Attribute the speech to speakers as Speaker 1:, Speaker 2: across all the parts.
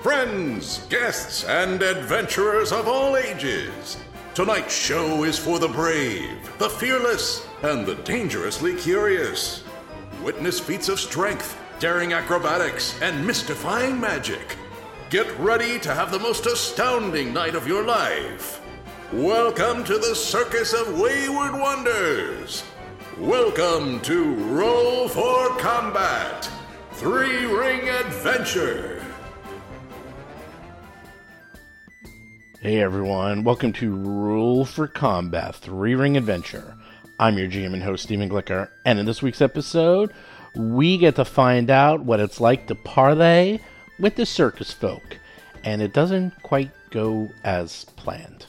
Speaker 1: friends, guests, and adventurers of all ages. Tonight's show is for the brave, the fearless, and the dangerously curious. Witness feats of strength, daring acrobatics, and mystifying magic. Get ready to have the most astounding night of your life. Welcome to the Circus of Wayward Wonders. Welcome to Roll for Combat Three Ring Adventure.
Speaker 2: Hey everyone, welcome to Rule for Combat Three Ring Adventure. I'm your GM and host, Steven Glicker, and in this week's episode, we get to find out what it's like to parlay with the circus folk, and it doesn't quite go as planned.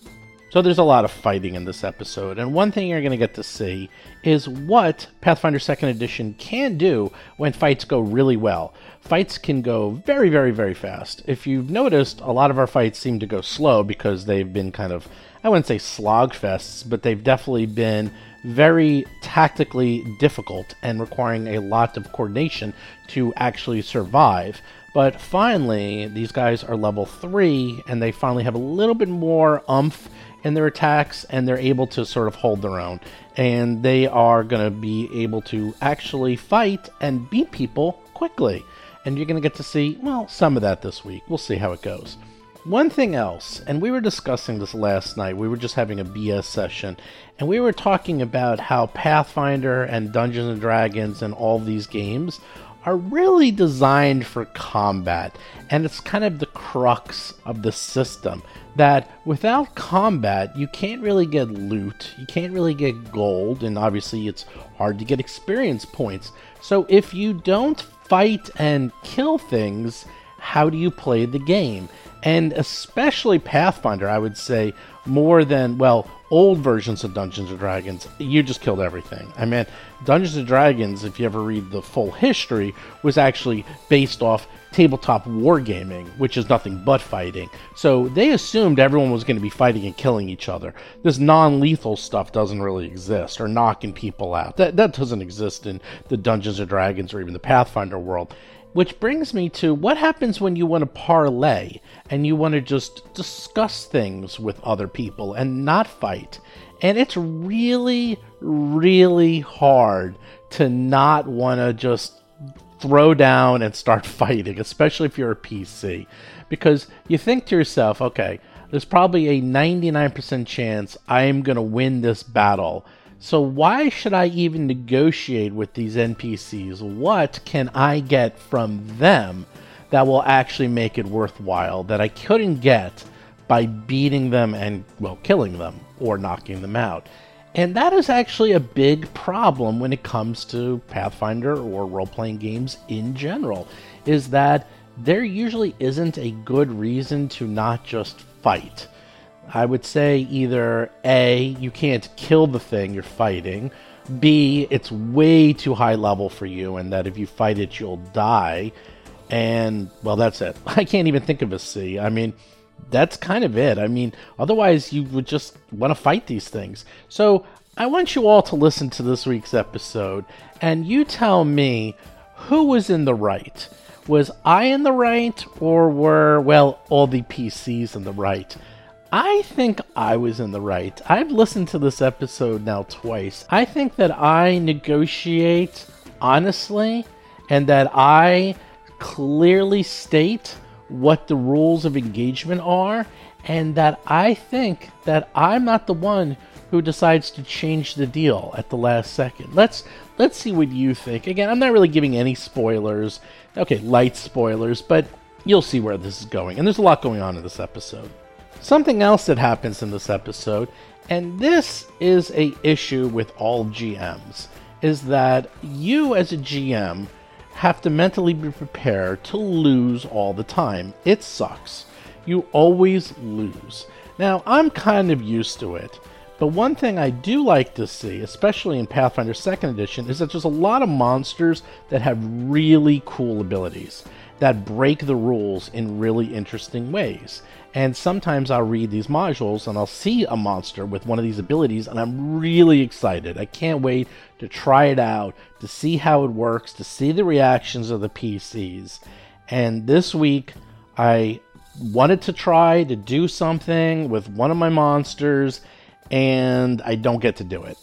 Speaker 2: So there's a lot of fighting in this episode, and one thing you're going to get to see is what Pathfinder 2nd Edition can do when fights go really well. Fights can go very, very, very fast. If you've noticed, a lot of our fights seem to go slow because they've been kind of, I wouldn't say slog fests, but they've definitely been very tactically difficult and requiring a lot of coordination to actually survive. But finally, these guys are level three, and they finally have a little bit more umph in their attacks, and they're able to sort of hold their own. And they are going to be able to actually fight and beat people quickly. And you're going to get to see, well, some of that this week. We'll see how it goes. One thing else, and we were discussing this last night. We were just having a BS session, and we were talking about how Pathfinder and Dungeons and Dragons and all these games are really designed for combat. And it's kind of the crux of the system that without combat, you can't really get loot, you can't really get gold, and obviously it's hard to get experience points. So if you don't fight and kill things, how do you play the game? And especially Pathfinder, I would say, more than, well, old versions of Dungeons and Dragons, you just killed everything. I mean, Dungeons and Dragons, if you ever read the full history, was actually based off tabletop wargaming, which is nothing but fighting. So they assumed everyone was going to be fighting and killing each other. This non lethal stuff doesn't really exist, or knocking people out. That, that doesn't exist in the Dungeons and Dragons or even the Pathfinder world. Which brings me to what happens when you want to parlay and you want to just discuss things with other people and not fight. And it's really, really hard to not want to just throw down and start fighting, especially if you're a PC. Because you think to yourself, okay, there's probably a 99% chance I am going to win this battle. So why should I even negotiate with these NPCs? What can I get from them that will actually make it worthwhile that I couldn't get by beating them and, well, killing them or knocking them out? And that is actually a big problem when it comes to Pathfinder or role playing games in general, is that there usually isn't a good reason to not just fight. I would say either A, you can't kill the thing you're fighting, B, it's way too high level for you, and that if you fight it, you'll die. And, well, that's it. I can't even think of a C. I mean, that's kind of it. I mean, otherwise, you would just want to fight these things. So, I want you all to listen to this week's episode, and you tell me who was in the right. Was I in the right, or were, well, all the PCs in the right? I think I was in the right. I've listened to this episode now twice. I think that I negotiate honestly and that I clearly state what the rules of engagement are and that I think that I'm not the one who decides to change the deal at the last second. Let's let's see what you think. Again, I'm not really giving any spoilers. Okay, light spoilers, but you'll see where this is going. And there's a lot going on in this episode something else that happens in this episode and this is a issue with all gms is that you as a gm have to mentally be prepared to lose all the time it sucks you always lose now i'm kind of used to it but one thing I do like to see, especially in Pathfinder 2nd Edition, is that there's a lot of monsters that have really cool abilities that break the rules in really interesting ways. And sometimes I'll read these modules and I'll see a monster with one of these abilities, and I'm really excited. I can't wait to try it out, to see how it works, to see the reactions of the PCs. And this week, I wanted to try to do something with one of my monsters, and I don't get to do it.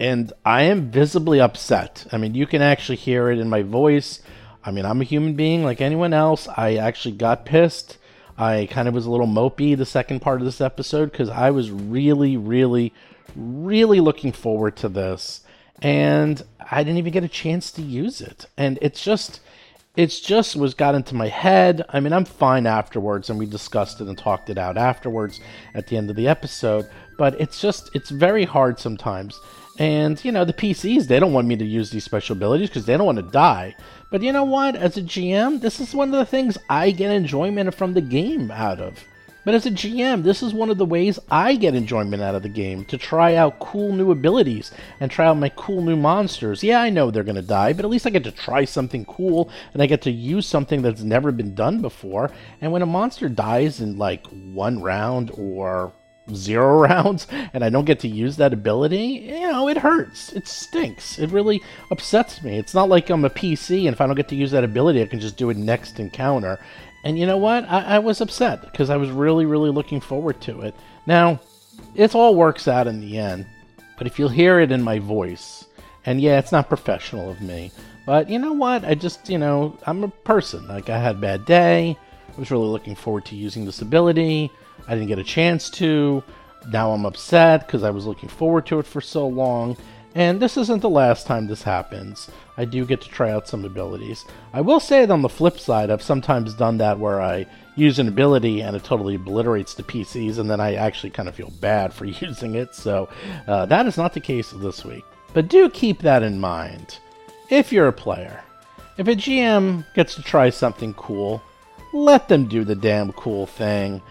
Speaker 2: And I am visibly upset. I mean, you can actually hear it in my voice. I mean, I'm a human being like anyone else. I actually got pissed. I kind of was a little mopey the second part of this episode because I was really, really, really looking forward to this. And I didn't even get a chance to use it. And it's just, it's just was got into my head. I mean, I'm fine afterwards, and we discussed it and talked it out afterwards at the end of the episode. But it's just, it's very hard sometimes. And, you know, the PCs, they don't want me to use these special abilities because they don't want to die. But you know what? As a GM, this is one of the things I get enjoyment from the game out of. But as a GM, this is one of the ways I get enjoyment out of the game to try out cool new abilities and try out my cool new monsters. Yeah, I know they're going to die, but at least I get to try something cool and I get to use something that's never been done before. And when a monster dies in like one round or zero rounds and I don't get to use that ability, you know, it hurts. It stinks. It really upsets me. It's not like I'm a PC and if I don't get to use that ability, I can just do it next encounter. And you know what? I, I was upset because I was really, really looking forward to it. Now, it all works out in the end, but if you'll hear it in my voice, and yeah, it's not professional of me, but you know what? I just, you know, I'm a person. Like, I had a bad day. I was really looking forward to using this ability. I didn't get a chance to. Now I'm upset because I was looking forward to it for so long. And this isn't the last time this happens. I do get to try out some abilities. I will say that on the flip side, I've sometimes done that where I use an ability and it totally obliterates the PCs, and then I actually kind of feel bad for using it. So uh, that is not the case this week. But do keep that in mind. If you're a player, if a GM gets to try something cool, let them do the damn cool thing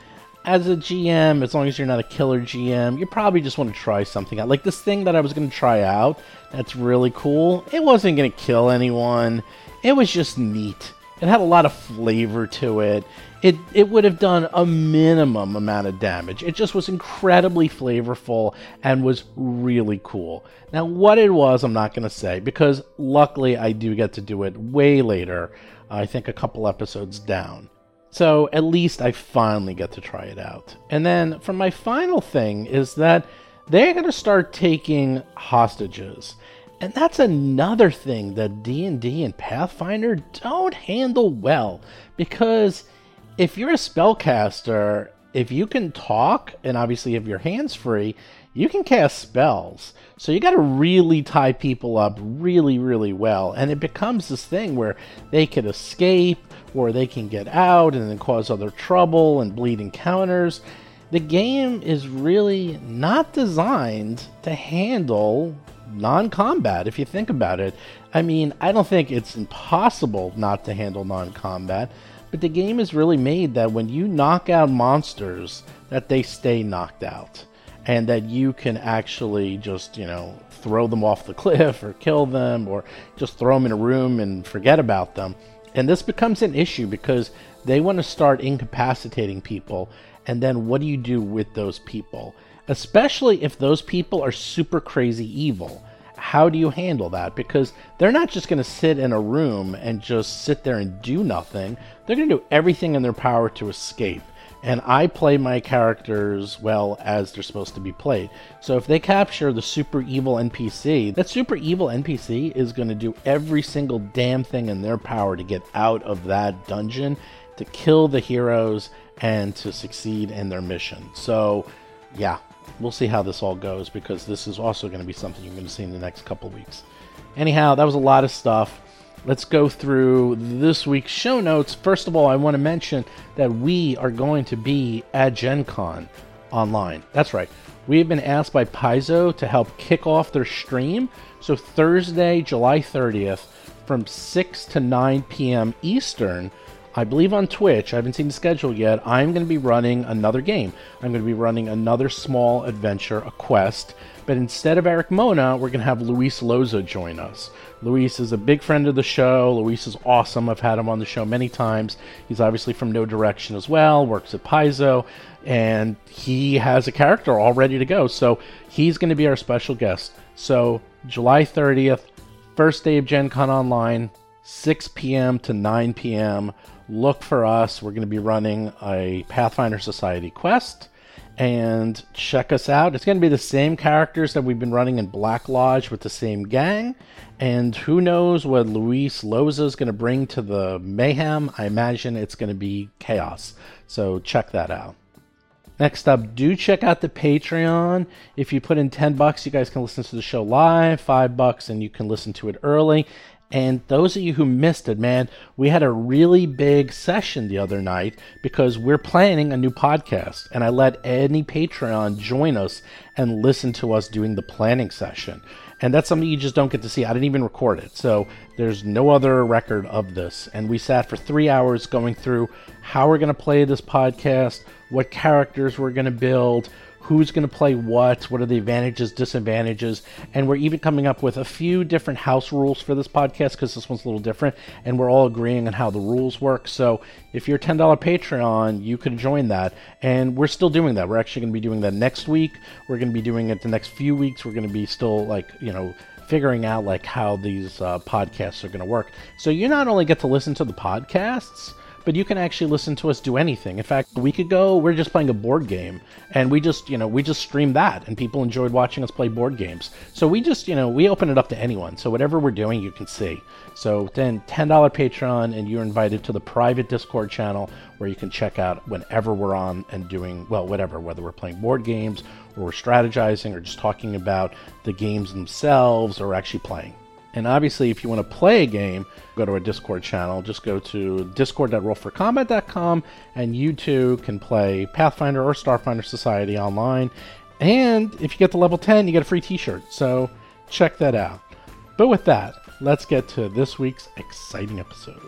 Speaker 2: as a GM, as long as you're not a killer GM, you probably just want to try something out. Like this thing that I was going to try out, that's really cool. It wasn't going to kill anyone. It was just neat. It had a lot of flavor to it. It it would have done a minimum amount of damage. It just was incredibly flavorful and was really cool. Now what it was, I'm not going to say because luckily I do get to do it way later. I think a couple episodes down. So at least I finally get to try it out. And then for my final thing is that they're going to start taking hostages. And that's another thing that D&D and Pathfinder don't handle well because if you're a spellcaster, if you can talk and obviously if your hands free, you can cast spells. So you got to really tie people up really, really well. And it becomes this thing where they can escape or they can get out and then cause other trouble and bleed encounters. The game is really not designed to handle non combat, if you think about it. I mean, I don't think it's impossible not to handle non combat, but the game is really made that when you knock out monsters, that they stay knocked out and that you can actually just, you know, throw them off the cliff or kill them or just throw them in a room and forget about them. And this becomes an issue because they want to start incapacitating people. And then what do you do with those people? Especially if those people are super crazy evil. How do you handle that? Because they're not just going to sit in a room and just sit there and do nothing. They're going to do everything in their power to escape and I play my characters well as they're supposed to be played. So if they capture the super evil NPC, that super evil NPC is going to do every single damn thing in their power to get out of that dungeon, to kill the heroes, and to succeed in their mission. So, yeah, we'll see how this all goes because this is also going to be something you're going to see in the next couple weeks. Anyhow, that was a lot of stuff let's go through this week's show notes. First of all, I want to mention that we are going to be at Gen Con online. That's right. We have been asked by Paizo to help kick off their stream. So, Thursday, July 30th, from 6 to 9 p.m. Eastern, I believe on Twitch, I haven't seen the schedule yet, I'm going to be running another game. I'm going to be running another small adventure, a quest. But instead of Eric Mona, we're going to have Luis Loza join us. Luis is a big friend of the show. Luis is awesome. I've had him on the show many times. He's obviously from No Direction as well, works at Paizo, and he has a character all ready to go. So he's going to be our special guest. So July 30th, first day of Gen Con Online, 6 p.m. to 9 p.m. Look for us. We're going to be running a Pathfinder Society quest and check us out. It's going to be the same characters that we've been running in Black Lodge with the same gang. And who knows what Luis Loza is going to bring to the mayhem. I imagine it's going to be chaos. So check that out. Next up, do check out the Patreon. If you put in 10 bucks, you guys can listen to the show live, 5 bucks and you can listen to it early. And those of you who missed it, man, we had a really big session the other night because we're planning a new podcast. And I let any Patreon join us and listen to us doing the planning session. And that's something you just don't get to see. I didn't even record it. So there's no other record of this. And we sat for three hours going through how we're going to play this podcast, what characters we're going to build, who's going to play what, what are the advantages, disadvantages, and we're even coming up with a few different house rules for this podcast because this one's a little different, and we're all agreeing on how the rules work. So if you're $10 Patreon, you can join that, and we're still doing that. We're actually going to be doing that next week. We're going to be doing it the next few weeks. We're going to be still like, you know, figuring out like how these uh, podcasts are going to work. So you not only get to listen to the podcasts, but you can actually listen to us do anything. In fact, a week ago, we are just playing a board game, and we just, you know, we just streamed that, and people enjoyed watching us play board games. So we just, you know, we open it up to anyone. So whatever we're doing, you can see. So then, ten dollar Patreon, and you're invited to the private Discord channel where you can check out whenever we're on and doing well, whatever, whether we're playing board games or we're strategizing or just talking about the games themselves or actually playing. And obviously, if you want to play a game, go to our Discord channel. Just go to discord.rollforcombat.com, and you too can play Pathfinder or Starfinder Society online. And if you get to level 10, you get a free t shirt. So check that out. But with that, let's get to this week's exciting episode.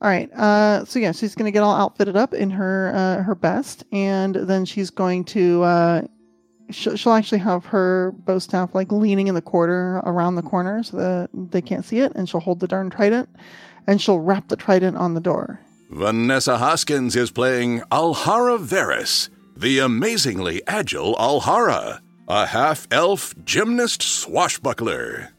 Speaker 3: All right. Uh, so yeah, she's gonna get all outfitted up in her uh, her best, and then she's going to uh, she'll, she'll actually have her bow staff like leaning in the quarter around the corner so that they can't see it, and she'll hold the darn trident, and she'll wrap the trident on the door.
Speaker 1: Vanessa Hoskins is playing Alhara Veris, the amazingly agile Alhara, a half elf gymnast swashbuckler.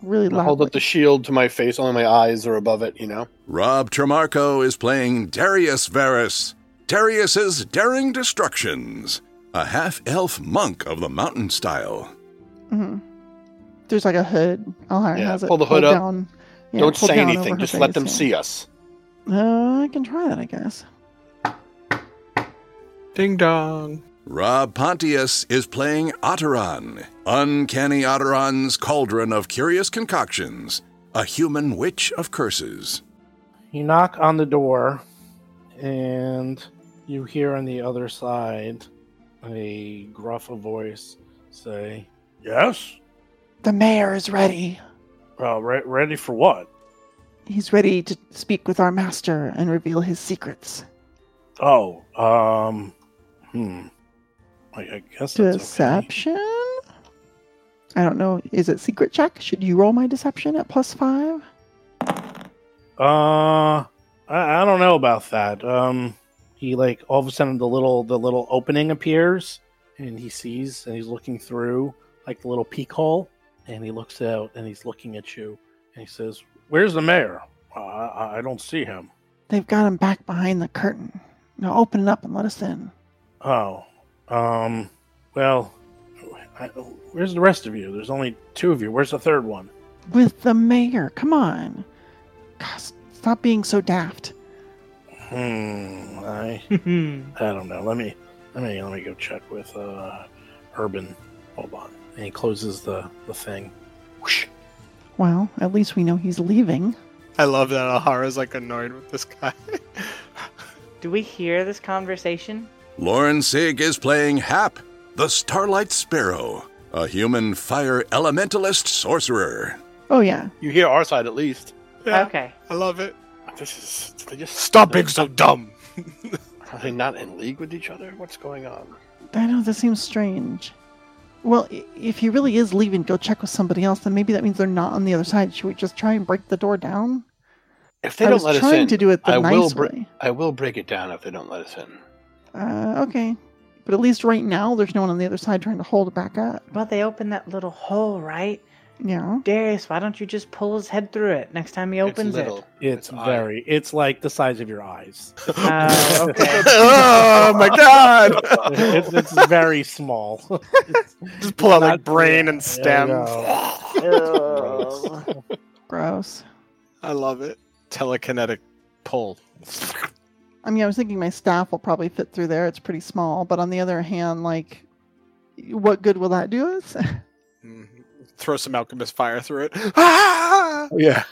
Speaker 3: Really
Speaker 4: I hold
Speaker 3: loudly.
Speaker 4: up the shield to my face, only my eyes are above it, you know?
Speaker 1: Rob Tremarco is playing Darius Varus, Darius's Daring Destructions, a half elf monk of the mountain style.
Speaker 3: Mhm. There's like a hood. Alhara
Speaker 4: Yeah,
Speaker 3: has it.
Speaker 4: pull the
Speaker 3: pulled
Speaker 4: hood up.
Speaker 3: down. Yeah,
Speaker 4: Don't
Speaker 3: pulled
Speaker 4: say
Speaker 3: down
Speaker 4: anything,
Speaker 3: over her
Speaker 4: just let
Speaker 3: face,
Speaker 4: them
Speaker 3: yeah.
Speaker 4: see us.
Speaker 3: Uh, I can try that, I guess.
Speaker 4: Ding dong.
Speaker 1: Rob Pontius is playing Otteron, Uncanny Otteron's Cauldron of Curious Concoctions, a human witch of curses.
Speaker 2: You knock on the door, and you hear on the other side a gruff voice say,
Speaker 5: Yes?
Speaker 3: The mayor is ready.
Speaker 5: Well, re- ready for what?
Speaker 3: He's ready to speak with our master and reveal his secrets.
Speaker 5: Oh, um, hmm. I, I guess that's okay.
Speaker 3: Deception? I don't know. Is it secret check? Should you roll my deception at plus five?
Speaker 5: Uh,
Speaker 2: I, I don't know about that. Um, he like all of a sudden the little the little opening appears, and he sees and he's looking through like the little peek hole, and he looks out and he's looking at you, and he says, "Where's the mayor? I, I, I don't see him."
Speaker 3: They've got him back behind the curtain. Now open it up and let us in.
Speaker 2: Oh, um, well, I, where's the rest of you? There's only two of you. Where's the third one?
Speaker 3: With the mayor. Come on. Gosh, stop being so daft.
Speaker 2: Hmm. I I don't know. Let me let me let me go check with uh, Urban. Hold on. And he closes the the thing. Whoosh.
Speaker 3: Well, at least we know he's leaving.
Speaker 6: I love that Alhara's like annoyed with this guy.
Speaker 7: Do we hear this conversation?
Speaker 1: Lauren Sig is playing Hap, the Starlight Sparrow, a human fire elementalist sorcerer.
Speaker 3: Oh, yeah.
Speaker 4: You hear our side at least.
Speaker 6: Yeah,
Speaker 7: Okay.
Speaker 6: I love it.
Speaker 4: This is. Did they just
Speaker 6: Stop being so dumb.
Speaker 4: Are they not in league with each other? What's going on?
Speaker 3: I know, this seems strange. Well, i- if he really is leaving, go check with somebody else, then maybe that means they're not on the other side. Should we just try and break the door down?
Speaker 4: If they
Speaker 3: I
Speaker 4: don't
Speaker 3: was
Speaker 4: let us
Speaker 3: trying
Speaker 4: in,
Speaker 3: to do it the
Speaker 4: I will
Speaker 3: nice way.
Speaker 4: I will break it down if they don't let us in.
Speaker 3: Uh, okay. But at least right now, there's no one on the other side trying to hold it back up.
Speaker 7: Well, they opened that little hole, right?
Speaker 3: Yeah.
Speaker 7: Darius, why don't you just pull his head through it next time he opens it?
Speaker 4: little.
Speaker 2: It's,
Speaker 4: It's eye.
Speaker 2: very. It's like the size of your eyes.
Speaker 7: Oh, okay.
Speaker 8: oh my god!
Speaker 2: it's, it's very small.
Speaker 8: Just pull out
Speaker 2: Not-
Speaker 8: like brain
Speaker 2: Yeah, I
Speaker 8: and stem.
Speaker 2: know.
Speaker 7: Ugh.
Speaker 3: Gross.
Speaker 8: I love it. Telekinetic pull.
Speaker 3: I mean, I was thinking my staff will probably fit through there. It's pretty small. But on the other hand, like, what good will that do us?
Speaker 8: Mhm. Throw some alchemist fire through it. Ah!
Speaker 4: Yeah.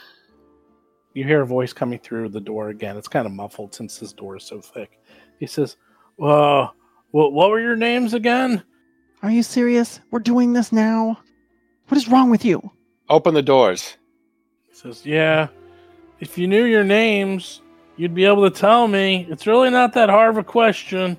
Speaker 2: you hear a voice coming through the door again. It's kind of muffled since this door is so thick. He says, "Uh, what, what were your names again?"
Speaker 3: Are you serious? We're doing this now? What is wrong with you?
Speaker 4: Open the doors.
Speaker 2: He says, "Yeah, if you knew your names, you'd be able to tell me. It's really not that hard of a question."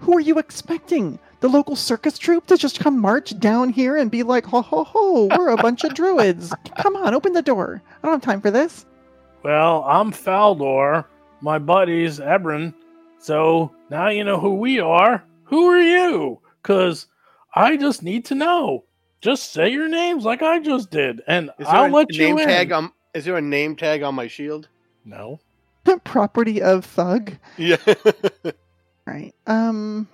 Speaker 3: Who are you expecting? The local circus troupe to just come march down here and be like, ho ho ho, we're a bunch of druids. Come on, open the door. I don't have time for this.
Speaker 2: Well, I'm Faldor. My buddy's Ebron. So now you know who we are. Who are you? Because I just need to know. Just say your names like I just did, and
Speaker 4: Is there
Speaker 2: I'll
Speaker 4: a
Speaker 2: let you
Speaker 4: name
Speaker 2: in.
Speaker 4: tag on? Is there a name tag on my shield?
Speaker 2: no.
Speaker 3: Property of thug.
Speaker 4: Yeah.
Speaker 3: Right. Um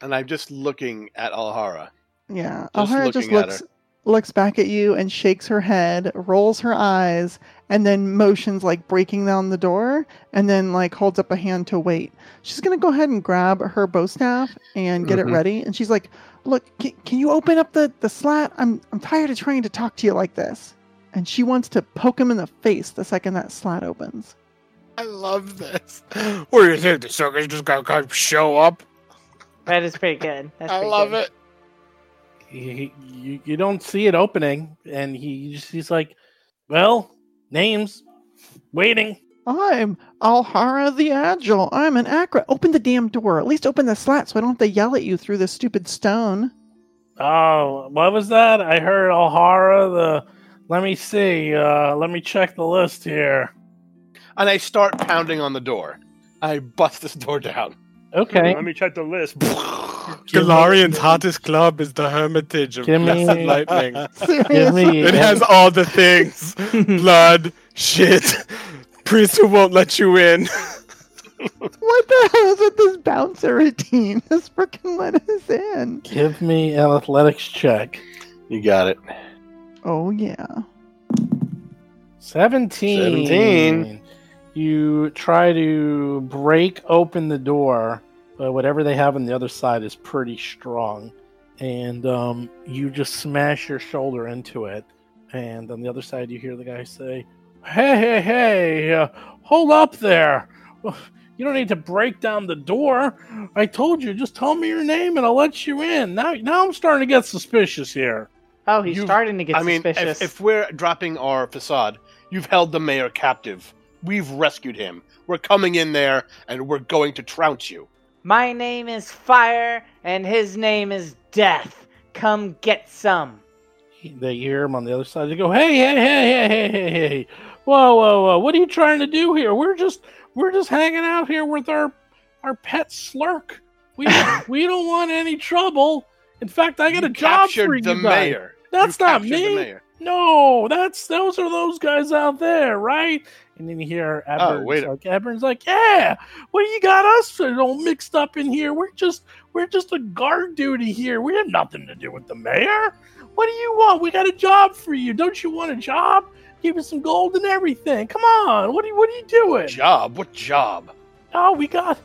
Speaker 4: and I'm just looking at Alhara.
Speaker 3: yeah.
Speaker 4: Just
Speaker 3: Alhara just
Speaker 4: looking at
Speaker 3: looks looks back at you and shakes her head, rolls her eyes, and then motions like breaking down the door and then like holds up a hand to wait. She's going to go ahead and grab her bow staff and get
Speaker 4: Mhm.
Speaker 3: it ready and she's like, "Look, can, can you open up the the slat? I'm I'm tired of trying to talk to you like this." And she wants to poke him in the face the second that slat opens.
Speaker 8: I love this. What do you think? The circus just gonna come show up?
Speaker 7: That is pretty good. That's
Speaker 8: I
Speaker 7: pretty
Speaker 8: love
Speaker 7: good.
Speaker 8: it.
Speaker 2: he, he- you, you don't see it opening, and he you just, he's like, "Well, names, waiting."
Speaker 3: I'm Alhara the Agile. I'm an Acra. Open the damn door. At least open the slat so I don't have to yell at you through this stupid stone.
Speaker 2: Oh, what was that? I heard Alhara. The let me see. Uh, let me check the list here.
Speaker 4: And I start pounding on the door. I bust this door down.
Speaker 2: Okay,
Speaker 9: Let me check the list.
Speaker 8: Galarian's hottest club is the Hermitage of
Speaker 2: Give me-
Speaker 8: Blessed Lightning.
Speaker 3: Seriously.
Speaker 2: give me.
Speaker 8: It has all the things: blood, shit, priest who won't let you in.
Speaker 3: What the hell is with this bouncer routine? This freaking let us in.
Speaker 2: Give me an athletics check.
Speaker 4: You got it.
Speaker 3: Oh yeah.
Speaker 2: Seventeen.
Speaker 4: 17.
Speaker 2: You try to break open the door, but whatever they have on the other side is pretty strong, and um, you just smash your shoulder into it. And on the other side, you hear the guy say, "Hey, hey, hey! Uh, hold up there! You don't need to break down the door. I told you. Just tell me your name, and I'll let you in. Now, now I'm starting to get suspicious here."
Speaker 7: Oh, he's
Speaker 4: You-
Speaker 7: starting to get
Speaker 4: I mean,
Speaker 7: suspicious.
Speaker 4: if, if we're dropping our facade, you've held the mayor captive. We've rescued him. We're coming in there and we're going to trounce you.
Speaker 7: My name is Fire, and his name is Death. Come get some.
Speaker 2: they hear him on the other side. They go, "Hey, hey, hey, hey, hey, hey, hey! Whoa, whoa, whoa! What are you trying to do here? We're just, we're just hanging out here with our, our pet Slurk. We, we don't want any trouble. In fact, I got
Speaker 4: You
Speaker 2: a job
Speaker 4: captured
Speaker 2: for you
Speaker 4: the
Speaker 2: guys.
Speaker 4: mayor.
Speaker 2: That's
Speaker 4: You
Speaker 2: not
Speaker 4: captured
Speaker 2: me.
Speaker 4: The mayor.
Speaker 2: No, that's those are those guys out there, right? And then you hear uh, Ebern's
Speaker 4: Oh, wait a-
Speaker 2: like, Ebern's like, yeah, what do you got us for all mixed up in here? We're just we're just a guard duty here. We have nothing to do with the mayor. What do you want? We got a job for you. Don't you want a job? Give us some gold and everything. Come on, what are you what are you doing?
Speaker 4: Job? What job?
Speaker 2: Oh, we got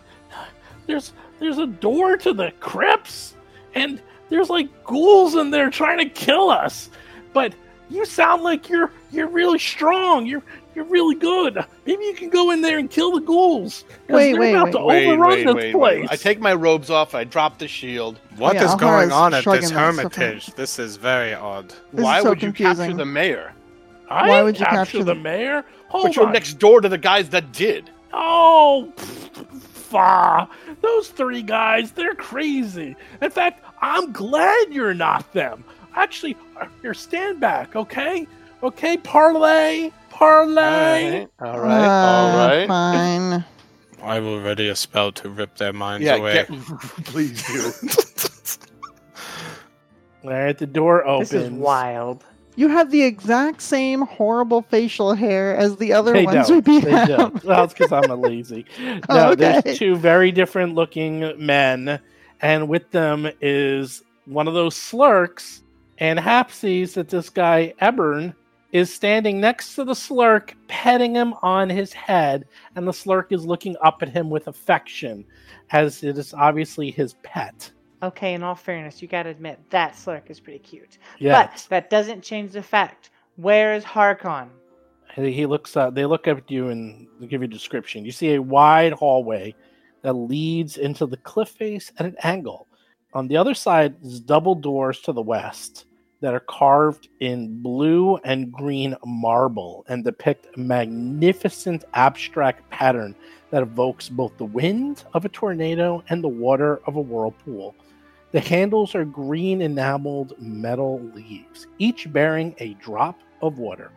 Speaker 2: there's there's a door to the crypts, and there's like ghouls in there trying to kill us. But you sound like you're you're really strong. You're you're really good. Maybe you can go in there and kill the ghouls. 'cause
Speaker 3: Wait,
Speaker 2: they're
Speaker 3: wait,
Speaker 2: about
Speaker 3: wait.
Speaker 2: to overrun this place.
Speaker 4: I take my robes off. I drop the shield.
Speaker 8: What is
Speaker 3: Yeah, Alhara's
Speaker 8: going on at
Speaker 3: shrugging
Speaker 8: this
Speaker 3: that stuff off.
Speaker 8: Hermitage? This is very odd.
Speaker 3: This is
Speaker 4: Why
Speaker 3: so
Speaker 4: would you
Speaker 3: confusing.
Speaker 4: capture the mayor?
Speaker 2: I
Speaker 3: Why
Speaker 2: didn't
Speaker 3: would you
Speaker 2: capture,
Speaker 3: capture
Speaker 2: the
Speaker 3: them?
Speaker 2: mayor?
Speaker 4: But
Speaker 2: Hold
Speaker 4: you're
Speaker 2: on.
Speaker 4: next door to the guys that did.
Speaker 2: Oh, fa! Those three guys, they're crazy. In fact, I'm glad you're not them. Actually, uh, here, stand back, okay? Okay, parlay, parlay.
Speaker 4: All
Speaker 3: Uh, Fine.
Speaker 8: I will ready a spell to rip their minds
Speaker 4: yeah,
Speaker 8: away.
Speaker 4: get, please do.
Speaker 2: All right, the door opens.
Speaker 7: This is wild.
Speaker 3: You have the exact same horrible facial hair as the other
Speaker 2: They
Speaker 3: ones we
Speaker 2: don't.
Speaker 3: beat
Speaker 2: They
Speaker 3: up.
Speaker 2: don't. Well, it's because I'm a lazy. No,
Speaker 3: Oh, okay.
Speaker 2: there's two very different looking men, and with them is one of those slurks. And Hap sees that this guy Ebern is standing next to the slurk, petting him on his head, and the slurk is looking up at him with affection, as it is obviously his pet.
Speaker 7: Okay, in all fairness, you gotta admit that slurk is pretty cute.
Speaker 2: Yes,
Speaker 7: But that doesn't change the fact. Where is Harkon?
Speaker 2: he he looks. Uh, they look up at you and they give you a description. You see a wide hallway that leads into the cliff face at an angle. On the other side is double doors to the west that are carved in blue and green marble and depict a magnificent abstract pattern that evokes both the wind of a tornado and the water of a whirlpool. The handles are green enameled metal leaves, each bearing a drop of water.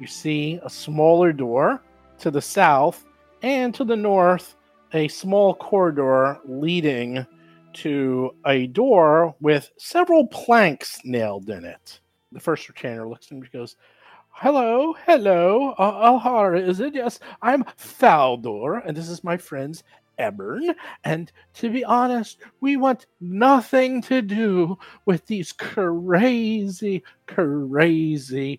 Speaker 2: You see a smaller door to the south and to the north, a small corridor leading to a door with several planks nailed in it. The first retainer looks at him and goes, Hello, hello, uh, Alhara, is it? Yes, I'm Faldor, and this is my friend Ebern. And to be honest, we want nothing to do with these crazy, crazy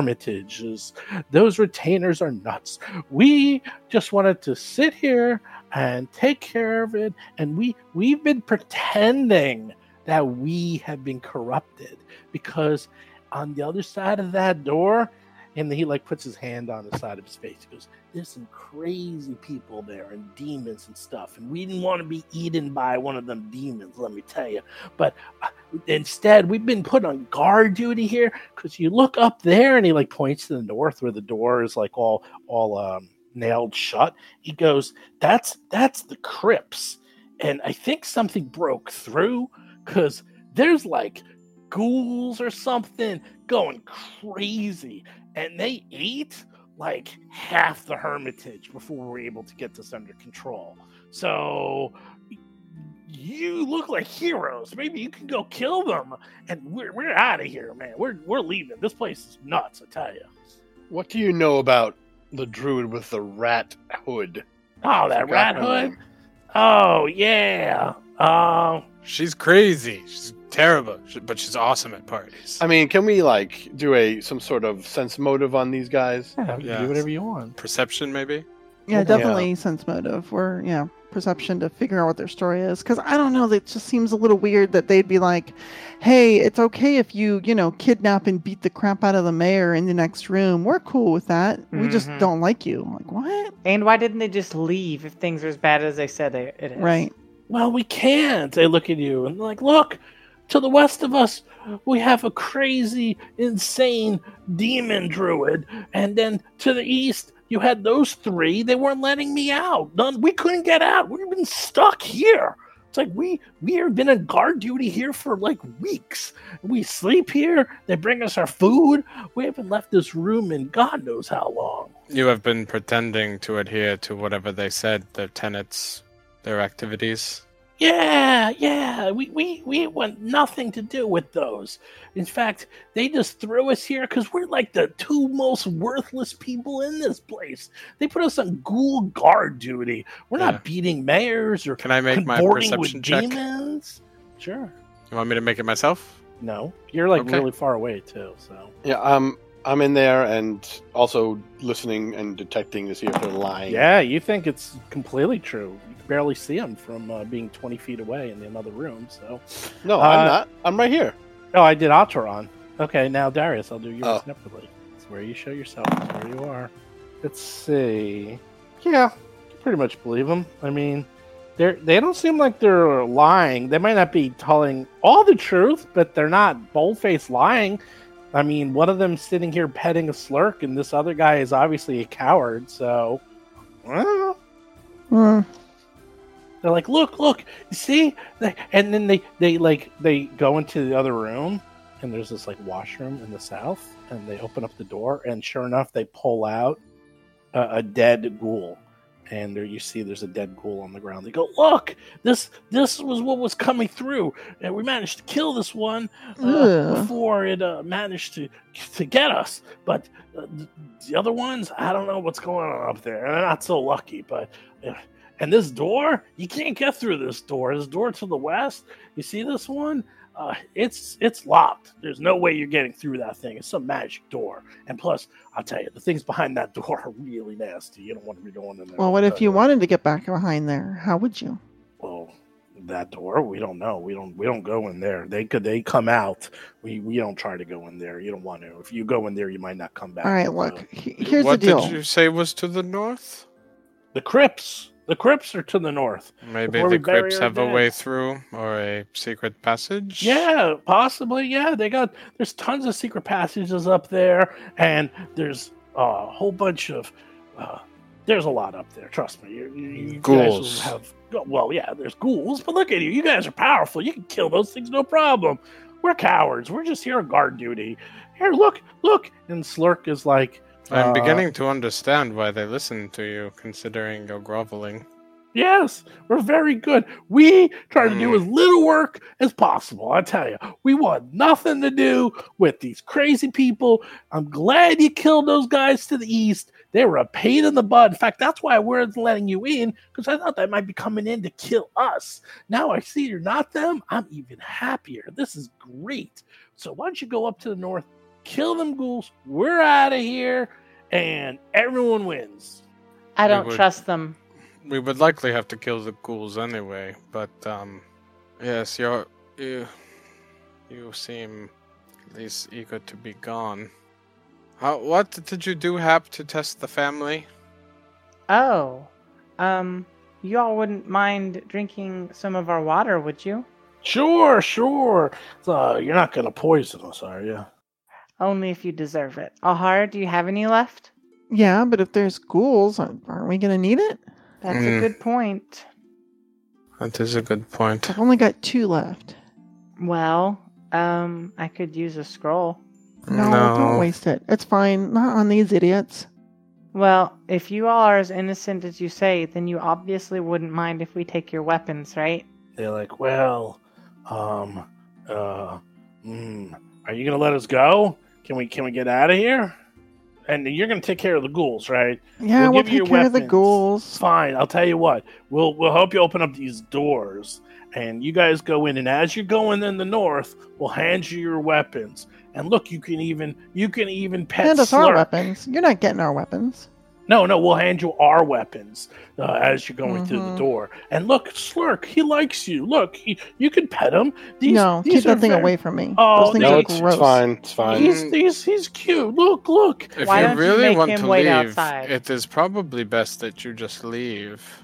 Speaker 2: hermitages. Those retainers are nuts. We just wanted to sit here and take care of it, and we we've been pretending that we have been corrupted because on the other side of that door, and he like puts his hand on the side of his face. He goes, "There's some crazy people there, and demons and stuff, and we didn't want to be eaten by one of them demons. Let me tell you, but." uh, Instead, we've been put on guard duty here because you look up there, and he like points to the north where the door is like all all um, nailed shut. He goes, "That's that's the crypts," and I think something broke through because there's like ghouls or something going crazy, and they ate like half the hermitage before we were able to get this under control. So you look like heroes. Maybe you can go kill them, and we're we're out of here, man. We're we're leaving. This place is nuts, I tell you.
Speaker 4: what do you know about the druid with the rat hood?
Speaker 2: Oh, that rat hood. Oh yeah. Um,
Speaker 8: She's crazy. She's terrible, sh- but she's awesome at parties.
Speaker 4: I mean, can we like do a some sort of sense motive on these guys?
Speaker 2: yeah,
Speaker 8: can do whatever
Speaker 2: you want.
Speaker 8: Perception, maybe.
Speaker 3: Yeah,
Speaker 2: Yeah.
Speaker 3: definitely sense motive or yeah, perception to figure out what their story is. Because I don't know, that just seems a little weird that they'd be like, "Hey, it's okay if you you know kidnap and beat the crap out of the mayor in the next room. We're cool with that. We just
Speaker 2: Mm-hmm.
Speaker 7: Mhm.
Speaker 3: don't like you." Like what?
Speaker 7: And why didn't they just leave if things are as bad as they said they, it is?
Speaker 3: Right.
Speaker 2: Well, we can't. They look at you and like, look, to the west of us, we have a crazy, insane demon druid, and then to the east, you had those three. They weren't letting me out. None, we couldn't get out. We've been stuck here. It's like we we have been on guard duty here for like weeks. We sleep here. They bring us our food. We haven't left this room in God knows how long.
Speaker 8: You have been pretending to adhere to whatever they said, their tenets, their activities.
Speaker 2: Yeah, yeah. We, we, we want nothing to do with those. In fact, they just threw us here because we're like the two most worthless people in this place. They put us on ghoul guard duty. We're
Speaker 8: Yeah.
Speaker 2: not beating mayors or
Speaker 8: Can I make my
Speaker 2: consorting
Speaker 8: perception
Speaker 2: with
Speaker 8: check?
Speaker 2: demons. Sure.
Speaker 8: You want me to make it myself?
Speaker 2: No, you're like
Speaker 8: Okay.
Speaker 2: really far away too. So
Speaker 4: Yeah, I'm I'm in there and also listening and detecting to see if they're lying.
Speaker 2: yeah, you think it's completely true. You can barely see them from uh, being twenty feet away in another room. So
Speaker 4: No, I'm
Speaker 2: Uh,
Speaker 4: not. I'm right here.
Speaker 2: Oh, I did Alteron. Okay, now Darius, I'll do yours
Speaker 4: Oh.
Speaker 2: separately. It's where you show yourself. It's where you are. Let's see. Yeah, you pretty much believe them. I mean, they're they don't seem like they're lying. They might not be telling all the truth, but they're not bold-faced lying. I mean, one of them's sitting here petting a slurk, and this other guy is obviously a coward. So, I don't know.
Speaker 3: Hmm.
Speaker 2: They're like, look, look, you see? They- And then they, they like they go into the other room, and there's this like washroom in the south, and they open up the door, and sure enough, they pull out a, a dead ghoul, and there you see there's a dead ghoul on the ground. They go, "Look, this this was what was coming through, and we managed to kill this one uh,
Speaker 3: Ugh.
Speaker 2: before it uh, managed to to get us. But uh, th- the other ones, I don't know what's going on up there, and they're not so lucky. But uh, and this door, you can't get through this door. This door to the west, you see this one." Uh, it's it's locked. There's no way you're getting through that thing. It's some magic door. And plus, I'll tell you, the things behind that door are really nasty. You don't want to be going in there.
Speaker 3: Well, what
Speaker 2: Uh,
Speaker 3: if you wanted to get back behind there? How would you?
Speaker 2: well that door we don't know we don't we don't go in there they could they come out we we don't try to go in there you don't want to if you go in there you might not come back
Speaker 3: All right,
Speaker 2: So,
Speaker 3: look. he- Here's
Speaker 8: what
Speaker 3: the deal.
Speaker 8: did you say was to the north?
Speaker 2: the crypts the crypts are to the north
Speaker 8: Maybe
Speaker 2: Before we
Speaker 8: the
Speaker 2: bury
Speaker 8: crypts
Speaker 2: our
Speaker 8: have a way
Speaker 2: dead.
Speaker 8: through or a secret passage.
Speaker 2: yeah possibly yeah they got there's tons of secret passages up there and there's a whole bunch of uh, there's a lot up there trust me you, you, you guys will
Speaker 8: Ghouls.
Speaker 2: have well yeah there's ghouls but look at you you guys are powerful you can kill those things no problem we're cowards we're just here on guard duty here look look and slurk is like
Speaker 8: I'm
Speaker 2: Uh,
Speaker 8: beginning to understand why they listen to you, considering your groveling.
Speaker 2: Yes, we're very good. We try to do
Speaker 8: Mm.
Speaker 2: as little work as possible. I tell you, we want nothing to do with these crazy people. I'm glad you killed those guys to the east. They were a pain in the butt. In fact, that's why we're letting you in because I thought they might be coming in to kill us. Now I see you're not them. I'm even happier. This is great. So why don't you go up to the north, kill them ghouls? We're out of here, and everyone wins.
Speaker 7: I don't
Speaker 8: would-
Speaker 7: trust them.
Speaker 8: We would likely have to kill the ghouls anyway, but um, yes, you're, you, you seem at least eager to be gone. How, what did you do, Hap, to test the family?
Speaker 7: Oh, um, y'all wouldn't mind drinking some of our water, would you?
Speaker 2: Sure, sure. So you're not gonna poison us, are you?
Speaker 7: Only if you deserve it. Ahar, do you have any left?
Speaker 3: Yeah, but if there's ghouls, aren't aren't we going to need it?
Speaker 7: That's
Speaker 8: Mm.
Speaker 7: a good point.
Speaker 8: That is a good point.
Speaker 3: I've only got two left.
Speaker 7: Well, um, I could use a scroll.
Speaker 3: No, don't waste it. It's fine. Not on these idiots.
Speaker 7: Well, if you all are as innocent as you say, then you obviously wouldn't mind if we take your weapons, right?
Speaker 2: They're like, well, um, uh, mm, are you gonna let us go? Can we can we get out of here? And you're gonna take care of the ghouls, right?
Speaker 3: Yeah,
Speaker 2: We'll
Speaker 3: we'll,
Speaker 2: give you
Speaker 3: take
Speaker 2: your
Speaker 3: care of the
Speaker 2: weapons. It's
Speaker 3: ghouls.
Speaker 2: fine. I'll tell you what. We'll we'll help you open up these doors, and you guys go in. And as you're going in the north, we'll hand you your weapons. And look, you can even you can even pet
Speaker 3: Hand us our
Speaker 2: Slurk.
Speaker 3: weapons. You're not getting our weapons.
Speaker 2: No, no, we'll hand you our weapons uh, as you're going through the
Speaker 3: Mhm.
Speaker 2: door. And look, Slurk, he likes you. Look, he, you can pet him. These,
Speaker 3: no,
Speaker 2: these
Speaker 3: keep
Speaker 2: are
Speaker 3: that thing
Speaker 2: very-
Speaker 3: away from me.
Speaker 2: Oh,
Speaker 3: Those things
Speaker 2: no,
Speaker 3: are
Speaker 2: it's- it's
Speaker 3: gross.
Speaker 4: fine. It's fine.
Speaker 2: He's, he's, he's cute. Look, look.
Speaker 8: If
Speaker 7: Why
Speaker 8: you
Speaker 7: don't you
Speaker 8: really
Speaker 7: make
Speaker 8: want
Speaker 7: him
Speaker 8: to
Speaker 7: wait
Speaker 8: leave,
Speaker 7: outside?
Speaker 8: it is probably best that you just leave,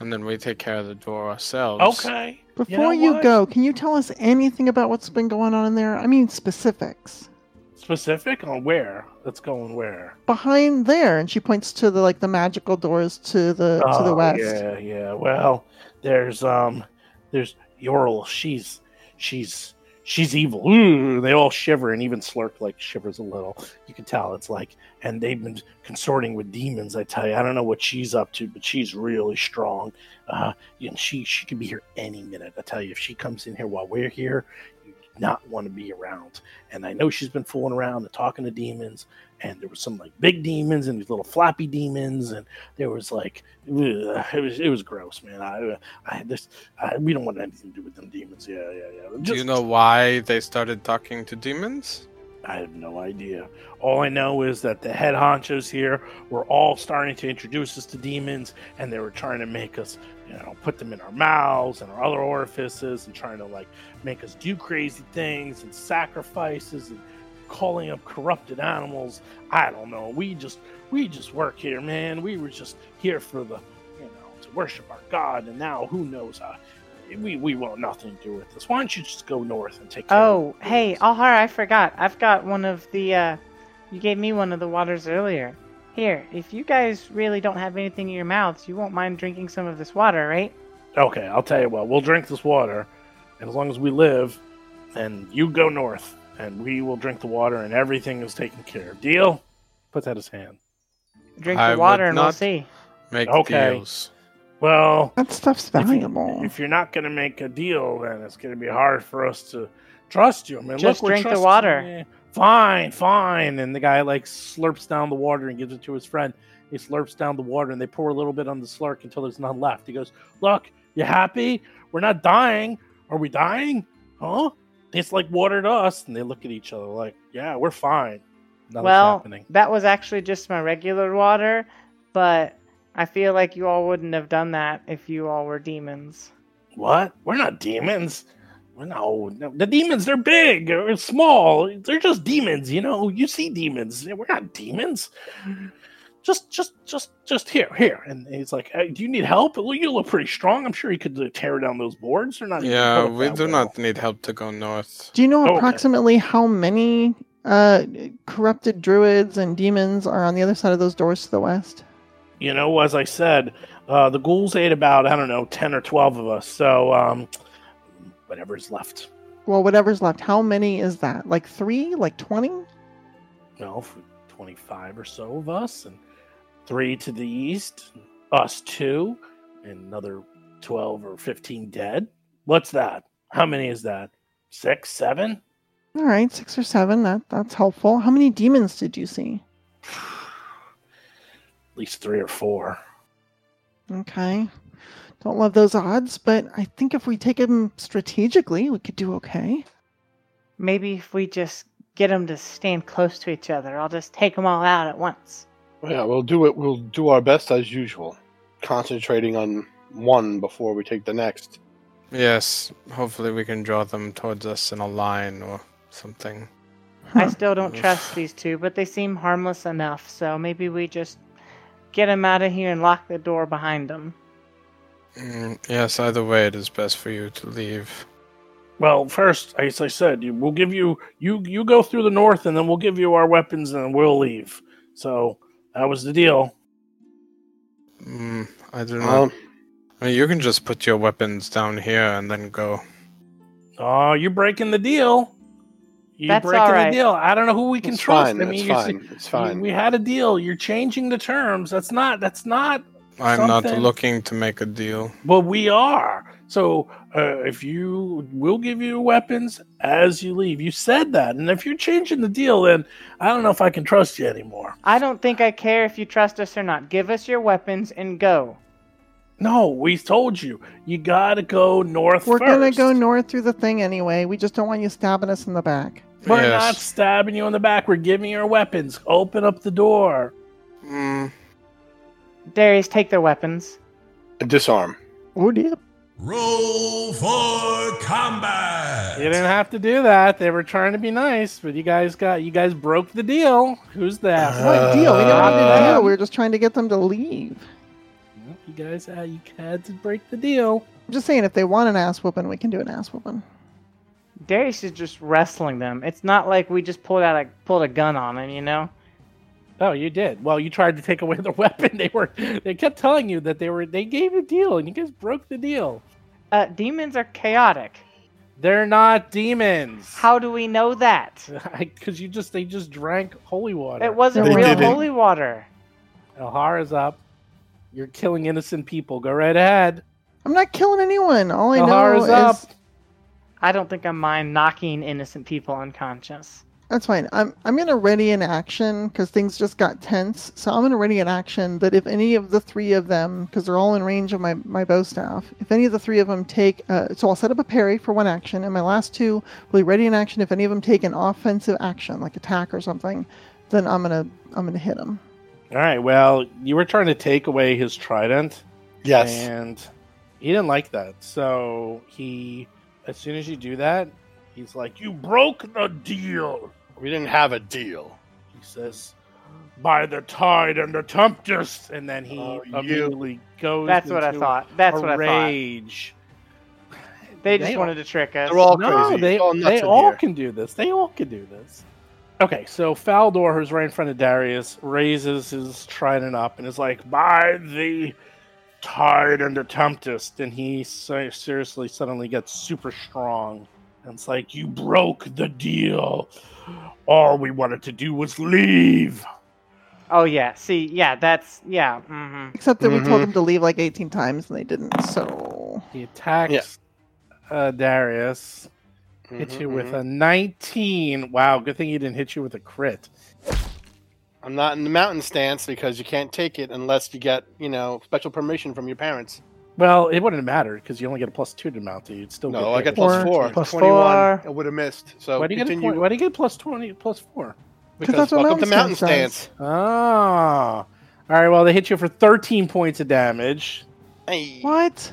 Speaker 8: and then we take care of the door ourselves.
Speaker 2: Okay.
Speaker 3: Before
Speaker 2: know
Speaker 3: you,
Speaker 2: what?
Speaker 3: go, can you tell us anything about what's been going on in there? I mean, specifics.
Speaker 2: Specific on where? That's going where?
Speaker 3: Behind there, and she points to the like the magical doors to the to the
Speaker 2: Oh,
Speaker 3: west.
Speaker 2: Yeah, yeah. Well, there's um, there's Yorl. She's she's she's evil. Ooh, they all shiver, and even Slurk like shivers a little. You can tell it's like, and they've been consorting with demons. I tell you, I don't know what she's up to, but she's really strong. Uh, and she she could be here any minute. I tell you, if she comes in here while we're here, you do not want to be around. And I know she's been fooling around and talking to demons. And there was some like big demons and these little floppy demons, and there was like ugh, it was it was gross, man. I, I this I, we don't want anything to do with them demons. Yeah, yeah, yeah.
Speaker 8: Do you
Speaker 2: Just-
Speaker 8: know why they started talking to demons?
Speaker 2: I have no idea. All I know is that the head honchos here were all starting to introduce us to demons, and they were trying to make us, you know, put them in our mouths and our other orifices, and trying to like make us do crazy things and sacrifices and calling up corrupted animals. I don't know. We just we just work here, man. We were just here for the, you know, to worship our God, and now who knows? Uh, we we want nothing to do with this. Why don't you just go north and take care?
Speaker 7: Oh,
Speaker 2: of the
Speaker 7: hey,
Speaker 2: demons?
Speaker 7: Ahar, I forgot. I've got one of the, uh, you gave me one of the waters earlier. Here, if you guys really don't have anything in your mouths, you won't mind drinking some of this water, right?
Speaker 2: Okay, I'll tell you what. We'll drink this water, and as long as we live, and you go north, and we will drink the water, and everything is taken care of. Deal? Puts out his hand.
Speaker 7: Drink
Speaker 8: I
Speaker 7: the water
Speaker 8: would
Speaker 7: and we'll
Speaker 8: not-
Speaker 7: see.
Speaker 8: Make
Speaker 2: Okay.
Speaker 8: deals.
Speaker 2: Well,
Speaker 3: That stuff's
Speaker 2: if,
Speaker 3: valuable.
Speaker 2: you, if you're not going to make a deal, then it's going to be hard for us to trust you. I mean,
Speaker 7: Just
Speaker 2: look, we're
Speaker 7: drink the
Speaker 2: trusting
Speaker 7: water.
Speaker 2: you. Fine, fine. And the guy like slurps down the water and gives it to his friend. He slurps down the water and they pour a little bit on the slurk until there's none left. He goes, "Look, you happy? We're not dying. Are we dying? Huh? Tastes like water to us." And they look at each other like, "Yeah, we're fine." Nothing's
Speaker 7: well,
Speaker 2: happening.
Speaker 7: that was actually just my regular water, but I feel like you all wouldn't have done that if you all were demons.
Speaker 2: What? We're not demons. We're no, no, the demons, they're big or small. They're just demons, you know. You see demons. We're not demons. Just, just, just, just here, here. And he's like, hey, Do you need help? Well, You look pretty strong. I'm sure you could uh, tear down those boards. They're not,
Speaker 8: Yeah,
Speaker 2: put up
Speaker 8: we
Speaker 2: that
Speaker 8: do
Speaker 2: well."
Speaker 8: not need help to go north.
Speaker 3: Do you know
Speaker 2: Okay.
Speaker 3: approximately how many uh, corrupted druids and demons are on the other side of those doors to the west?
Speaker 2: You know, as I said, uh, the ghouls ate about, I don't know, 10 or 12 of us. So, um, whatever's left.
Speaker 3: Well, whatever's left. How many is that? Like three? Like twenty?
Speaker 2: well, f- 25 or so of us, and three to the east, us two, and another 12 or 15 dead. What's that? How many is that? Six, seven?
Speaker 3: All right, six or seven. That that's helpful. How many demons did you see?
Speaker 2: At least three or four.
Speaker 3: Okay, don't love those odds, but I think if we take them strategically, we could do okay.
Speaker 7: Maybe if we just get them to stand close to each other, I'll just take them all out at once.
Speaker 4: Yeah, we'll do it. We'll do our best as usual, concentrating on one before we take the next.
Speaker 8: Yes, hopefully we can draw them towards us in a line or something.
Speaker 7: I
Speaker 3: Huh.
Speaker 7: still don't
Speaker 8: Oof.
Speaker 7: trust these two, but they seem harmless enough, so maybe we just get them out of here and lock the door behind them.
Speaker 8: Mm, yes, either way, it is best for you to leave.
Speaker 2: Well, first, as I said, you- we'll give you you you go through the north, and then we'll give you our weapons, and we'll leave. So that was the deal.
Speaker 8: Mm, I do not.
Speaker 4: Um,
Speaker 8: I mean, you can just put your weapons down here and then go.
Speaker 2: Oh, you're breaking the deal. You're
Speaker 7: That's
Speaker 2: breaking
Speaker 7: all right.
Speaker 2: the deal. I don't know who we can
Speaker 4: it's
Speaker 2: trust.
Speaker 4: fine.
Speaker 2: I mean,
Speaker 4: it's
Speaker 2: you see-
Speaker 4: fine. It's fine.
Speaker 2: We had a deal. You're changing the terms. That's not. That's not.
Speaker 8: I'm not
Speaker 2: Something-
Speaker 8: looking to make a deal.
Speaker 2: But we are. So uh, if you, we'll give you weapons as you leave. You said that, and if you're changing the deal, then I don't know if I can trust you anymore.
Speaker 7: I don't think I care if you trust us or not. Give us your weapons and go.
Speaker 2: No, we told you. You gotta go north.
Speaker 3: We're going gonna
Speaker 2: first.
Speaker 3: go north through the thing anyway. We just don't want you stabbing us in the back.
Speaker 2: We're
Speaker 8: Yes.
Speaker 2: not stabbing you in the back. We're giving you our weapons. Open up the door.
Speaker 8: Mm,
Speaker 7: Darius, take their weapons.
Speaker 4: Disarm.
Speaker 3: Oh dear.
Speaker 1: Roll for combat.
Speaker 2: You didn't have to do that. They were trying to be nice, but you guys got you guys broke the deal. Who's that?
Speaker 3: What deal? We don't have a
Speaker 2: Uh,
Speaker 3: deal. We were just trying to get them to leave.
Speaker 2: Well, You guys had you had to break the deal.
Speaker 3: I'm just saying, if they want an ass whooping, we can do an ass whooping.
Speaker 7: Darius is just wrestling them. It's not like we just pulled out a pulled a gun on him, you know.
Speaker 2: Oh, you did. Well, you tried to take away the weapon. They were they kept telling you that they were they gave a deal and you guys broke the deal.
Speaker 7: Uh, demons are chaotic.
Speaker 2: They're not demons.
Speaker 7: How do we know that?
Speaker 2: Because you just they just drank holy water.
Speaker 7: It wasn't
Speaker 3: They
Speaker 7: real
Speaker 4: didn't.
Speaker 7: holy water.
Speaker 2: Elhara's up. You're killing innocent people. Go right ahead.
Speaker 3: I'm not killing anyone. All I know
Speaker 2: Elhara's
Speaker 3: is
Speaker 2: up.
Speaker 7: I don't think I mind knocking innocent people unconscious.
Speaker 3: that's fine. I'm I'm gonna ready an action because things just got tense. So I'm gonna ready an action that if any of the three of them, because they're all in range of my my bow staff, if any of the three of them take, uh, so I'll set up a parry for one action, and my last two will be ready an action. If any of them take an offensive action, like attack or something, then I'm gonna I'm gonna hit them.
Speaker 2: All right. Well, you were trying to take away his trident.
Speaker 4: Yes.
Speaker 2: And he didn't like that. So he, as soon as you do that, he's like, You broke the deal.
Speaker 4: We didn't have a deal.
Speaker 2: He says, By the tide and the tempest. And then he
Speaker 4: Oh, you-
Speaker 2: immediately goes.
Speaker 7: That's what I
Speaker 2: into
Speaker 7: thought. That's
Speaker 2: a
Speaker 7: what I
Speaker 2: rage.
Speaker 7: thought. They just
Speaker 2: They-
Speaker 7: wanted to trick us.
Speaker 4: They're all
Speaker 2: no,
Speaker 4: crazy.
Speaker 2: they
Speaker 4: It's all nuts
Speaker 2: they
Speaker 4: in
Speaker 2: all
Speaker 4: here.
Speaker 2: can do this. They all can do this. Okay, so Faldor, who's right in front of Darius, raises his trident up and is like, "By the tide and the tempest," and he se- seriously suddenly gets super strong. And it's like, "You broke the deal. All we wanted to do was leave."
Speaker 7: Oh yeah. See, yeah, that's yeah. Mm-hmm.
Speaker 3: Except that we told
Speaker 4: Mhm.
Speaker 3: them to leave like 18 times and they didn't. So
Speaker 2: He attacks uh, Darius. Hits
Speaker 4: Mhm,
Speaker 2: you with
Speaker 4: mhm.
Speaker 2: a 19. Wow, good thing he didn't hit you with a crit.
Speaker 4: I'm not in the mountain stance because you can't take it unless you get, you know, special permission from your parents.
Speaker 2: Well, it wouldn't have mattered because you only get a plus two to mount. You'd still
Speaker 4: No, I
Speaker 2: hit
Speaker 4: got
Speaker 2: with-
Speaker 4: plus four.
Speaker 7: Plus
Speaker 4: 21.
Speaker 7: four.
Speaker 4: I would have missed. So
Speaker 2: Why do you get a
Speaker 4: continue
Speaker 2: point? Why do you get plus twenty? Plus four.
Speaker 4: because
Speaker 3: that's what
Speaker 4: welcome to mountain
Speaker 3: mountain stance
Speaker 4: stance.
Speaker 2: Ah. All right. Well, they hit you for thirteen points of damage.
Speaker 4: Hey.
Speaker 3: what?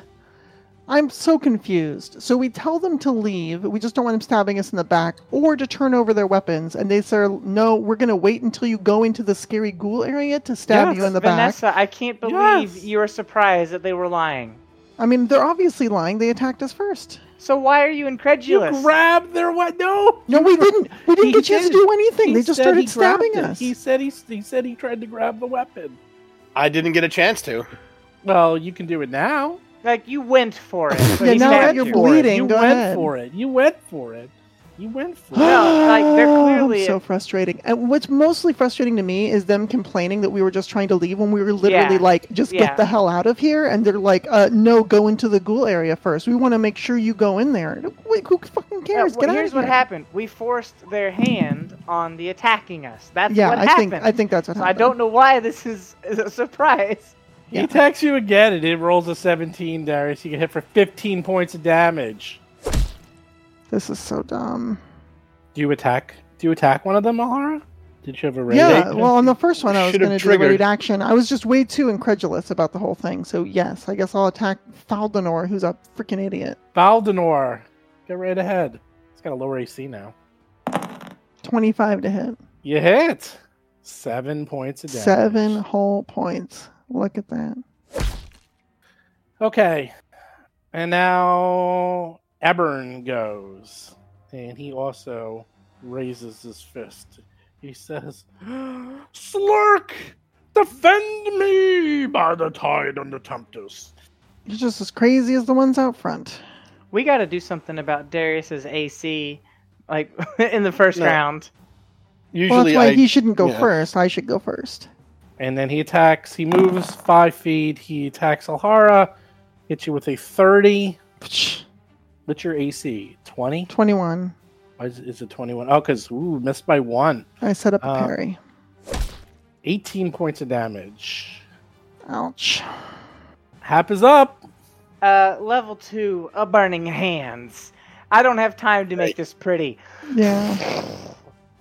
Speaker 3: I'm so confused. So we tell them to leave. We just don't want them stabbing us in the back or to turn over their weapons. And they say, no, we're going to wait until you go into the scary ghoul area to stab
Speaker 2: Yes,
Speaker 3: you in the back.
Speaker 7: Vanessa, I can't believe
Speaker 2: Yes.
Speaker 7: you were surprised that they were lying.
Speaker 3: I mean, they're obviously lying. They attacked us first.
Speaker 7: So why are you incredulous?
Speaker 2: You grabbed their what? No.
Speaker 3: No, we didn't. We didn't
Speaker 2: He
Speaker 3: get a chance to
Speaker 2: did.
Speaker 3: do anything.
Speaker 2: He
Speaker 3: they just
Speaker 2: said he
Speaker 3: started
Speaker 2: grabbed
Speaker 3: stabbing
Speaker 2: it.
Speaker 3: us.
Speaker 2: He said he, he said he tried to grab the weapon.
Speaker 4: I didn't get a chance to.
Speaker 2: Well, you can do it now.
Speaker 7: like you went for it. but
Speaker 3: Yeah,
Speaker 7: he
Speaker 3: now
Speaker 7: stabbed
Speaker 3: that you're
Speaker 7: you.
Speaker 2: For it.
Speaker 3: bleeding,
Speaker 2: You
Speaker 3: go
Speaker 2: went
Speaker 3: ahead.
Speaker 2: for it. You went for it. You went for it.
Speaker 7: No, like, they're clearly-
Speaker 3: so frustrating. And what's mostly frustrating to me is them complaining that we were just trying to leave when we were literally
Speaker 7: Yeah.
Speaker 3: like, just
Speaker 7: Yeah.
Speaker 3: get the hell out of here. And they're like, uh, no, go into the ghoul area first. We want to make sure you go in there. Wait, who fucking
Speaker 7: Yeah,
Speaker 3: cares?
Speaker 7: well,
Speaker 3: get out
Speaker 7: here's
Speaker 3: of
Speaker 7: what
Speaker 3: here.
Speaker 7: happened. We forced their hand on the attacking us. That's
Speaker 3: Yeah,
Speaker 7: what
Speaker 3: I
Speaker 7: happened.
Speaker 3: think I think that's what
Speaker 7: so I
Speaker 3: happened.
Speaker 7: don't know why this is, is a surprise.
Speaker 2: He attacks you again, and it rolls a seventeen, Darius. You get hit for fifteen points of damage.
Speaker 3: This is so dumb.
Speaker 2: Do you attack? Do you attack one of them, Mahara? Did you have a raid?
Speaker 3: Yeah, well, on the first one, I was
Speaker 4: Should have
Speaker 3: going to do the
Speaker 4: triggered.
Speaker 3: raid action. I was just way too incredulous about the whole thing. So yes, I guess I'll attack Faldenor, who's a freaking idiot.
Speaker 2: Baldenor, get right ahead. It's got a lower AC now.
Speaker 3: Twenty-five to hit.
Speaker 2: You hit seven points of damage.
Speaker 3: Seven whole points. Look at that.
Speaker 2: Okay, and now Ebern goes, and he also raises his fist. He says, "Slurk, defend me by the tide and the tempest."
Speaker 3: You're just as crazy as the ones out front.
Speaker 7: We got to do something about Darius's AC, like in the first
Speaker 4: No.
Speaker 7: round.
Speaker 3: well,
Speaker 4: Usually
Speaker 3: that's why
Speaker 4: I
Speaker 3: he shouldn't go
Speaker 4: yeah.
Speaker 3: first. I should go first.
Speaker 2: And then he attacks. He moves five feet. He attacks Alhara. Hits you with a thirty.
Speaker 3: Psh,
Speaker 2: What's your AC? Twenty?
Speaker 3: 21.
Speaker 2: Is, is it twenty-one? Oh, because ooh, missed by one.
Speaker 3: I set up a
Speaker 2: Uh,
Speaker 3: parry.
Speaker 2: 18 points of damage.
Speaker 3: Ouch.
Speaker 2: Hap is up.
Speaker 7: Uh, level two, a burning hands. I don't have time to make this pretty.
Speaker 3: Yeah.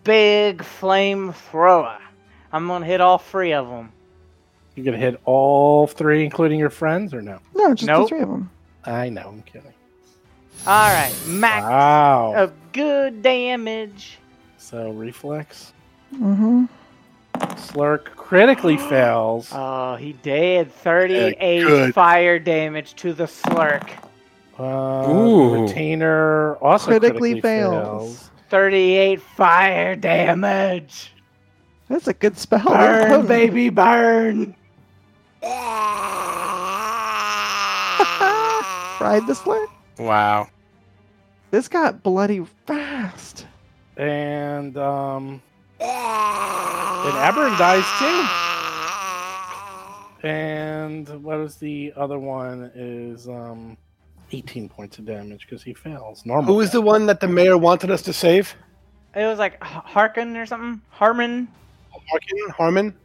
Speaker 7: Big flamethrower. I'm gonna hit all three of them.
Speaker 2: You're going to hit all three, including your friends, or no?
Speaker 3: No, just
Speaker 7: Nope.
Speaker 3: the three of them.
Speaker 2: I know, I'm kidding.
Speaker 7: All right, max
Speaker 2: Wow.
Speaker 7: of good damage.
Speaker 2: So, reflex.
Speaker 3: Mm-hmm.
Speaker 2: Slurk critically fails.
Speaker 7: Oh, he did 38
Speaker 4: good.
Speaker 7: fire damage to the slurk.
Speaker 2: Uh,
Speaker 8: Ooh.
Speaker 2: Retainer also critically,
Speaker 3: Critically
Speaker 2: fails.
Speaker 3: fails.
Speaker 7: 38 fire damage.
Speaker 3: That's a good spell. That's
Speaker 7: Burn,
Speaker 3: potent.
Speaker 7: baby, burn.
Speaker 3: Ride the sled.
Speaker 8: Wow.
Speaker 3: This got bloody fast.
Speaker 2: And, um. And Abern dies too. And what is the other one? Is, um. 18 points of damage because he fails. Normal.
Speaker 4: Who is the
Speaker 2: damage.
Speaker 4: one that the mayor wanted us to save?
Speaker 7: It was like H- Harkin or something. Harmon.
Speaker 4: Harkin? Harmon?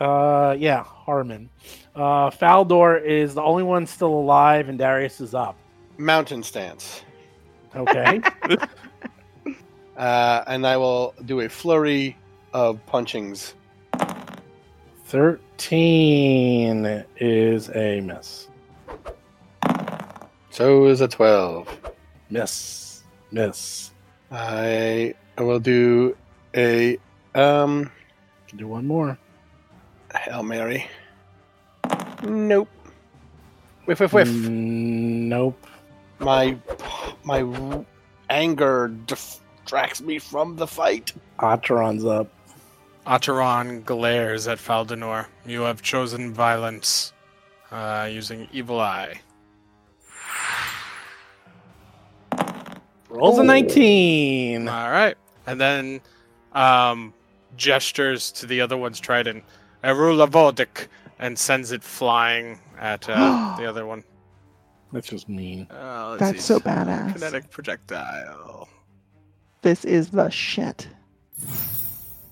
Speaker 2: Uh, yeah, Harmon. Uh, Faldor is the only one still alive, and Darius is up.
Speaker 4: Mountain stance.
Speaker 2: Okay.
Speaker 4: Uh, and I will do a flurry of punchings.
Speaker 2: 13 is a miss.
Speaker 4: So is a 12.
Speaker 2: Miss. Miss.
Speaker 4: I I will do a um
Speaker 2: Can do one more.
Speaker 4: Hail Mary. Nope. Whiff whiff whiff.
Speaker 2: Mm, Nope.
Speaker 4: My my anger distracts me from the fight.
Speaker 2: Otteron's up.
Speaker 8: Acheron glares at Faldenor. You have chosen violence uh, using evil eye.
Speaker 2: Rolls a 19.
Speaker 8: All right. And then um, gestures to the other one's trident, Erulavodik, and sends it flying at uh, the other one.
Speaker 2: That's just mean.
Speaker 8: Uh, let's
Speaker 3: That's
Speaker 8: see.
Speaker 3: so badass.
Speaker 8: Kinetic projectile.
Speaker 3: This is the shit.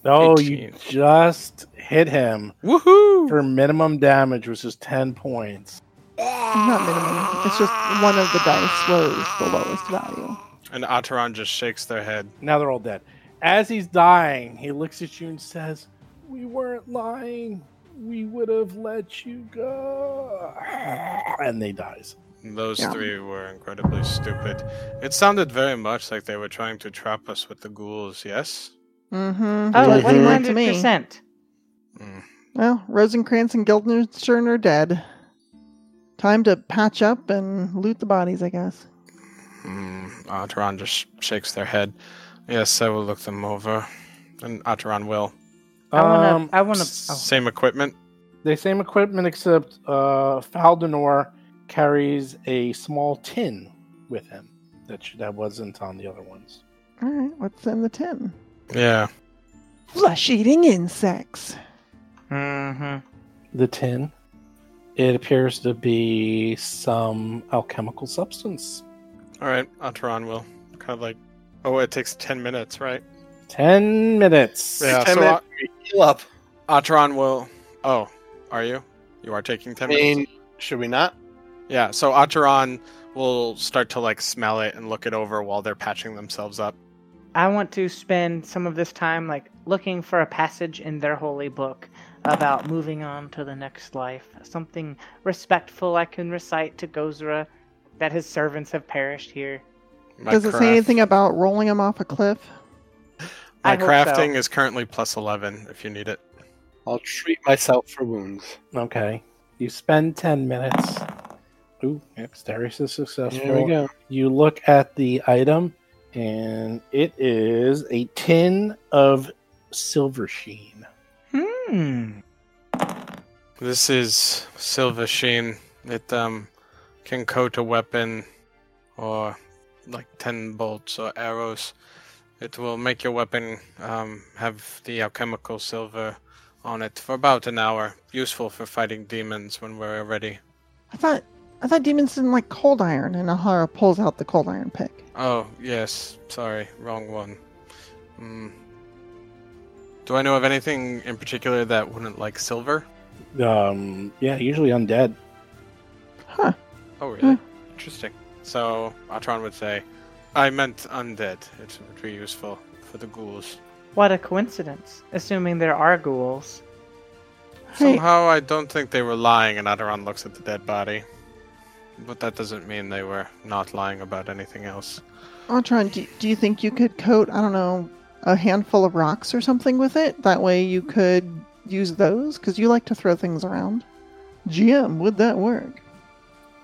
Speaker 2: Oh, you
Speaker 8: 18.
Speaker 2: just hit him.
Speaker 8: Woohoo!
Speaker 2: Her minimum damage, was just 10 points.
Speaker 3: Not minimum. It's just one of the dice was the lowest value.
Speaker 8: And Ataran just shakes their head.
Speaker 2: Now they're all dead. As he's dying, he looks at you and says, We weren't lying. We would have let you go. And they dies.
Speaker 8: Those
Speaker 3: Yeah.
Speaker 8: three were incredibly stupid. It sounded very much like they were trying to trap us with the ghouls, yes?
Speaker 3: Mm-hmm.
Speaker 7: Oh,
Speaker 10: Mhm.
Speaker 3: what
Speaker 7: one
Speaker 3: happened
Speaker 7: hundred
Speaker 3: to me?
Speaker 7: percent.
Speaker 8: Mm.
Speaker 3: Well, Rosencrantz and Guildenstern are dead. Time to patch up and loot the bodies, I guess.
Speaker 8: Mm. Ataran just shakes their head. Yes, I will look them over. And Ataran will.
Speaker 7: I wanna.
Speaker 2: Um,
Speaker 7: I wanna.
Speaker 8: S-
Speaker 7: Oh,
Speaker 8: Same equipment.
Speaker 2: the same equipment except uh, Faldenor carries a small tin with him that sh- that wasn't on the other ones.
Speaker 3: All right, what's in the tin?
Speaker 8: Yeah.
Speaker 3: Flesh-eating insects.
Speaker 7: mm-hmm.
Speaker 2: The tin, it appears to be some alchemical substance.
Speaker 8: All right, Ataran will. Kind of like, oh, it takes 10 minutes, right?
Speaker 2: Ten minutes.
Speaker 8: Yeah,
Speaker 4: Ten
Speaker 8: so
Speaker 4: minutes, heal up.
Speaker 8: Ataran will. Oh, are you? You are taking 10
Speaker 4: I mean,
Speaker 8: minutes?
Speaker 4: should we not?
Speaker 8: Yeah, so Ataran will start to like smell it and look it over while they're patching themselves up.
Speaker 7: I want to spend some of this time like looking for a passage in their holy book about moving on to the next life, something respectful I can recite to Gozra that his servants have perished here.
Speaker 8: My
Speaker 3: Does it
Speaker 8: craft-
Speaker 3: say anything about rolling them off a cliff?
Speaker 8: My
Speaker 7: I hope so.
Speaker 8: crafting is currently plus 11 if you need it.
Speaker 4: I'll treat myself for wounds.
Speaker 2: Okay. You spend ten minutes. Ooh, Exterius is successful.
Speaker 4: There we go.
Speaker 2: You look at the item, and it is a tin of silver sheen.
Speaker 7: Hmm.
Speaker 8: This is Silver Sheen. It um can coat a weapon or like 10 bolts or arrows. It will make your weapon um, have the alchemical silver on it for about an hour. Useful for fighting demons when we're ready.
Speaker 3: I thought I thought demons didn't like cold iron, and Ahara pulls out the cold iron pick.
Speaker 8: Oh, yes. Sorry, wrong one. Mm. Do I know of anything in particular that wouldn't like silver?
Speaker 2: Um, yeah, usually undead.
Speaker 8: Oh, really? Interesting. So, Atron would say, I meant undead. It would be useful for the ghouls.
Speaker 7: What a coincidence, assuming there are ghouls.
Speaker 3: Hey,
Speaker 8: Somehow, I don't think they were lying, and Atron looks at the dead body. But that doesn't mean they were not lying about anything else.
Speaker 3: Antron, do, do you think you could coat, I don't know, a handful of rocks or something with it? That way you could use those? Because you like to throw things around. GM, would that work?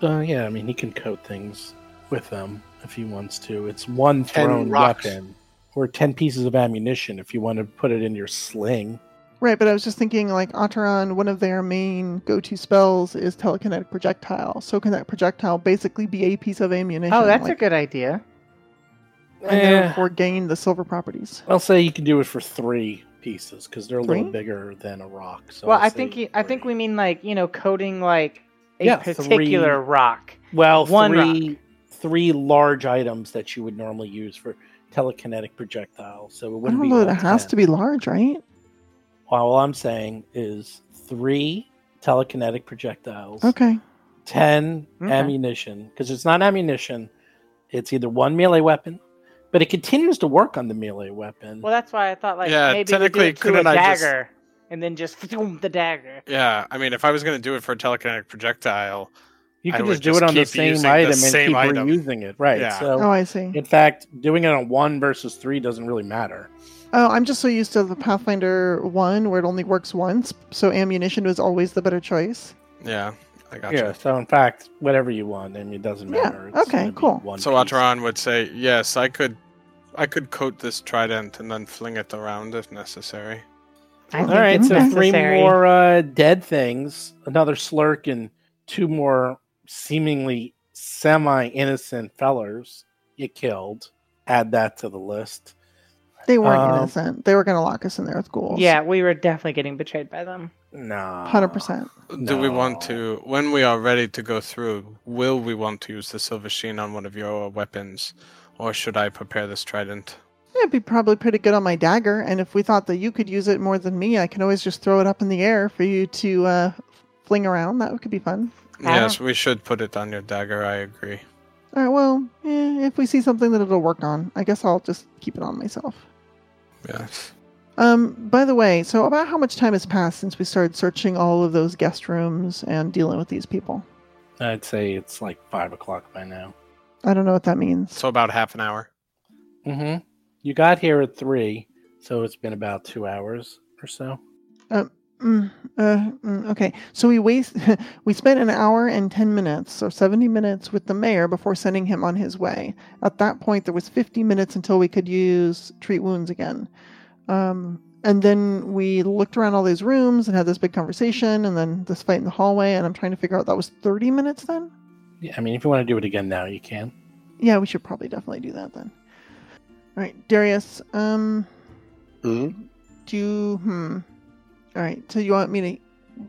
Speaker 2: Uh, yeah, I mean, he can coat things with them if he wants to. It's one
Speaker 4: 10
Speaker 2: thrown
Speaker 4: rocks.
Speaker 2: weapon or 10 pieces of ammunition if you want to put it in your sling.
Speaker 3: Right, but I was just thinking, like, Antron, one of their main go to spells is telekinetic projectile. So can that projectile basically be a piece of ammunition?
Speaker 7: Oh, that's a
Speaker 3: like,
Speaker 7: good idea.
Speaker 3: And
Speaker 2: Eh,
Speaker 3: therefore gain the silver properties.
Speaker 2: I'll say you can do it for three pieces because they're a little
Speaker 3: Three?
Speaker 2: bigger than a rock. So
Speaker 7: well,
Speaker 2: I'll
Speaker 7: I
Speaker 2: say
Speaker 7: think you, I think
Speaker 2: three.
Speaker 7: we mean like you know coding like a
Speaker 2: Yeah,
Speaker 7: particular
Speaker 2: three-
Speaker 7: rock.
Speaker 2: well
Speaker 7: one
Speaker 2: three
Speaker 7: rock.
Speaker 2: three large items that you would normally use for telekinetic projectiles. So it
Speaker 3: I
Speaker 2: wouldn't be
Speaker 3: don't know,
Speaker 2: all
Speaker 3: it has
Speaker 2: 10.
Speaker 3: to be large, right?
Speaker 2: Well, all I'm saying is three telekinetic projectiles.
Speaker 3: Okay.
Speaker 2: 10
Speaker 7: Okay.
Speaker 2: ammunition because it's not ammunition it's either one melee weapon but it continues to work on the melee weapon
Speaker 7: Well, that's why I thought like
Speaker 8: Yeah,
Speaker 7: maybe we do
Speaker 8: technically,
Speaker 7: it to a
Speaker 8: couldn't I just-
Speaker 7: dagger and then just boom, the dagger.
Speaker 8: Yeah, I mean, if I was going to do it for a telekinetic projectile,
Speaker 2: you
Speaker 8: I
Speaker 2: can
Speaker 8: would
Speaker 2: just do
Speaker 8: just
Speaker 2: it on the
Speaker 8: keep
Speaker 2: same
Speaker 8: using the
Speaker 2: item
Speaker 8: same
Speaker 2: and keep
Speaker 8: item.
Speaker 2: reusing it right
Speaker 8: Yeah.
Speaker 2: so
Speaker 3: Oh, I see.
Speaker 2: in fact doing it on one versus three doesn't really matter
Speaker 3: Oh, I'm just so used to the Pathfinder 1 where it only works once, so ammunition was always the better choice.
Speaker 8: yeah, I got
Speaker 2: yeah so in fact whatever you want I mean, it doesn't
Speaker 3: Yeah,
Speaker 2: matter
Speaker 3: okay,
Speaker 2: gonna be
Speaker 3: cool.
Speaker 2: one
Speaker 8: So
Speaker 2: piece.
Speaker 8: Atron would say, "Yes, I could, I could coat this trident and then fling it around if necessary."
Speaker 7: I
Speaker 3: All
Speaker 7: think
Speaker 2: all right
Speaker 7: it's
Speaker 2: so three
Speaker 7: necessary.
Speaker 2: more uh, dead things another slurk and two more seemingly semi-innocent fellers you killed add that to the list
Speaker 3: They weren't
Speaker 2: Um,
Speaker 3: innocent. They were going to lock us in there with ghouls.
Speaker 7: Yeah, we were definitely getting betrayed by them.
Speaker 2: Nah.
Speaker 3: 100%.
Speaker 8: Do we want
Speaker 2: No.
Speaker 8: to, when we are ready to go through, will we want to use the silver sheen on one of your weapons, or should I prepare this trident?
Speaker 3: It'd be probably pretty good on my dagger. And if we thought that you could use it more than me, I can always just throw it up in the air for you to uh, fling around. That could be fun.
Speaker 7: I
Speaker 8: Yes, we should put it on your dagger. I agree.
Speaker 3: All right. Well, eh, if we see something that it'll work on, I guess I'll just keep it on myself.
Speaker 8: Yes.
Speaker 3: Um, by the way, so about how much time has passed since we started searching all of those guest rooms and dealing with these people?
Speaker 2: I'd say it's like five o'clock by now.
Speaker 3: I don't know what that means.
Speaker 8: So about half an hour.
Speaker 2: Mm-hmm. You got here at three, so it's been about two hours or so.
Speaker 3: Mm, uh, mm, okay, so we waste we spent an hour and ten minutes, or seventy minutes, with the mayor before sending him on his way. At that point, there was fifty minutes until we could use treat wounds again, um, and then we looked around all these rooms and had this big conversation, and then this fight in the hallway. And I'm trying to figure out that was thirty minutes then.
Speaker 2: Yeah, I mean, if you want to do it again now, you can.
Speaker 3: Yeah, we should probably definitely do that then. All right, Darius. Um, do you, hmm. All right, so you want me to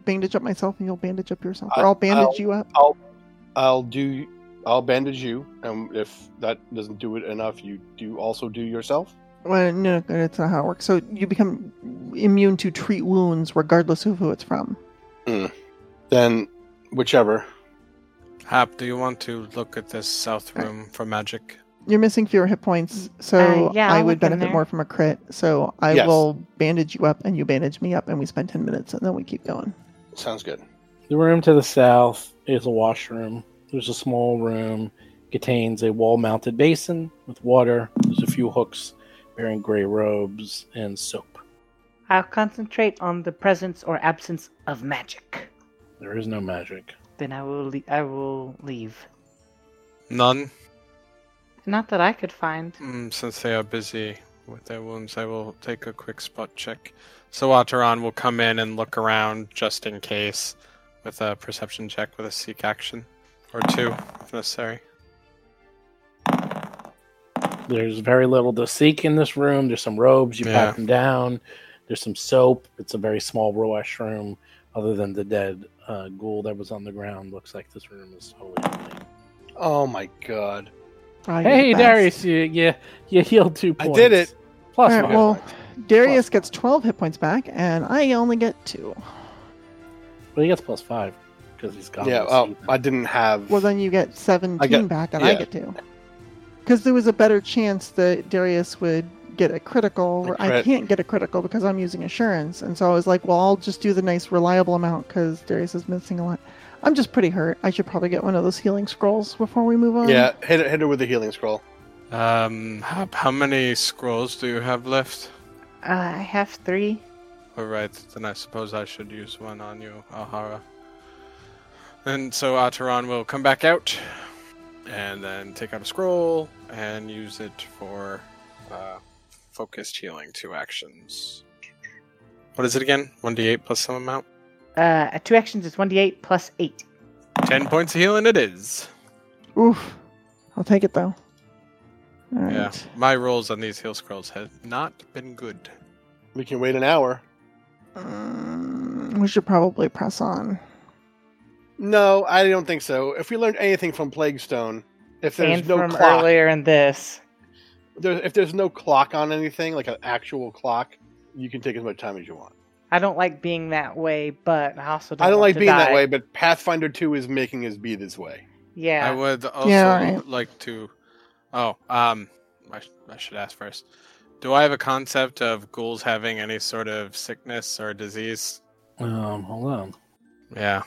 Speaker 3: bandage up myself, and you'll bandage up yourself, or
Speaker 4: I-
Speaker 3: I'll bandage
Speaker 4: I'll-
Speaker 3: you up.
Speaker 4: I'll do. I'll bandage you, and if that doesn't do it enough, you do also do yourself.
Speaker 3: Well, no, no, that's not how it works. So you become immune to treat wounds, regardless of who it's from.
Speaker 4: Then, whichever.
Speaker 8: Hap, do you want to look at this south room for magic?
Speaker 3: You're missing fewer hit points, so
Speaker 7: Uh, yeah,
Speaker 3: I
Speaker 7: I'll
Speaker 3: would
Speaker 7: look in
Speaker 3: benefit
Speaker 7: there.
Speaker 3: more from a crit. So I
Speaker 4: Yes.
Speaker 3: will bandage you up, and you bandage me up, and we spend ten minutes, and then we keep going.
Speaker 4: Sounds good.
Speaker 2: The room to the south is a washroom. There's a small room, contains a wall mounted basin with water. There's a few hooks bearing gray robes and soap.
Speaker 7: I'll concentrate on the presence or absence of magic.
Speaker 2: There is no magic.
Speaker 7: Then I will. Le- I will leave.
Speaker 8: None.
Speaker 7: Not that I could find.
Speaker 8: Mm, since they are busy with their wounds, I will take a quick spot check. So Ataran will come in and look around just in case with a perception check with a seek action or two if necessary.
Speaker 2: There's very little to seek in this room. There's some robes, you
Speaker 8: Yeah.
Speaker 2: pat them down. There's some soap. It's a very small washroom. Other than the dead uh, ghoul that was on the ground, looks like this room is totally empty.
Speaker 4: Oh my god!
Speaker 3: Ah, you're the
Speaker 2: Hey,
Speaker 3: best.
Speaker 2: Darius, you, you, you healed two
Speaker 4: I
Speaker 2: points.
Speaker 4: did it.
Speaker 2: Plus
Speaker 3: All right,
Speaker 2: one.
Speaker 3: well, Darius gets 12 hit points back, and I only get two.
Speaker 2: Well, he gets plus five because he's got.
Speaker 4: yeah. Oh, I didn't have.
Speaker 3: Well, then you get 17
Speaker 4: get-
Speaker 3: back, and I
Speaker 4: yeah.
Speaker 3: get two. Because there was a better chance that Darius would get a critical.
Speaker 4: A
Speaker 3: where I
Speaker 4: crit.
Speaker 3: can't get a critical because I'm using assurance. And so I was like, well, I'll just do the nice, reliable amount because Darius is missing a lot. I'm just pretty hurt. I should probably get one of those healing scrolls before we move on.
Speaker 4: yeah. Hit it. Hit her with the healing scroll.
Speaker 8: Um, Hap, how many scrolls do you have left?
Speaker 7: Uh, I have three.
Speaker 8: All right, then I suppose I should use one on you, Ahara. And so Ataran will come back out, and then take out a scroll and use it for uh, focused healing two actions. What is it again? One d eight plus some amount.
Speaker 7: Uh, two actions is one d eight plus eight.
Speaker 8: Ten points of healing. It is.
Speaker 3: Oof. I'll take it, though. All right.
Speaker 8: Yeah, my rolls on these heal scrolls have not been good.
Speaker 4: We can wait an hour.
Speaker 3: Mm, we should probably press on.
Speaker 4: No, I don't think so. If we learned anything from Plague Stone, if there's
Speaker 7: and
Speaker 4: no
Speaker 7: from
Speaker 4: clock,
Speaker 7: earlier in this,
Speaker 4: there, if there's no clock on anything, like an actual clock, you can take as much time as you want.
Speaker 7: I don't like being that way, but I also don't.
Speaker 4: I don't
Speaker 7: want
Speaker 4: like
Speaker 7: to
Speaker 4: being that
Speaker 7: die.
Speaker 4: way, but Pathfinder Two is making us be this way.
Speaker 8: I
Speaker 7: Yeah.
Speaker 8: would also
Speaker 3: alright.
Speaker 8: like to. Oh, um, I, sh- I should ask first. Do I have a concept of ghouls having any sort of sickness or disease?
Speaker 2: Um, hold on.
Speaker 8: Yeah,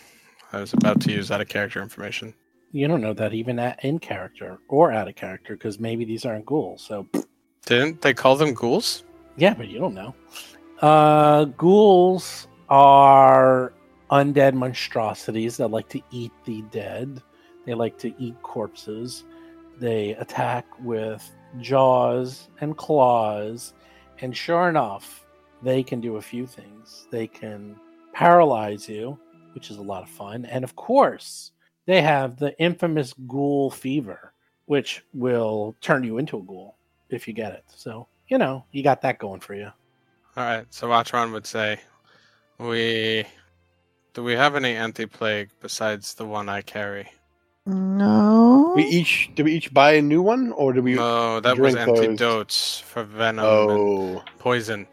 Speaker 8: I was about to use out of character information.
Speaker 2: You don't know that even at, in character or out of character because maybe these aren't ghouls. So
Speaker 8: Didn't they call them ghouls?
Speaker 2: yeah, but you don't know. Uh, ghouls are undead monstrosities that like to eat the dead. They like to eat corpses. They attack with jaws and claws. And sure enough, they can do a few things. They can paralyze you, which is a lot of fun. And of course, they have the infamous ghoul fever, which will turn you into a ghoul if you get it. So, you know, you got that going for you.
Speaker 8: All right, so Atron would say, "We do we have any anti-plague besides the one I carry?"
Speaker 3: No.
Speaker 4: We e each do we each buy a new one, or do we?
Speaker 8: no, that was
Speaker 4: drink those.
Speaker 8: antidotes for venom and
Speaker 4: oh,
Speaker 8: poison.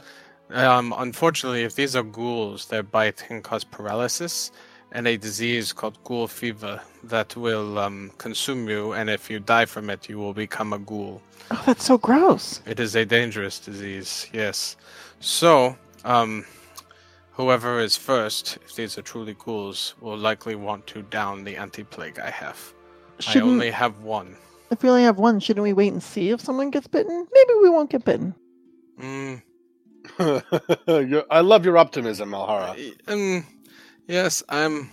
Speaker 8: Um, unfortunately, if these are ghouls, their bite can cause paralysis and a disease called ghoul fever that will um, consume you, and if you die from it, you will become a ghoul.
Speaker 3: Oh, that's so gross.
Speaker 8: It is a dangerous disease, yes. So, um, whoever is first, if these are truly ghouls, will likely want to down the anti plague I have. I
Speaker 3: Shouldn't
Speaker 8: only have one.
Speaker 3: if we only have one, shouldn't we wait and see if someone gets bitten? Maybe we won't get bitten.
Speaker 8: Mm,
Speaker 4: Your- I love your optimism, Alhara.
Speaker 8: y- mm, yes, I'm.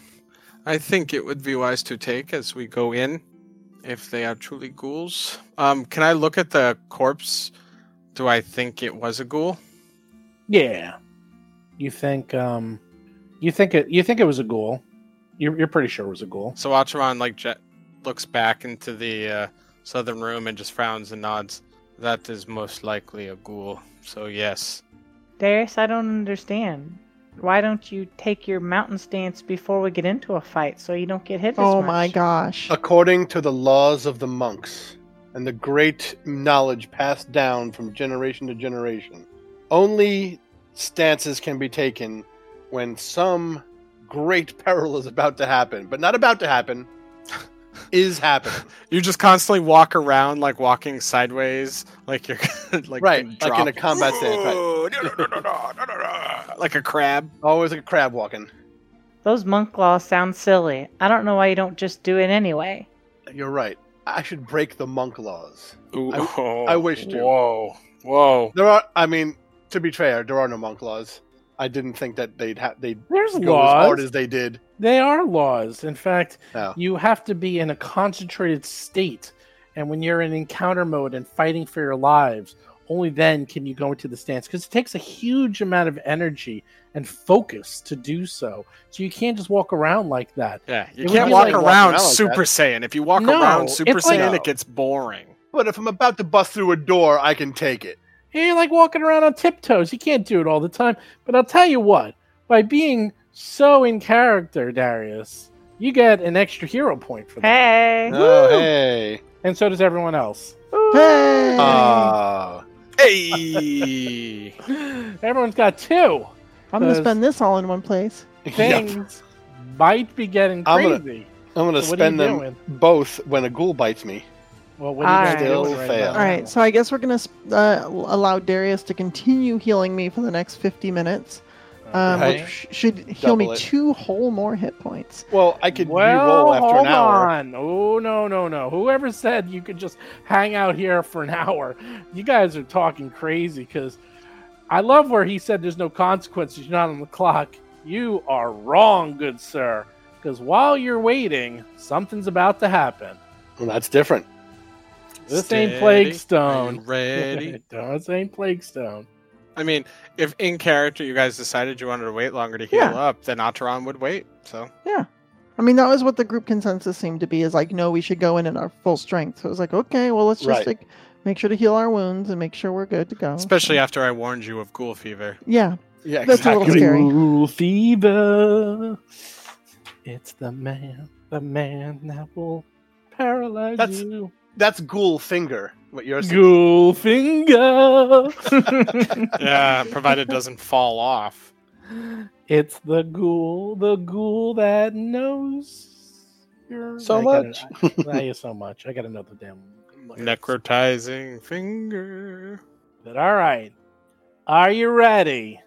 Speaker 8: I think it would be wise to take as we go in, if they are truly ghouls. Um, can I look at the corpse? Do I think it was a ghoul?
Speaker 2: Yeah. You think um you think it you think it was a ghoul. You're, you're pretty sure it was a ghoul.
Speaker 8: So Acheron like jet looks back into the uh, southern room and just frowns and nods. That is most likely a ghoul. So yes,
Speaker 7: Darius, I don't understand. Why don't you take your mountain stance before we get into a fight so you don't get hit as
Speaker 3: oh my
Speaker 7: much?
Speaker 3: gosh.
Speaker 4: Uh, According to the laws of the monks and the great knowledge passed down from generation to generation, only stances can be taken when some great peril is about to happen, but not about to happen, is happening.
Speaker 8: you just constantly walk around like walking sideways, like you're like
Speaker 4: right,
Speaker 8: you
Speaker 4: like in a
Speaker 8: drop-
Speaker 4: combat stance. Right.
Speaker 8: like a crab.
Speaker 4: Always like a crab walking.
Speaker 7: Those monk laws sound silly. I don't know why you don't just do it anyway.
Speaker 4: You're right. I should break the monk laws.
Speaker 8: Ooh,
Speaker 4: I wish to.
Speaker 8: Whoa, whoa.
Speaker 4: There are, I mean, to be fair, there are no monk laws. I didn't think that they'd ha- they'd
Speaker 2: There's
Speaker 4: go as hard
Speaker 2: laws.
Speaker 4: as they did.
Speaker 2: they are laws. In fact,
Speaker 4: No.
Speaker 2: you have to be in a concentrated state. And when you're in encounter mode and fighting for your lives, only then can you go into the stance because it takes a huge amount of energy and focus to do so. So you can't just walk around like that.
Speaker 8: Yeah, you
Speaker 2: It would
Speaker 8: can't
Speaker 2: be
Speaker 8: walk
Speaker 2: like
Speaker 8: around,
Speaker 2: walking
Speaker 4: around like
Speaker 8: Super
Speaker 4: that.
Speaker 8: Saiyan. If you walk
Speaker 2: No,
Speaker 8: around Super
Speaker 2: it's like-
Speaker 8: Saiyan,
Speaker 4: No.
Speaker 8: it gets boring.
Speaker 4: But if I'm about to bust through a door, I can take it.
Speaker 2: You're like walking around on tiptoes. You can't do it all the time. But I'll tell you what, by being so in character, Darius, you get an extra hero point for that.
Speaker 7: Hey!
Speaker 4: Oh, hey.
Speaker 2: And so does everyone else.
Speaker 3: Hey!
Speaker 4: Ah.
Speaker 8: Hey,
Speaker 2: Everyone's got two
Speaker 3: I'm gonna
Speaker 2: Those-
Speaker 3: spend this all in one place.
Speaker 4: Yeah.
Speaker 2: things. Might be getting
Speaker 4: I'm gonna-
Speaker 2: crazy.
Speaker 4: I'm gonna
Speaker 2: So what are you
Speaker 4: spend them
Speaker 2: doing?
Speaker 4: both when a ghoul bites me.
Speaker 2: Well, what are you guys
Speaker 7: I
Speaker 2: doing
Speaker 4: still
Speaker 2: right
Speaker 4: fail.
Speaker 2: now?
Speaker 3: All right, so I guess we're gonna uh, allow Darius to continue healing me for the next 50 minutes, um,
Speaker 4: Right.
Speaker 3: which sh- should heal me
Speaker 4: Double it.
Speaker 3: two whole more hit points.
Speaker 4: Well, I could
Speaker 2: well,
Speaker 4: re-roll after
Speaker 2: hold
Speaker 4: an hour.
Speaker 2: on. Oh no, no, no! Whoever said you could just hang out here for an hour? You guys are talking crazy. Because I love where he said there's no consequences. You're not on the clock. You are wrong, good sir. Because while you're waiting, something's about to happen.
Speaker 4: Well, that's different.
Speaker 2: This
Speaker 8: Steady.
Speaker 2: ain't Plague
Speaker 8: Are you
Speaker 2: Stone.
Speaker 8: ready?
Speaker 2: this ain't Plague Stone.
Speaker 8: I mean, if in character you guys decided you wanted to wait longer to heal
Speaker 3: Yeah.
Speaker 8: up, then Ataran would wait. So
Speaker 3: I mean, that was what the group consensus seemed to be is like, no, we should go in at our full strength. So it was like, okay, well, let's just
Speaker 4: Right.
Speaker 3: like make sure to heal our wounds and make sure we're good to go.
Speaker 8: especially after I warned you of ghoul fever.
Speaker 3: yeah,
Speaker 4: Yeah,
Speaker 3: That's a little
Speaker 4: exactly.
Speaker 3: scary.
Speaker 2: Ghoul fever. It's the man, the man that will paralyze
Speaker 4: That's-
Speaker 2: you.
Speaker 4: That's ghoul finger. What you're saying.
Speaker 2: Ghoul finger.
Speaker 8: yeah, provided it doesn't fall off.
Speaker 2: it's the ghoul, the ghoul that knows your
Speaker 4: So
Speaker 2: I gotta-
Speaker 4: much.
Speaker 2: I, I hear so much. I got another damn.
Speaker 8: Necrotizing finger.
Speaker 2: But all right, are you ready?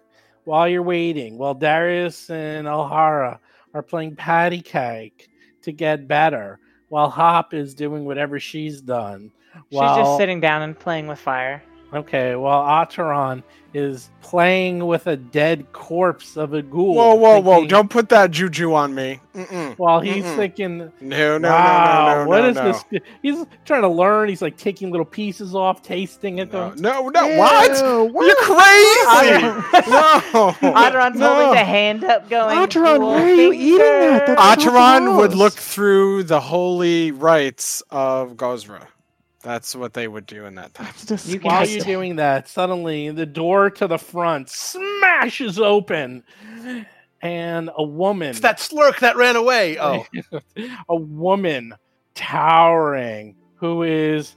Speaker 2: While you're waiting, while Darius and Alhara are playing patty cake to get better, while Hop is doing whatever she's done, while
Speaker 7: She's just sitting down and playing with fire.
Speaker 2: okay, while Ataran is playing with a dead corpse of a ghoul.
Speaker 8: Whoa, whoa, whoa!
Speaker 2: thinking-
Speaker 8: Don't put that juju on me. Mm-mm.
Speaker 2: While he's
Speaker 8: Mm-mm.
Speaker 2: thinking,
Speaker 8: No, no,
Speaker 2: wow,
Speaker 8: no, no, no,
Speaker 2: what
Speaker 8: no,
Speaker 2: is
Speaker 8: no.
Speaker 2: this? He's trying to learn. He's like taking little pieces off, tasting it.
Speaker 8: No,
Speaker 2: going,
Speaker 8: no, no, what?
Speaker 3: Ew,
Speaker 8: You're
Speaker 3: what?
Speaker 8: crazy! no,
Speaker 7: Adron's
Speaker 8: no.
Speaker 7: holding the hand up, going,
Speaker 3: Adron, why
Speaker 7: "Cool
Speaker 3: are you eating that?
Speaker 7: finger."
Speaker 3: That's-
Speaker 8: Acheron would
Speaker 3: gross.
Speaker 8: look through the holy rites of Gozra. That's what they would do in that time.
Speaker 3: It's just
Speaker 7: You can
Speaker 2: While
Speaker 7: Yes.
Speaker 2: you're doing that, suddenly the door to the front smashes open, and a woman.
Speaker 4: It's that slurk that ran away. Oh,
Speaker 2: a woman towering who is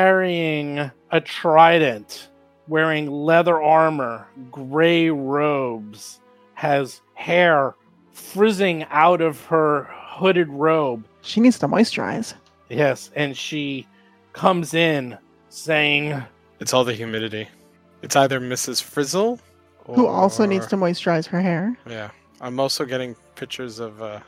Speaker 2: carrying a trident, wearing leather armor, gray robes, has hair frizzing out of her hooded robe.
Speaker 3: she needs to moisturize.
Speaker 2: Yes, and she comes in saying,
Speaker 8: It's all the humidity. It's either Mrs. Frizzle or...
Speaker 3: Who also needs to moisturize her hair?
Speaker 8: Yeah. I'm also getting pictures of uh,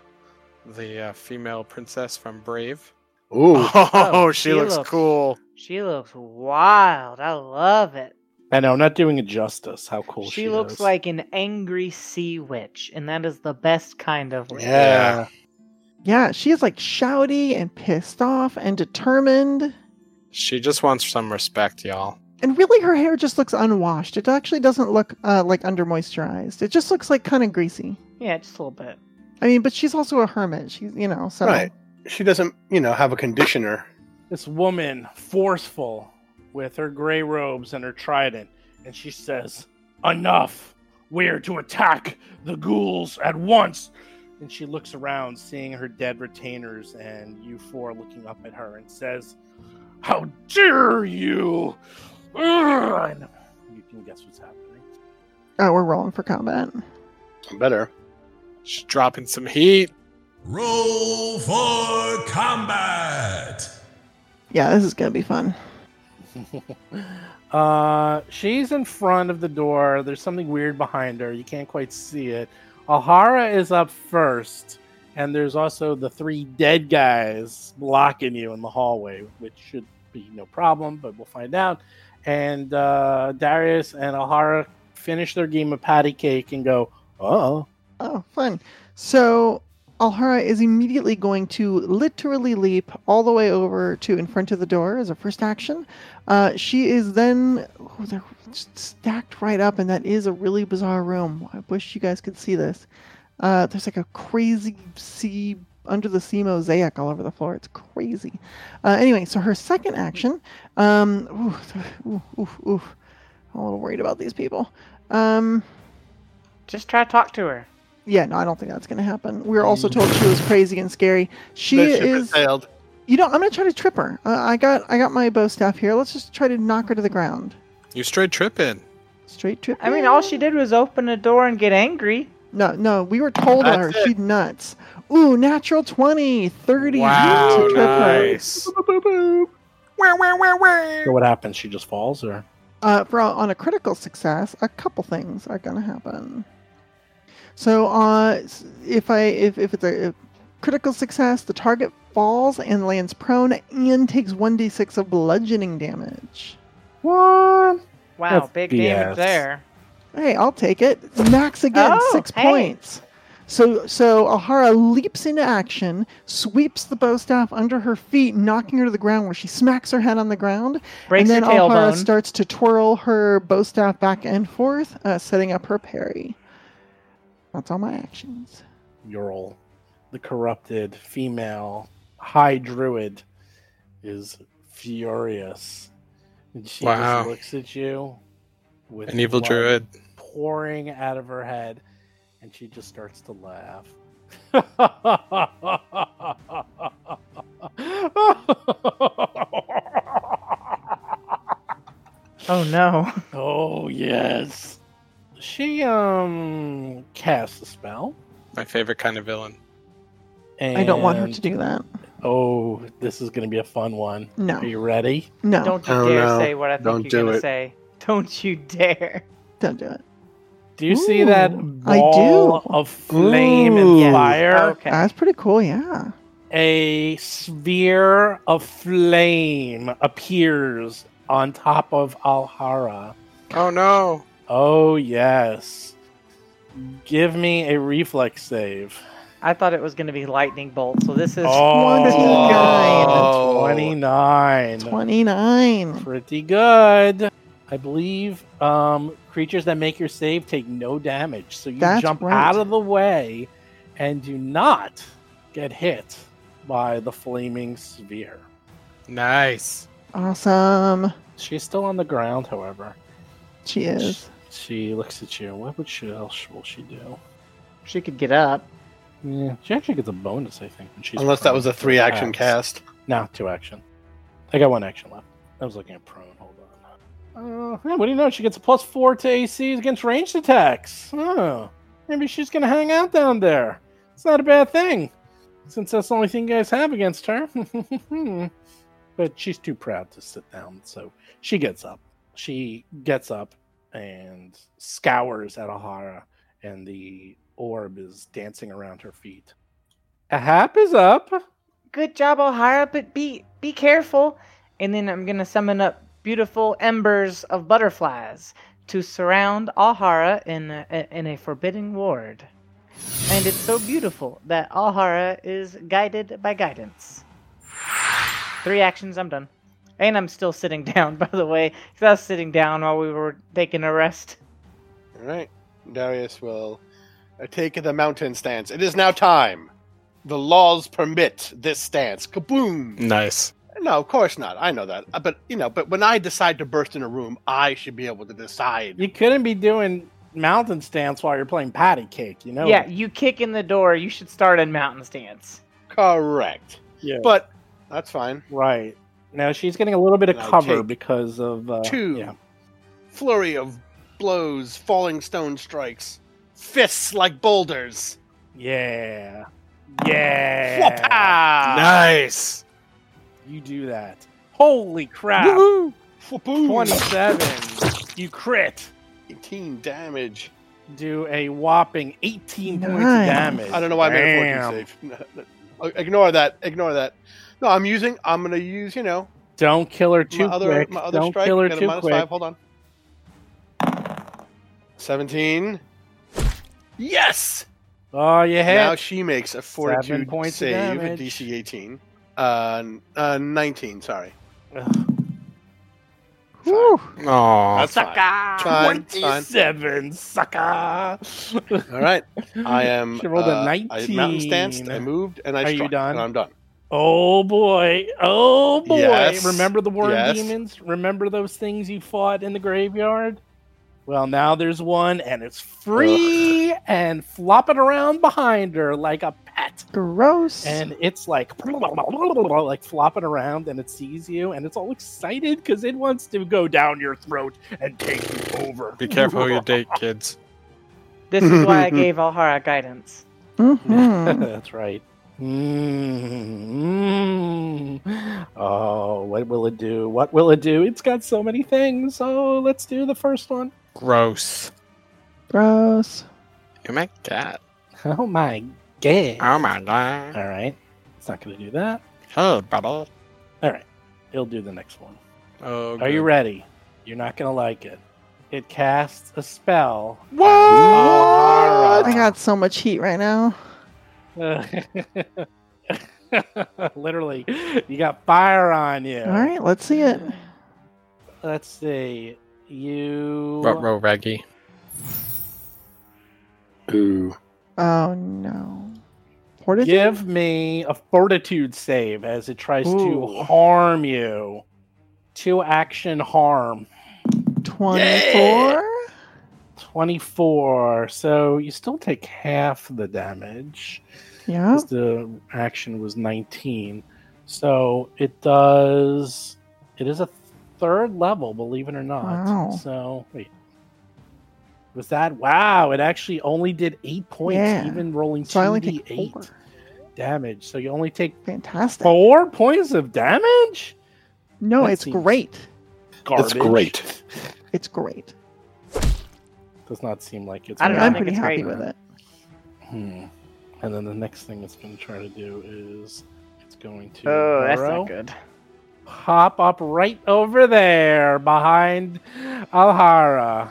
Speaker 8: the uh, female princess from Brave.
Speaker 4: ooh.
Speaker 8: Oh, she,
Speaker 7: she
Speaker 8: looks,
Speaker 7: looks-
Speaker 8: cool.
Speaker 7: She looks wild. I love it.
Speaker 2: I know, I'm not doing it justice. How cool she,
Speaker 7: she, looks
Speaker 2: is.
Speaker 7: like an angry sea witch, and that is the best kind of witch.
Speaker 4: Yeah.
Speaker 3: Yeah, she is like shouty and pissed off and determined.
Speaker 8: She just wants some respect, y'all.
Speaker 3: And really, her hair just looks unwashed. It actually doesn't look uh, like under moisturized. It just looks like kind of greasy.
Speaker 7: Yeah, just a little bit.
Speaker 3: I mean, but she's also a hermit. She's, you know, so
Speaker 4: Right. She doesn't, you know, have a conditioner.
Speaker 2: this woman forceful with her gray robes and her trident and she says enough we're to attack the ghouls at once and she looks around seeing her dead retainers and you four looking up at her and says how dare you Ugh!" And you can guess what's happening
Speaker 3: uh, we're rolling for combat.
Speaker 4: Better.
Speaker 8: She's dropping some heat.
Speaker 1: Roll for combat!
Speaker 3: Yeah, this is gonna be fun.
Speaker 2: uh, she's in front of the door. There's something weird behind her. You can't quite see it. Ahara is up first, and there's also the three dead guys blocking you in the hallway, which should be no problem, but we'll find out. And uh, Darius and Ahara finish their game of patty cake and go, oh.
Speaker 3: Oh, fun. So Alhara is immediately going to literally leap all the way over to in front of the door as a first action. Uh, she is then oh, they're just stacked right up, and that is a really bizarre room. I wish you guys could see this. Uh, there's like a crazy sea under the sea mosaic all over the floor. It's crazy. Uh, anyway, so her second action. Um, ooh, ooh, ooh, ooh. I'm a little worried about these people. Um,
Speaker 7: Just try to talk to her.
Speaker 3: yeah, no, I don't think that's going to happen. We were also told she was crazy and scary. She
Speaker 4: That ship has
Speaker 3: is.
Speaker 4: sailed.
Speaker 3: You know, I'm going to try to trip her. Uh, I got, I got my bow staff here. Let's just try to knock her to the ground.
Speaker 8: You straight tripping.
Speaker 3: Straight trip.
Speaker 7: I mean,
Speaker 3: her?
Speaker 7: all she did was open a door and get angry.
Speaker 3: No, no, we were told about her.
Speaker 8: That's it.
Speaker 3: She nuts. Ooh, natural 20, 30
Speaker 8: Wow,
Speaker 3: to trip
Speaker 8: nice.
Speaker 3: her. Boop, boop, boop, boop.
Speaker 2: So what happens? She just falls, or?
Speaker 3: Uh, for on a critical success, a couple things are going to happen. So, uh, s- if I if, if it's a critical success, the target falls and lands prone and takes one d6 of bludgeoning damage.
Speaker 2: What?
Speaker 7: Wow,
Speaker 2: That's
Speaker 7: big
Speaker 2: BS.
Speaker 7: damage there.
Speaker 3: Hey, I'll take it. Max again,
Speaker 7: Oh,
Speaker 3: six
Speaker 7: hey.
Speaker 3: points. So so Ahara leaps into action, sweeps the bow staff under her feet, knocking her to the ground where she smacks her head on the ground. and
Speaker 7: Breaks
Speaker 3: then
Speaker 7: her tailbone.
Speaker 3: Alhara starts to twirl her bow staff back and forth, uh, setting up her parry. That's all my actions.
Speaker 2: Ural, the corrupted female high druid, is furious. And she
Speaker 8: Wow.
Speaker 2: just looks at you with
Speaker 8: An evil
Speaker 2: blood
Speaker 8: druid.
Speaker 2: pouring out of her head, and she just starts to laugh.
Speaker 7: Oh no.
Speaker 2: oh yes. She um casts a spell.
Speaker 8: My favorite kind of villain.
Speaker 2: And
Speaker 3: I don't want her to do that.
Speaker 2: Oh, this is going to be a fun one.
Speaker 3: No,
Speaker 2: Are you ready?
Speaker 3: no, don't,
Speaker 7: Don't
Speaker 4: Oh,
Speaker 7: you dare
Speaker 4: no.
Speaker 7: say what I think
Speaker 4: Don't
Speaker 7: you're
Speaker 4: do
Speaker 7: gonna
Speaker 4: it.
Speaker 7: say. Don't you dare.
Speaker 3: do it.
Speaker 2: Do you see that
Speaker 3: Ooh, I
Speaker 2: ball
Speaker 3: do.
Speaker 2: of flame and
Speaker 4: Ooh.
Speaker 2: fire?
Speaker 7: Okay.
Speaker 3: That's pretty cool. Yeah.
Speaker 2: A sphere of flame appears on top of Alhara.
Speaker 8: Oh no.
Speaker 2: Oh yes. Give me a reflex save.
Speaker 7: I thought it was gonna be lightning bolt, so this is
Speaker 2: Oh,
Speaker 4: 29.
Speaker 2: 29.
Speaker 3: 29.
Speaker 2: Pretty good. I believe um, creatures that make your save take no damage. So you
Speaker 3: That's
Speaker 2: jump
Speaker 3: right.
Speaker 2: out of the way and do not get hit by the flaming sphere.
Speaker 8: Nice.
Speaker 3: Awesome.
Speaker 2: She's still on the ground, however.
Speaker 3: She is.
Speaker 2: She looks at you. What would she else will she do?
Speaker 7: She could get up.
Speaker 2: Yeah, she actually gets a bonus, I think. When she's
Speaker 4: Unless that
Speaker 2: prone
Speaker 4: was a
Speaker 2: for
Speaker 4: three action
Speaker 2: attacks.
Speaker 4: cast.
Speaker 2: No, two action. I got one action left. I was looking at prone. Hold on. Uh, yeah, what do you know? She gets a plus four to ACs against ranged attacks. Oh, maybe she's going to hang out down there. It's not a bad thing, since that's the only thing you guys have against her. but she's too proud to sit down, so she gets up. She gets up and scours at Ahara, and the orb is dancing around her feet. A hap is up.
Speaker 7: Good job, O'Hara, but be be careful. And then I'm gonna summon up beautiful embers of butterflies to surround O'Hara in a, in a forbidding ward. And it's so beautiful that O'Hara is guided by guidance. Three actions, I'm done. And I'm still sitting down, by the way, 'cause I was sitting down while we were taking a rest.
Speaker 4: All right. Darius will uh, take the mountain stance. It is now time. The laws permit this stance. Kaboom!
Speaker 8: Nice.
Speaker 4: No, of course not. I know that. Uh, But you know, but when I decide to burst in a room, I should be able to decide.
Speaker 2: You couldn't be doing mountain stance while you're playing patty cake, you know?
Speaker 7: Yeah, you kick in the door, you should start in mountain stance.
Speaker 4: Correct.
Speaker 2: Yeah.
Speaker 4: But that's fine.
Speaker 2: Right. Now she's getting a little bit of
Speaker 4: Now
Speaker 2: cover
Speaker 4: take
Speaker 2: because of uh,
Speaker 4: two.
Speaker 2: Yeah.
Speaker 4: Flurry of blows, falling stone strikes, fists like boulders.
Speaker 2: Yeah. Yeah. Ah.
Speaker 4: Whoop-ah!
Speaker 8: Ah. Nice.
Speaker 2: You do that. Holy crap.
Speaker 4: Whoop-boom.
Speaker 2: 27. You crit.
Speaker 4: 18 damage.
Speaker 2: Do a whopping 18 points of
Speaker 3: Nice.
Speaker 2: damage.
Speaker 4: I don't know why I made a
Speaker 2: Damn.
Speaker 4: fortune save. Uh, Ignore that. Ignore that. No, I'm using. I'm gonna use. You know,
Speaker 2: Don't kill her
Speaker 4: my
Speaker 2: too
Speaker 4: other
Speaker 2: quick.
Speaker 4: my other
Speaker 2: don't
Speaker 4: strike.
Speaker 2: kill her
Speaker 4: Got a
Speaker 2: too
Speaker 4: minus
Speaker 2: quick.
Speaker 4: five. Hold on. Seventeen. Yes.
Speaker 2: Oh, you hit.
Speaker 4: Now she makes a
Speaker 2: Seven
Speaker 4: fortitude
Speaker 2: points of
Speaker 4: save at
Speaker 2: damage.
Speaker 4: DC 18. Uh, n- uh, 19. Sorry.
Speaker 2: Ugh,
Speaker 3: Whew.
Speaker 8: Oh,
Speaker 4: That's fine. Fine, it's fine.
Speaker 2: 27, sucker.
Speaker 4: All right. I am.
Speaker 2: She rolled a
Speaker 4: uh, I
Speaker 2: 19.
Speaker 4: mountain stanced. I moved and I
Speaker 2: Are you
Speaker 4: struck,
Speaker 2: done?
Speaker 4: And I'm done.
Speaker 2: Oh boy. Oh boy.
Speaker 4: Yes.
Speaker 2: Remember the worm
Speaker 4: Yes.
Speaker 2: demons? Remember those things you fought in the graveyard? Well, now there's one and it's free and flopping around behind her like a pet.
Speaker 3: Gross.
Speaker 2: And it's like like flopping around and it sees you and it's all excited because it wants to go down your throat and take you over.
Speaker 8: be careful who you date, kids.
Speaker 7: This is why I gave Alhara guidance.
Speaker 3: Mhm.
Speaker 2: That's right. Mm-hmm. Mm, mm. Oh, what will it do? What will it do? It's got so many things. Oh, let's do the first one.
Speaker 8: Gross.
Speaker 3: Gross.
Speaker 8: Oh my god.
Speaker 2: Oh my god!
Speaker 8: Oh my god.
Speaker 2: All right, it's not going to do that.
Speaker 8: Hello, bubble.
Speaker 2: All right, it'll do the next one.
Speaker 8: Oh,
Speaker 2: Are you
Speaker 8: good.
Speaker 2: ready? You're not going to like it. It casts a spell.
Speaker 8: What?
Speaker 3: I got so much heat right now.
Speaker 2: Literally, you got fire on you.
Speaker 3: All right, let's see it.
Speaker 2: Let's see. You.
Speaker 8: What roll, Reggie?
Speaker 4: Ooh.
Speaker 3: Oh no. Portage?
Speaker 2: Give me a fortitude save as it tries
Speaker 3: Ooh.
Speaker 2: to harm you. Two action harm.
Speaker 3: 24?
Speaker 2: 24. So you still take half the damage.
Speaker 3: Yeah.
Speaker 2: 'cause The action was 19. So it does. It is a third level, believe it or not.
Speaker 3: Wow.
Speaker 2: So, wait. Was that? Wow. It actually only did eight points,
Speaker 3: Yeah.
Speaker 2: even rolling
Speaker 3: So I only
Speaker 2: 2d8
Speaker 3: take four.
Speaker 2: damage. So you only take
Speaker 3: Fantastic.
Speaker 2: Four points of damage?
Speaker 3: no,
Speaker 2: that
Speaker 3: it's
Speaker 2: seems-
Speaker 3: great.
Speaker 2: Garbage.
Speaker 4: great.
Speaker 3: It's great.
Speaker 2: Does not seem like it's.
Speaker 7: I don't know,
Speaker 3: I'm
Speaker 7: think
Speaker 3: pretty
Speaker 7: it's
Speaker 3: happy
Speaker 7: great.
Speaker 3: with it.
Speaker 2: Hmm. And then the next thing it's going to try to do is it's going to
Speaker 7: Oh, that's
Speaker 2: burrow,
Speaker 7: not good.
Speaker 2: pop up right over there behind Alhara.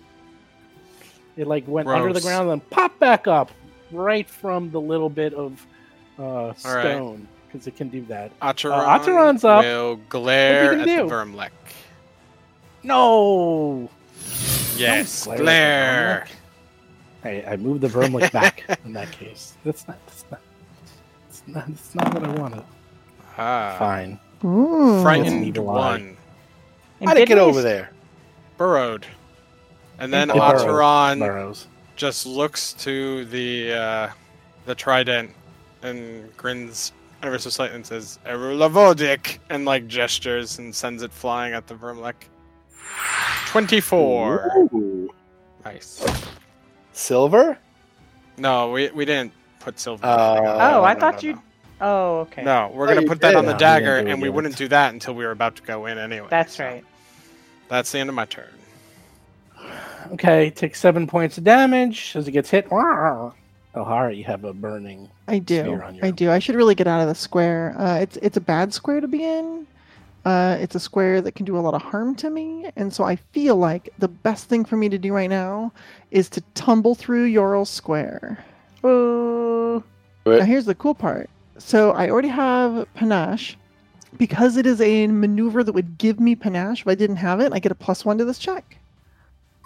Speaker 2: It like went under the
Speaker 8: Gross.
Speaker 2: ground and popped back up right from the little bit of uh, stone because it can do that.
Speaker 8: Acheron
Speaker 2: Uh, Acheron's up.
Speaker 8: will glare
Speaker 2: What
Speaker 8: at
Speaker 2: do you
Speaker 8: the
Speaker 2: do?
Speaker 8: Vermlek.
Speaker 2: No.
Speaker 8: Yes,
Speaker 2: Don't
Speaker 8: glare.
Speaker 2: at the Vermlick. I, I moved the Vermlick back in that case. That's not that's not that's not, that's not what I wanted.
Speaker 8: Ah,
Speaker 2: Fine.
Speaker 4: Uh,
Speaker 3: Ooh.
Speaker 2: It's an
Speaker 8: frightened
Speaker 2: evil eye.
Speaker 8: one.
Speaker 7: And
Speaker 4: How'd it get
Speaker 7: didn't we
Speaker 4: over
Speaker 7: s-
Speaker 4: there?
Speaker 8: burrowed. And then
Speaker 2: It burrows,
Speaker 8: Oteron
Speaker 2: burrows.
Speaker 8: just looks to the uh, the trident and grins ever so slightly and says "Erulavodik" and like gestures and sends it flying at the Vermlek. Twenty-four.
Speaker 4: Ooh.
Speaker 8: Nice.
Speaker 4: Silver?
Speaker 8: No, we we didn't put silver.
Speaker 4: Uh,
Speaker 7: Oh, I
Speaker 8: no,
Speaker 7: thought
Speaker 8: no,
Speaker 7: you. Oh, okay.
Speaker 8: No, No, we're
Speaker 4: Oh,
Speaker 8: gonna
Speaker 4: you
Speaker 8: put that
Speaker 4: did.
Speaker 8: on the
Speaker 2: No, we didn't
Speaker 8: dagger,
Speaker 2: do it
Speaker 8: and we
Speaker 2: yet.
Speaker 8: wouldn't do that until we were about to go in anyway.
Speaker 7: That's
Speaker 8: so
Speaker 7: right.
Speaker 8: That's the end of my turn.
Speaker 2: Okay, takes seven points of damage as it gets hit. Ohara, you have a burning.
Speaker 3: I do.
Speaker 2: Sphere on your-
Speaker 3: I do. I should really get out of the square. Uh, it's it's a bad square to be in. Uh, it's a square that can do a lot of harm to me, and so I feel like the best thing for me to do right now is to tumble through Yorl Square.
Speaker 7: Ooh.
Speaker 3: Now here's the cool part. So I already have panache. Because it is a maneuver that would give me panache, if I didn't have it, I get a plus one to this check.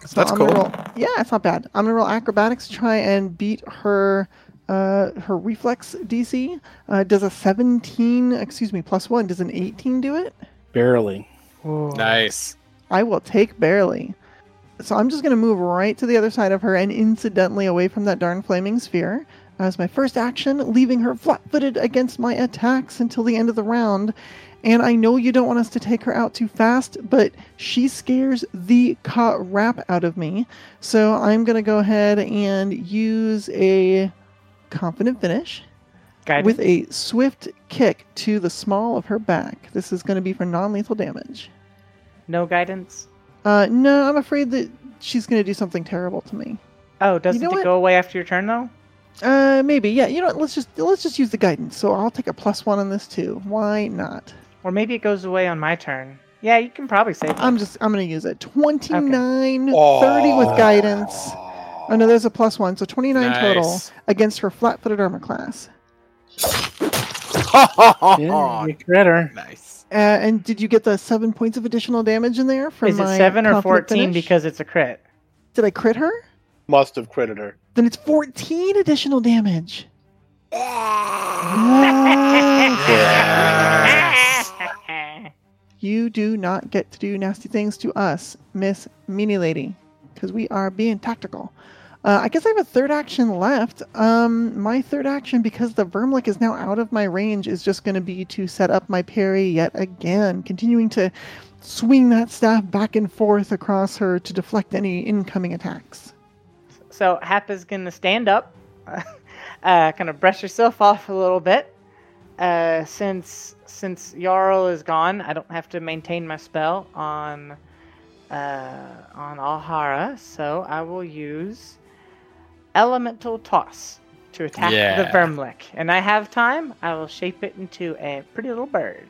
Speaker 3: So
Speaker 8: That's
Speaker 3: I'm gonna
Speaker 8: cool.
Speaker 3: roll- yeah, it's not bad. I'm gonna roll acrobatics to try and beat her uh, her reflex DC. Uh, does a 17, excuse me, plus one, does an 18 do it?
Speaker 2: Barely.
Speaker 8: Nice.
Speaker 3: I will take barely. So I'm just going to move right to the other side of her and incidentally away from that darn flaming sphere as my first action, leaving her flat footed against my attacks until the end of the round. And I know you don't want us to take her out too fast, but she scares the crap out of me. So I'm going to go ahead and use a confident finish
Speaker 7: Guidance.
Speaker 3: with a swift kick to the small of her back. This is going to be for non lethal damage.
Speaker 7: No guidance.
Speaker 3: Uh, no, I'm afraid that she's going to do something terrible to me.
Speaker 7: Oh, doesn't
Speaker 3: know
Speaker 7: it
Speaker 3: what?
Speaker 7: go away after your turn though?
Speaker 3: Uh, maybe. Yeah. You know, what, let's just let's just use the guidance. So I'll take a plus one on this too. Why not?
Speaker 7: Or maybe it goes away on my turn. Yeah, you can probably save it.
Speaker 3: I'm just I'm going to use it. 29,
Speaker 4: Oh.
Speaker 3: 30 with guidance. Oh no, there's a plus one, so 29 total
Speaker 8: Nice.
Speaker 3: against her flat-footed armor class.
Speaker 2: Yeah, you critter.
Speaker 8: nice.
Speaker 3: Uh, and did you get the seven points of additional damage in there from
Speaker 7: Is it
Speaker 3: my
Speaker 7: seven or
Speaker 3: confident
Speaker 7: fourteen
Speaker 3: finish?
Speaker 7: because it's a crit?
Speaker 3: did I crit her?
Speaker 4: Must have critted her.
Speaker 3: Then it's 14 additional damage. You do not get to do nasty things to us, Miss Meanie Lady, because we are being tactical. Uh, I guess I have a third action left. Um, my third action, because the Vermlick is now out of my range, is just going to be to set up my parry yet again, continuing to swing that staff back and forth across her to deflect any incoming attacks.
Speaker 7: So Hap is gonna stand up, uh, kind of brush herself off a little bit. Uh, since since Jarl is gone, I don't have to maintain my spell on uh, on Alhara, so I will use Elemental Toss to attack the
Speaker 8: Yeah.
Speaker 7: Vermlick. And I have time. I will shape it into a pretty little bird.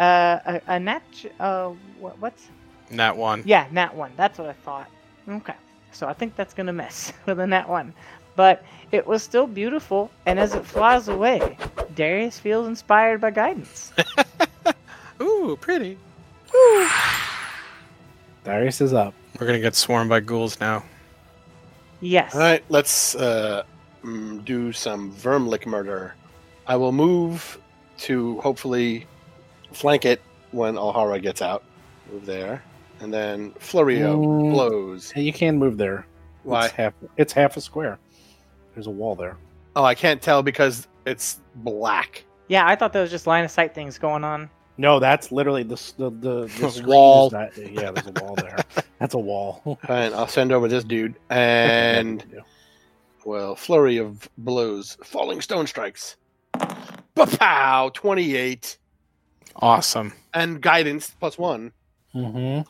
Speaker 7: Uh, a, a nat. Uh, what, what's
Speaker 8: That one.
Speaker 7: yeah, nat one. That's what I thought. Okay. So I think that's gonna mess with a nat one. But it was still beautiful, and as it flies away, Darius feels inspired by guidance.
Speaker 8: Ooh, pretty.
Speaker 2: Darius is up.
Speaker 8: We're gonna get swarmed by ghouls now.
Speaker 7: Yes.
Speaker 4: All right, let's uh, mm, do some vermlick murder. I will move to hopefully flank it when Alhara gets out. Move there, and then Florio
Speaker 2: Mm.
Speaker 4: blows.
Speaker 2: Hey, you can move there.
Speaker 4: Why?
Speaker 2: It's half, it's half a square. There's a wall there.
Speaker 4: Oh, I can't tell because it's black.
Speaker 7: Yeah, I thought there was just line of sight things going on.
Speaker 2: No, that's literally the s- the, the, the screen is
Speaker 8: Wall.
Speaker 2: not- yeah, there's a wall there. That's a wall.
Speaker 4: And I'll send over this dude, and well, flurry of blows, falling stone strikes. Pow! Twenty-eight
Speaker 8: Awesome.
Speaker 4: and guidance plus one.
Speaker 2: Mm-hmm.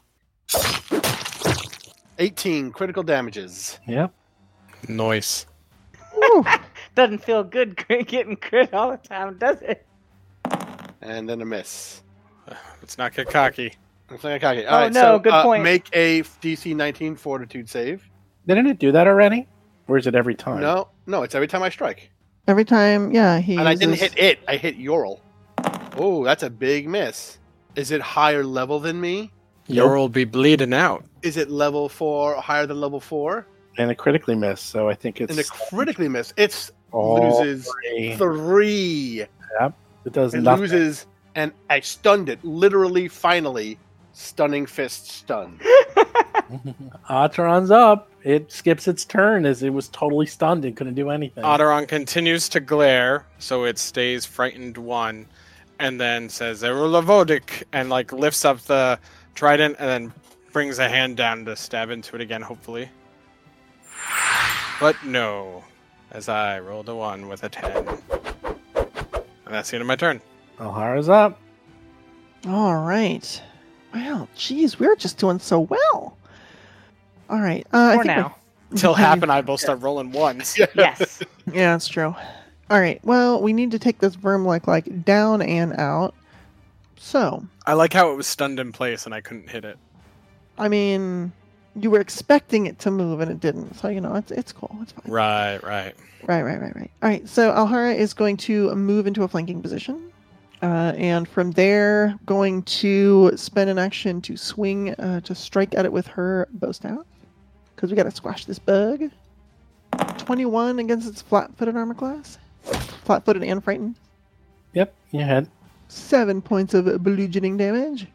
Speaker 4: 18 critical damages.
Speaker 2: Yep.
Speaker 8: Noise.
Speaker 3: Whew.
Speaker 7: Doesn't feel good crit- getting crit all the time, does it?
Speaker 4: And then a miss.
Speaker 8: Let's not get cocky.
Speaker 4: Looks like a cocky.
Speaker 7: Oh,
Speaker 4: All right,
Speaker 7: no,
Speaker 4: so,
Speaker 7: good
Speaker 4: uh,
Speaker 7: point.
Speaker 4: Make a DC 19 fortitude save.
Speaker 2: Didn't it do that already? Or is it every time?
Speaker 4: No, no, it's every time I strike.
Speaker 3: Every time, yeah, he.
Speaker 4: And I didn't
Speaker 3: uses-
Speaker 4: hit it, I hit Yorl. Oh, that's a big miss. Is it higher level than me?
Speaker 8: Your will be bleeding out.
Speaker 4: Is it level four, higher than level four?
Speaker 2: And it critically missed, so I think it's
Speaker 4: And a critically miss. It's
Speaker 2: all
Speaker 4: loses
Speaker 2: three.
Speaker 4: three.
Speaker 2: It does
Speaker 4: It
Speaker 2: nothing.
Speaker 4: loses and I stunned it. Literally, finally, stunning fist stunned.
Speaker 2: Atron's Ah, up. It skips its turn as it was totally stunned and couldn't do anything.
Speaker 8: Otteron continues to glare, so it stays frightened one, and then says Erulavodik, and like lifts up the trident and then brings a hand down to stab into it again, hopefully. But no, as I rolled a one with a ten. And that's the end of my turn.
Speaker 2: Alhara's up.
Speaker 3: All right. Wow, geez, we're just doing so well. All right. Uh, I
Speaker 7: For
Speaker 3: think my-
Speaker 7: now.
Speaker 8: Till Hap and I both start rolling ones.
Speaker 7: yes.
Speaker 3: Yeah, that's true. All right. Well, we need to take this verm like like down and out. So,
Speaker 8: I like how it was stunned in place and I couldn't hit it.
Speaker 3: I mean, you were expecting it to move and it didn't. So you know, it's it's cool. It's fine.
Speaker 8: Right, right.
Speaker 3: Right, right, right, right. All right. So Alhara is going to move into a flanking position, uh, and from there, going to spend an action to swing uh, to strike at it with her bow staff, because we got to squash this bug. Twenty-one against its flat-footed armor class, flat-footed and frightened.
Speaker 2: Yep, you had.
Speaker 3: Seven points of bludgeoning damage,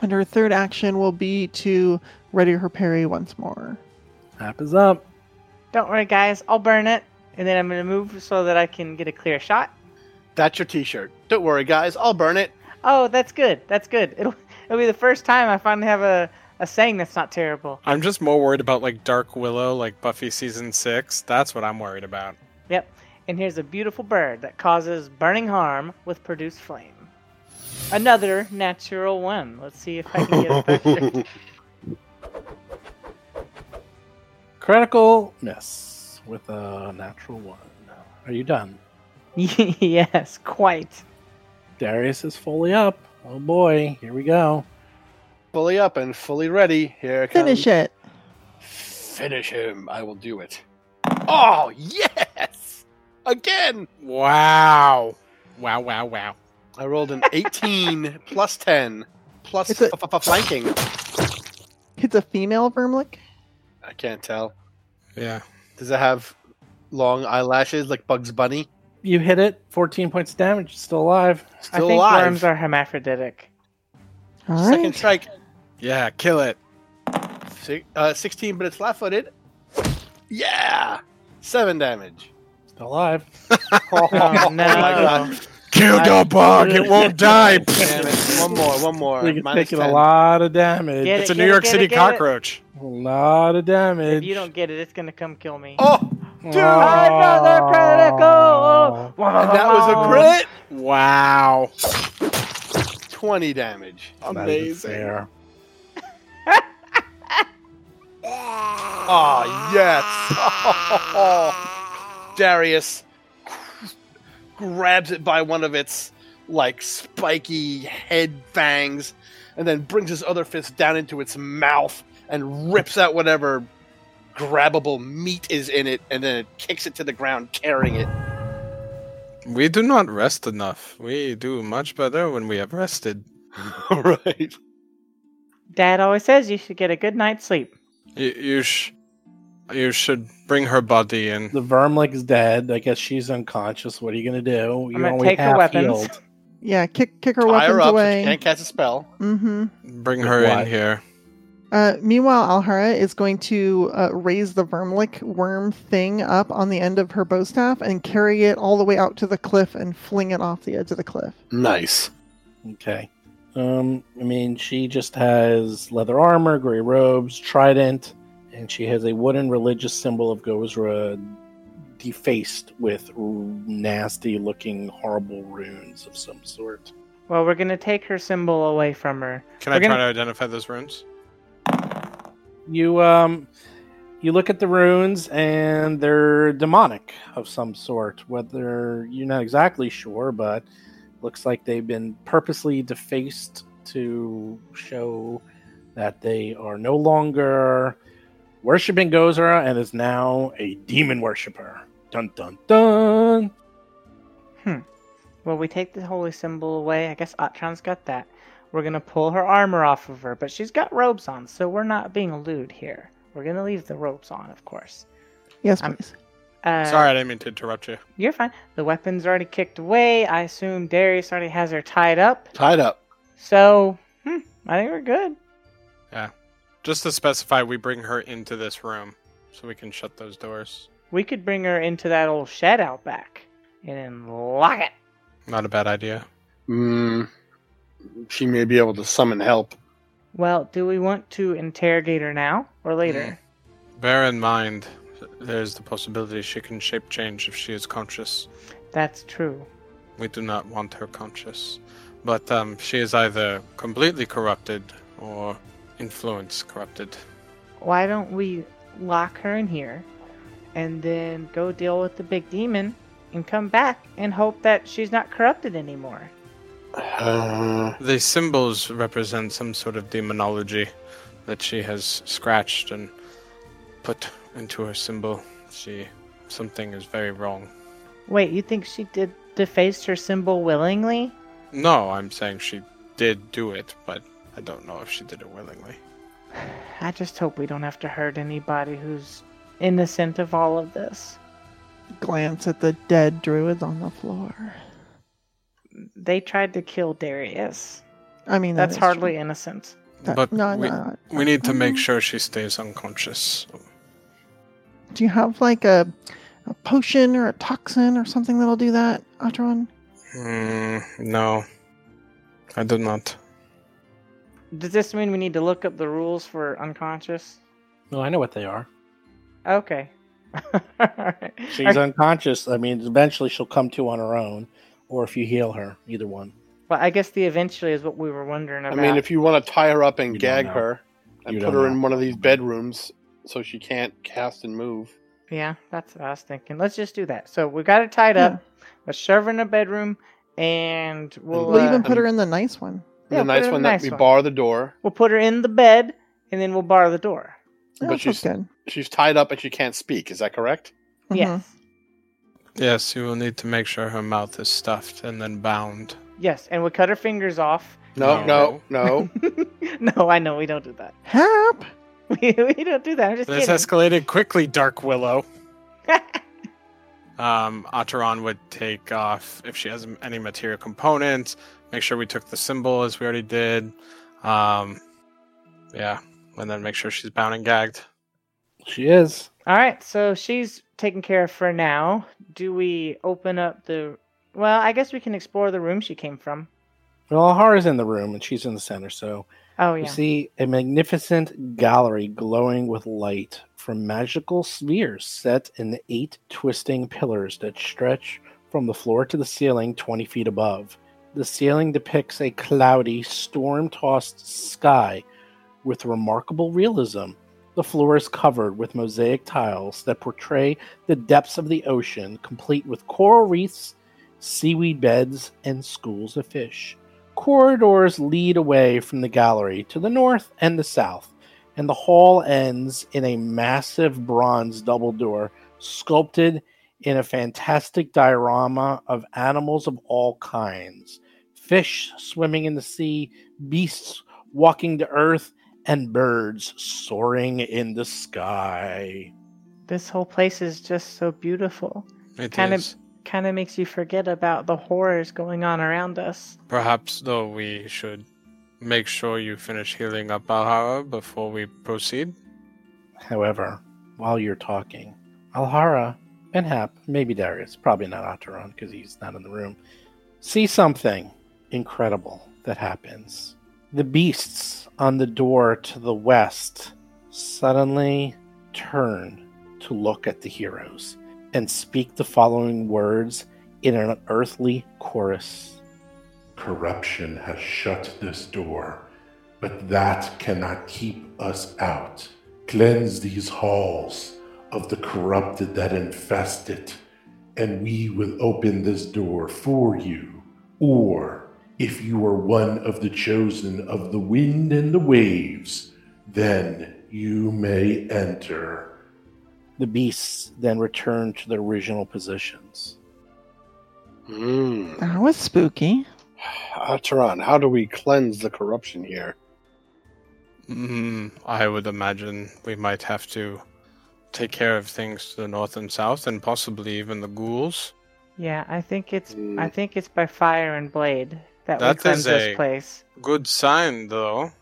Speaker 3: and her third action will be to ready her parry once more.
Speaker 2: Hap is up.
Speaker 7: Don't worry, guys. I'll burn it, and then I'm gonna move so that I can get a clear shot.
Speaker 4: That's your T-shirt. Don't worry, guys. I'll burn it.
Speaker 7: Oh, that's good. That's good. It'll it'll be the first time I finally have a, a saying that's not terrible.
Speaker 8: I'm just more worried about like Dark Willow, like Buffy season six. That's what I'm worried about.
Speaker 7: Yep. And here's a beautiful bird that causes burning harm with produced flame. Another natural one. Let's see if I can get a perfect.
Speaker 2: Critical miss with a natural one. Are you done?
Speaker 7: yes, quite.
Speaker 2: Darius is fully up. Oh boy, here we go.
Speaker 4: Fully up and fully ready. Here it comes.
Speaker 3: Finish it.
Speaker 4: Finish him. I will do it. Oh yes! Again.
Speaker 8: Wow. Wow, wow, wow.
Speaker 4: I rolled an 18 plus 10 plus
Speaker 3: It's a-
Speaker 4: f- f- f- flanking.
Speaker 3: It's a female vermlick.
Speaker 4: I can't tell.
Speaker 8: Yeah.
Speaker 4: Does it have long eyelashes like Bugs Bunny?
Speaker 2: You hit it. 14 points of damage. Still alive.
Speaker 4: Still
Speaker 7: I think
Speaker 4: alive.
Speaker 7: worms are hermaphroditic.
Speaker 3: All
Speaker 4: Second
Speaker 3: right.
Speaker 4: strike.
Speaker 8: Yeah, kill it.
Speaker 4: Si- uh, 16, but it's left footed. Yeah! Seven damage.
Speaker 2: Still alive.
Speaker 7: Oh, no.
Speaker 8: Kill the bug,
Speaker 2: it won't die.
Speaker 4: Damn it. One more, one more.
Speaker 2: It's
Speaker 4: Minus
Speaker 2: taking
Speaker 4: 10.
Speaker 2: a lot of damage.
Speaker 7: Get
Speaker 8: It's
Speaker 7: it,
Speaker 8: a New
Speaker 7: get it,
Speaker 8: York
Speaker 7: get it,
Speaker 8: City
Speaker 7: get it.
Speaker 8: cockroach.
Speaker 2: A lot of damage.
Speaker 7: If you don't get it, it's gonna come kill me.
Speaker 4: Oh!
Speaker 2: Dude,
Speaker 7: Another critical!
Speaker 4: And that was a crit!
Speaker 8: Wow.
Speaker 4: 20 damage.
Speaker 8: Amazing.
Speaker 4: Oh, yes! Darius grabs it by one of its, like, spiky head fangs and then brings his other fist down into its mouth and rips out whatever grabbable meat is in it and then it kicks it to the ground, tearing it.
Speaker 8: We do not rest enough. We do much better when we have rested.
Speaker 4: right.
Speaker 7: Dad always says you should get a good night's sleep.
Speaker 8: You, you, sh- you should bring her body in.
Speaker 2: The Vermlick is dead. I guess she's unconscious. What are you going to do?
Speaker 7: I'm
Speaker 2: You're
Speaker 7: gonna
Speaker 2: only
Speaker 7: take her
Speaker 2: half
Speaker 7: weapons.
Speaker 2: healed.
Speaker 3: Yeah, kick kick her
Speaker 4: Tie
Speaker 3: weapons
Speaker 4: her up so she
Speaker 3: away.
Speaker 4: can't cast a spell.
Speaker 3: Mm-hmm.
Speaker 8: Bring her
Speaker 2: Why?
Speaker 8: in here.
Speaker 3: Uh, meanwhile, Alhara is going to uh, raise the vermlick worm thing up on the end of her bow staff and carry it all the way out to the cliff and fling it off the edge of the cliff.
Speaker 4: Nice.
Speaker 2: Okay. Um, I mean, she just has leather armor, gray robes, trident, and she has a wooden religious symbol of Gozra defaced with nasty looking, horrible runes of some sort.
Speaker 7: Well, we're gonna take her symbol away from her.
Speaker 8: Can I
Speaker 7: We're
Speaker 8: try
Speaker 7: gonna-
Speaker 8: to identify those runes?
Speaker 2: You, um, you look at the runes and they're demonic of some sort, whether you're not exactly sure, but looks like they've been purposely defaced to show that they are no longer worshiping Gozra and is now a demon worshiper. Dun dun dun.
Speaker 7: Well, we take the holy symbol away. I guess Atron's got that. We're gonna pull her armor off of her, but she's got robes on, so we're not being lewd here. We're gonna leave the robes on, of course.
Speaker 3: Yes,
Speaker 7: I'm-
Speaker 3: please.
Speaker 7: Uh,
Speaker 8: Sorry, I didn't mean to interrupt you.
Speaker 7: You're fine. The weapon's already kicked away. I assume Darius already has her tied up.
Speaker 4: Tied up.
Speaker 7: So, hmm, I think we're good.
Speaker 8: Just to specify, we bring her into this room so we can shut those doors.
Speaker 7: We could bring her into that old shed out back and then lock it.
Speaker 8: Not a bad idea.
Speaker 4: Mm, she may be able to summon help.
Speaker 7: Well, do we want to interrogate her now or later?
Speaker 8: Bear in mind, there's the possibility she can shape change if she is conscious.
Speaker 7: That's true.
Speaker 8: We do not want her conscious. But um, she is either completely corrupted or influence corrupted.
Speaker 7: Why don't we lock her in here and then go deal with the big demon and come back and hope that she's not corrupted anymore?
Speaker 4: Uh,
Speaker 8: The symbols represent some sort of demonology that she has scratched and put into her symbol. She something is very wrong.
Speaker 7: Wait, you think she did defaced her symbol willingly?
Speaker 8: No, I'm saying she did do it, but I don't know if she did it willingly.
Speaker 7: I just hope we don't have to hurt anybody who's innocent of all of this.
Speaker 3: Glance at the dead druids on the floor.
Speaker 7: They tried to kill Darius.
Speaker 3: I mean, that
Speaker 7: That's
Speaker 3: is
Speaker 7: hardly
Speaker 3: true.
Speaker 7: innocent.
Speaker 3: That-
Speaker 8: but
Speaker 3: no,
Speaker 8: we,
Speaker 3: no,
Speaker 8: we need to make
Speaker 3: Mhm.
Speaker 8: sure she stays unconscious.
Speaker 3: Do you have like a, a potion or a toxin or something that'll do that, Atron?
Speaker 8: Mm, no, I do not.
Speaker 7: Does this mean we need to look up the rules for unconscious?
Speaker 2: No, I know what they are.
Speaker 7: Okay. Alright.
Speaker 2: She's unconscious. I mean, eventually she'll come to on her own, or if you heal her, either one.
Speaker 7: Well, I guess the eventually is what we were wondering
Speaker 4: I
Speaker 7: about.
Speaker 4: mean, if you want to tie her up and
Speaker 2: You don't
Speaker 4: gag
Speaker 2: know.
Speaker 4: her and
Speaker 2: You
Speaker 4: put
Speaker 2: don't
Speaker 4: her
Speaker 2: know.
Speaker 4: in one of these bedrooms so she can't cast and move.
Speaker 7: yeah, that's what I was thinking. Let's just do that. So we got her tied up. Let's shove her in a bedroom, and we'll
Speaker 3: We'll
Speaker 7: uh,
Speaker 3: even put
Speaker 4: um,
Speaker 3: her in the nice one.
Speaker 7: Yeah,
Speaker 4: the nice
Speaker 7: put her in
Speaker 4: one
Speaker 7: the
Speaker 4: that
Speaker 7: nice
Speaker 4: we
Speaker 7: one.
Speaker 4: bar the door,
Speaker 7: we'll put her in the bed, and then we'll bar the door.
Speaker 3: Yeah,
Speaker 4: but
Speaker 3: that sounds
Speaker 4: she's-
Speaker 3: good.
Speaker 4: she's tied up and she can't speak. Is that correct?
Speaker 3: Mhm.
Speaker 7: Yes,
Speaker 8: Yes, you will need to make sure her mouth is stuffed and then bound.
Speaker 7: yes, and we cut her fingers off.
Speaker 4: No, no, no.
Speaker 7: no, I know we don't do that.
Speaker 3: Hap.
Speaker 7: We, we don't do that. I'm just
Speaker 8: This
Speaker 7: kidding.
Speaker 8: escalated quickly, Dark Willow. Um, Ataran would take off if she has any material components. Make sure we took the symbol as we already did. Um, yeah, and then make sure she's bound and gagged.
Speaker 2: She is.
Speaker 7: All right, so she's taken care of for now. Do we open up the? Well, I guess we can explore the room she came from.
Speaker 2: Well, Ahara's in the room and she's in the center, so
Speaker 7: Oh
Speaker 2: you
Speaker 7: yeah.
Speaker 2: see a magnificent gallery glowing with light from magical spheres set in the eight twisting pillars that stretch from the floor to the ceiling 20 feet above. The ceiling depicts a cloudy, storm tossed sky with remarkable realism. The floor is covered with mosaic tiles that portray the depths of the ocean, complete with coral reefs, seaweed beds, and schools of fish. Corridors lead away from the gallery to the north and the south, and the hall ends in a massive bronze double door sculpted in a fantastic diorama of animals of all kinds fish swimming in the sea, beasts walking the earth, and birds soaring in the sky.
Speaker 7: This whole place is just so beautiful.
Speaker 8: It
Speaker 7: Kind of-
Speaker 8: is.
Speaker 7: Kind of makes you forget about the horrors going on around us.
Speaker 8: Perhaps, though, we should make sure you finish healing up Alhara before we proceed.
Speaker 2: However, while you're talking, Alhara and Hap, maybe Darius, probably not Ataran because he's not in the room, see something incredible that happens. The beasts on the door to the west suddenly turn to look at the heroes and speak the following words in an earthly chorus.
Speaker 9: Corruption has shut this door, but that cannot keep us out. Cleanse these halls of the corrupted that infest it, and we will open this door for you. Or, if you are one of the chosen of the wind and the waves, then you may enter.
Speaker 2: The beasts then return to their original positions.
Speaker 4: Mm.
Speaker 3: That was spooky.
Speaker 4: Ataran, how do we cleanse the corruption here?
Speaker 8: Mm, I would imagine we might have to take care of things to the north and south, and possibly even the ghouls.
Speaker 7: Yeah, I think it's I think it's by fire and blade that,
Speaker 8: That
Speaker 7: we cleanse
Speaker 8: is
Speaker 7: this
Speaker 8: a-
Speaker 7: place.
Speaker 8: Good sign, though,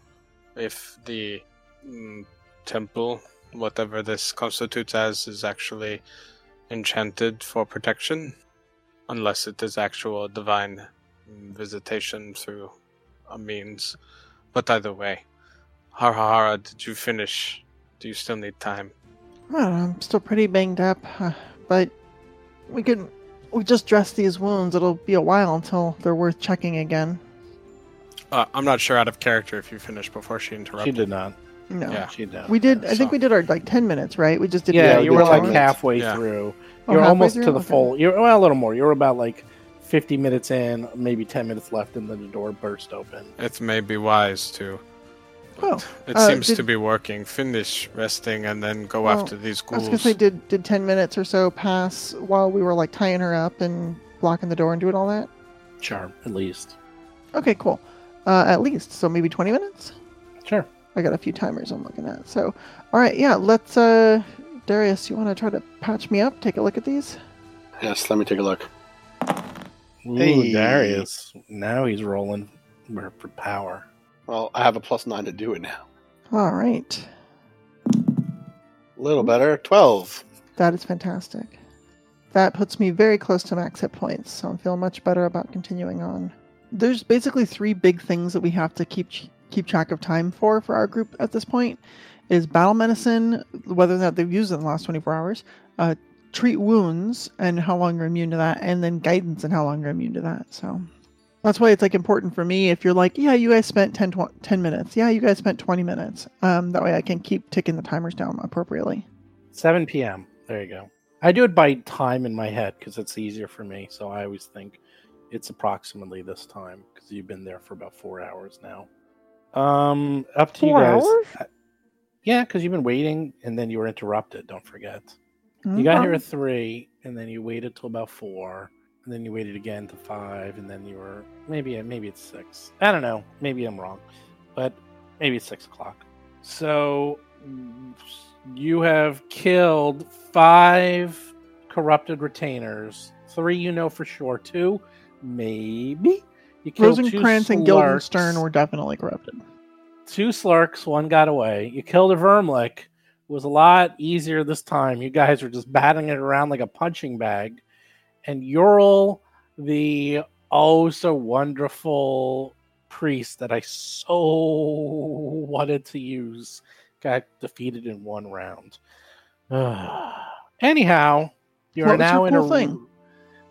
Speaker 8: if the mm, temple, whatever this constitutes as, is actually enchanted for protection, unless it is actual divine mm, visitation through a means. But either way, Harahara, did you finish? Do you still need time?
Speaker 3: Well, I'm still pretty banged up, uh, but we could we just dress these wounds. It'll be a while until they're worth checking again.
Speaker 8: Uh, I'm not sure out of character if you finished before she interrupted.
Speaker 2: She did not.
Speaker 3: No,
Speaker 8: Yeah.
Speaker 2: She did. not.
Speaker 3: we did. I
Speaker 8: So-
Speaker 3: think we did our like ten minutes, right? We just did.
Speaker 2: yeah,
Speaker 4: Yeah,
Speaker 2: you
Speaker 4: we
Speaker 2: were
Speaker 4: did
Speaker 2: like
Speaker 4: ten minutes.
Speaker 2: halfway
Speaker 8: Yeah.
Speaker 2: through.
Speaker 3: Oh,
Speaker 2: You're
Speaker 3: halfway
Speaker 2: almost
Speaker 3: through?
Speaker 2: to the
Speaker 3: Okay.
Speaker 2: full. You're well, a little more. You're about like 50 minutes in, maybe 10 minutes left, and then the door burst open.
Speaker 8: It may be wise to.
Speaker 3: Oh,
Speaker 8: It
Speaker 3: uh,
Speaker 8: seems
Speaker 3: did-
Speaker 8: to be working. Finish resting and then go
Speaker 3: Well,
Speaker 8: after these
Speaker 3: I
Speaker 8: ghouls.
Speaker 3: was gonna say, did did ten minutes or so pass while we were like tying her up and blocking the door and doing all that?
Speaker 2: Sure, at least.
Speaker 3: Okay, cool. Uh, at least so maybe twenty minutes.
Speaker 2: Sure.
Speaker 3: I got a few timers I'm looking at. So, all right, yeah, let's. uh Darius, you want to try to patch me up? Take a look at these.
Speaker 4: Yes, let me take a look.
Speaker 2: Ooh,
Speaker 4: Hey.
Speaker 2: Darius. Now he's rolling for for power.
Speaker 4: Well, I have a plus nine to do it now.
Speaker 3: All right.
Speaker 4: A little better. 12.
Speaker 3: That is fantastic. That puts me very close to max hit points, so I feel much better about continuing on. There's basically three big things that we have to keep keep track of time for for our group at this point. Is battle medicine, whether or not they've used it in the last 24 hours, uh, treat wounds and how long you're immune to that, and then guidance and how long you're immune to that. So that's why it's like important for me if you're like, yeah, you guys spent 10, tw- 10 minutes. Yeah, you guys spent 20 minutes. Um, that way I can keep ticking the timers down appropriately.
Speaker 2: 7 p.m. There you go. I do it by time in my head because it's easier for me. So I always think it's approximately this time because you've been there for about four hours now. Um, up to
Speaker 7: Four
Speaker 2: you guys.
Speaker 7: hours?
Speaker 2: I- yeah, because you've been waiting and then you were interrupted. Don't forget.
Speaker 3: Mm-hmm.
Speaker 2: You got here at three, and then you waited till about four, and then you waited again to five, and then you were maybe maybe it's six. I don't know. Maybe I'm wrong, but maybe it's six o'clock. So you have killed five corrupted retainers. Three, you know for sure. Two, maybe. You killed two
Speaker 3: Rosencrantz and
Speaker 2: Slurks.
Speaker 3: Guildenstern were definitely corrupted.
Speaker 2: two slurks, one got away. You killed a vermlick. It was a lot easier this time. You guys were just batting it around like a punching bag. And Ural, the oh so wonderful priest that I so wanted to use, got defeated in one round. Anyhow, you're
Speaker 3: What was
Speaker 2: now
Speaker 3: your
Speaker 2: in
Speaker 3: cool
Speaker 2: a
Speaker 3: thing?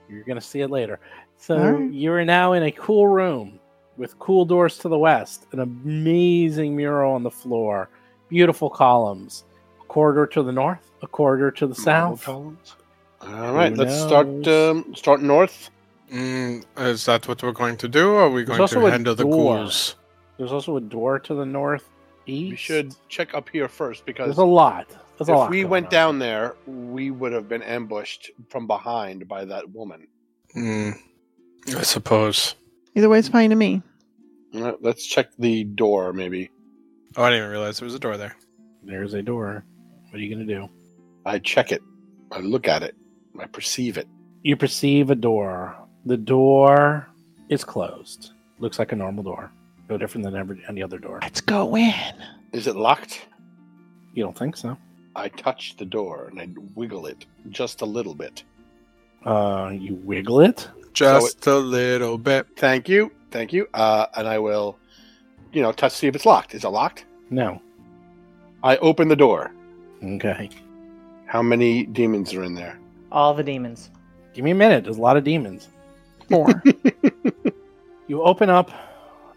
Speaker 2: You're gonna see it later. So
Speaker 3: Alright.
Speaker 2: you're now in a cool room with cool doors to the west, an amazing mural on the floor, beautiful columns, a corridor to the north, a corridor to the
Speaker 4: Marble
Speaker 2: south.
Speaker 4: columns. All right,
Speaker 2: Who
Speaker 4: let's start.
Speaker 2: knows?
Speaker 4: Um, start north.
Speaker 8: Mm, is that what we're going to do? Or are we
Speaker 2: There's
Speaker 8: going to
Speaker 2: also a
Speaker 8: handle the
Speaker 2: door.
Speaker 8: ghouls?
Speaker 2: There's also a door to the northeast.
Speaker 4: We should check up here first because
Speaker 2: There's a lot. There's a
Speaker 4: if
Speaker 2: lot
Speaker 4: we
Speaker 2: going
Speaker 4: went
Speaker 2: on.
Speaker 4: down there, we would have been ambushed from behind by that woman.
Speaker 8: Mm, I suppose.
Speaker 3: Either way, it's fine to me.
Speaker 4: All right, let's check the door, maybe.
Speaker 8: Oh, I didn't even realize there was a door there.
Speaker 2: There's a door. What are you gonna do?
Speaker 4: I check it. I look at it. I perceive it.
Speaker 2: You perceive a door. The door is closed. Looks like a normal door. No different than every, any other door.
Speaker 3: Let's go in.
Speaker 4: Is it locked?
Speaker 2: You don't think so?
Speaker 4: I touch the door and I wiggle it just a little bit.
Speaker 2: Uh, you wiggle it.
Speaker 8: Just a little bit.
Speaker 4: Thank you, thank you. Uh, and I will, you know, touch see if it's locked. Is it locked?
Speaker 2: No.
Speaker 4: I open the door.
Speaker 2: Okay.
Speaker 4: How many demons are in there?
Speaker 7: All the demons.
Speaker 2: Give me a minute. There's a lot of demons.
Speaker 3: Four.
Speaker 2: You open up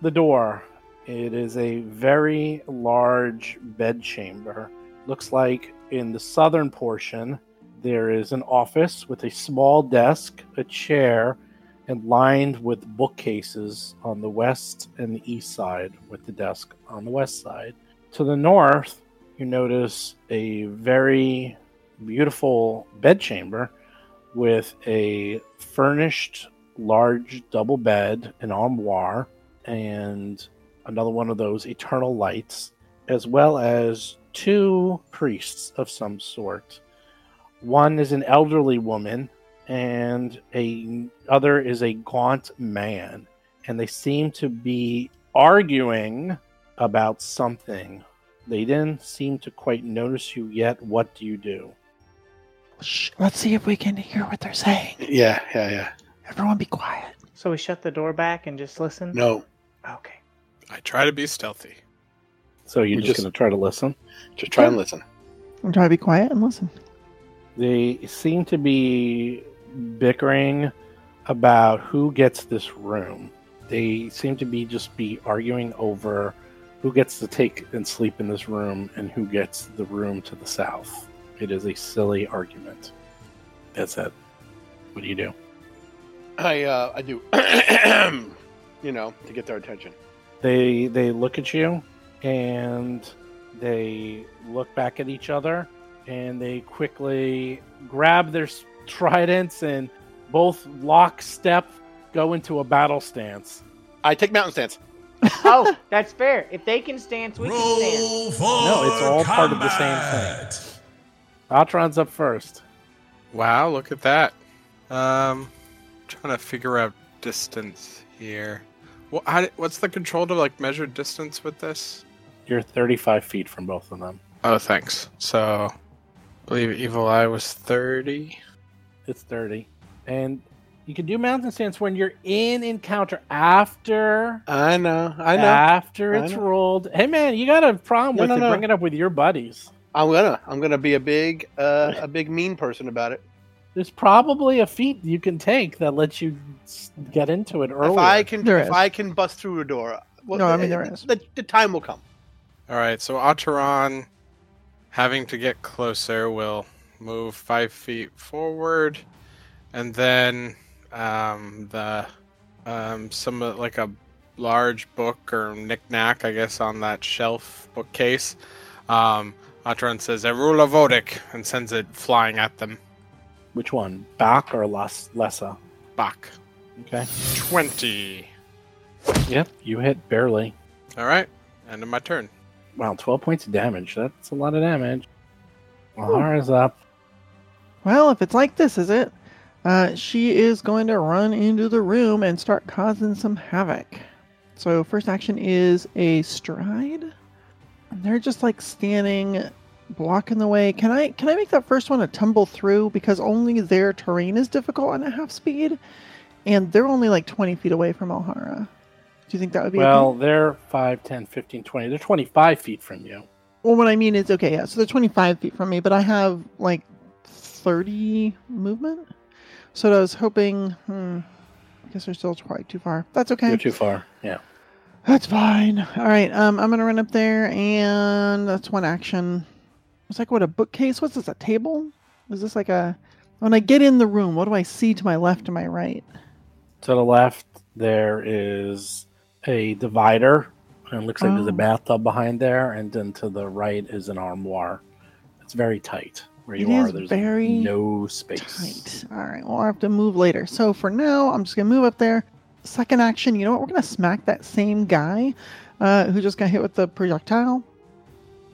Speaker 2: the door. It is a very large bedchamber. Looks like in the southern portion, there is an office with a small desk, a chair, and lined with bookcases on the west and the east side, with the desk on the west side. To the north, you notice a very beautiful bedchamber with a furnished large double bed, an armoire, and another one of those eternal lights, as well as two priests of some sort. One is an elderly woman, and a other is a gaunt man, and they seem to be arguing about something. They didn't seem to quite notice you yet. What do you do?
Speaker 3: Shh, let's see if we can hear what they're saying.
Speaker 4: Yeah, yeah, yeah.
Speaker 3: Everyone be quiet.
Speaker 7: So we shut the door back and just listen?
Speaker 4: No,
Speaker 7: Okay.
Speaker 8: I try to be stealthy.
Speaker 2: So you're
Speaker 4: We
Speaker 2: just
Speaker 4: just-
Speaker 2: going to try to listen.
Speaker 4: just try and listen.
Speaker 3: I'm trying to be quiet and listen.
Speaker 2: They seem to be bickering about who gets this room. They seem to be just be arguing over who gets to take and sleep in this room and who gets the room to the south. It is a silly argument. That's it. What do you do?
Speaker 4: I uh, I do, you know, to get their attention.
Speaker 2: They they look at you and they look back at each other and they quickly grab their s- tridents and both lockstep go into a battle stance.
Speaker 4: I take mountain stance.
Speaker 7: oh, that's fair. If they can stance, we can stance.
Speaker 1: Roll for
Speaker 2: No, it's all part of the same
Speaker 1: combat.
Speaker 2: Atron's up first.
Speaker 8: Wow, look at that. Um, trying to figure out distance here. What, how, d- what's the control to like measure distance with this?
Speaker 2: You're 35 feet from both of them.
Speaker 8: Oh, thanks. So, I believe Evil Eye was 30.
Speaker 2: It's 30. And you can do mountain stance when you're in encounter after
Speaker 4: I know, I know.
Speaker 2: after
Speaker 4: I
Speaker 2: it's
Speaker 4: know.
Speaker 2: rolled. Hey man, you got a problem
Speaker 4: No,
Speaker 2: with
Speaker 4: no,
Speaker 2: it.
Speaker 4: no.
Speaker 2: Bring it up with your buddies.
Speaker 4: I'm gonna I'm gonna be a big uh, a big mean person about it.
Speaker 2: there's probably a feat you can take that lets you s- get into it earlier.
Speaker 4: If I can
Speaker 3: There
Speaker 4: if
Speaker 3: is.
Speaker 4: I can bust through a door, well,
Speaker 3: No, I mean,
Speaker 4: the-
Speaker 3: there is.
Speaker 4: The, the time will come.
Speaker 8: All right, so Acheron, having to get closer, will move five feet forward, and then um, the um, some uh, like a large book or knickknack, I guess, on that shelf bookcase. Um, Acheron says "Erula Vodic" and sends it flying at them.
Speaker 2: Which one, Bach or Las- Lessa?
Speaker 8: Back
Speaker 2: Okay.
Speaker 8: twenty.
Speaker 2: Yep, you hit barely.
Speaker 8: All right, end of my turn.
Speaker 2: Wow, 12 points of damage. That's a lot of damage. Lahara's up.
Speaker 3: Well, if it's like this, is it? Uh, she is going to run into the room and start causing some havoc. So, first action is a stride. And they're just like standing, blocking the way. Can I can I make that first one a tumble through because only their terrain is difficult and a half speed, and they're only like twenty feet away from Alhara. Do you think that would be okay?
Speaker 2: Well, they're 5, 10, 15, 20. They're 25 feet from you.
Speaker 3: Well, what I mean is, okay, yeah, so they're 25 feet from me, but I have like 30 movement. So I was hoping, hmm, I guess they're still probably too far. That's okay.
Speaker 2: You're too far. Yeah.
Speaker 3: That's fine. All right, um, I'm going to run up there, and that's one action. It's like, what, a bookcase? What's this, a table? Is this like a. When I get in the room, what do I see to my left and my right?
Speaker 2: To the left, there is a divider. And it looks like there's a
Speaker 3: Oh.
Speaker 2: bathtub behind there. And then to the right is an armoire. It's very tight. Where you
Speaker 3: It
Speaker 2: are,
Speaker 3: is
Speaker 2: there's
Speaker 3: very
Speaker 2: no space.
Speaker 3: Tight. All right. Well, I have to move later. So for now, I'm just gonna move up there. Second action. You know what? We're gonna smack that same guy uh, who just got hit with the projectile.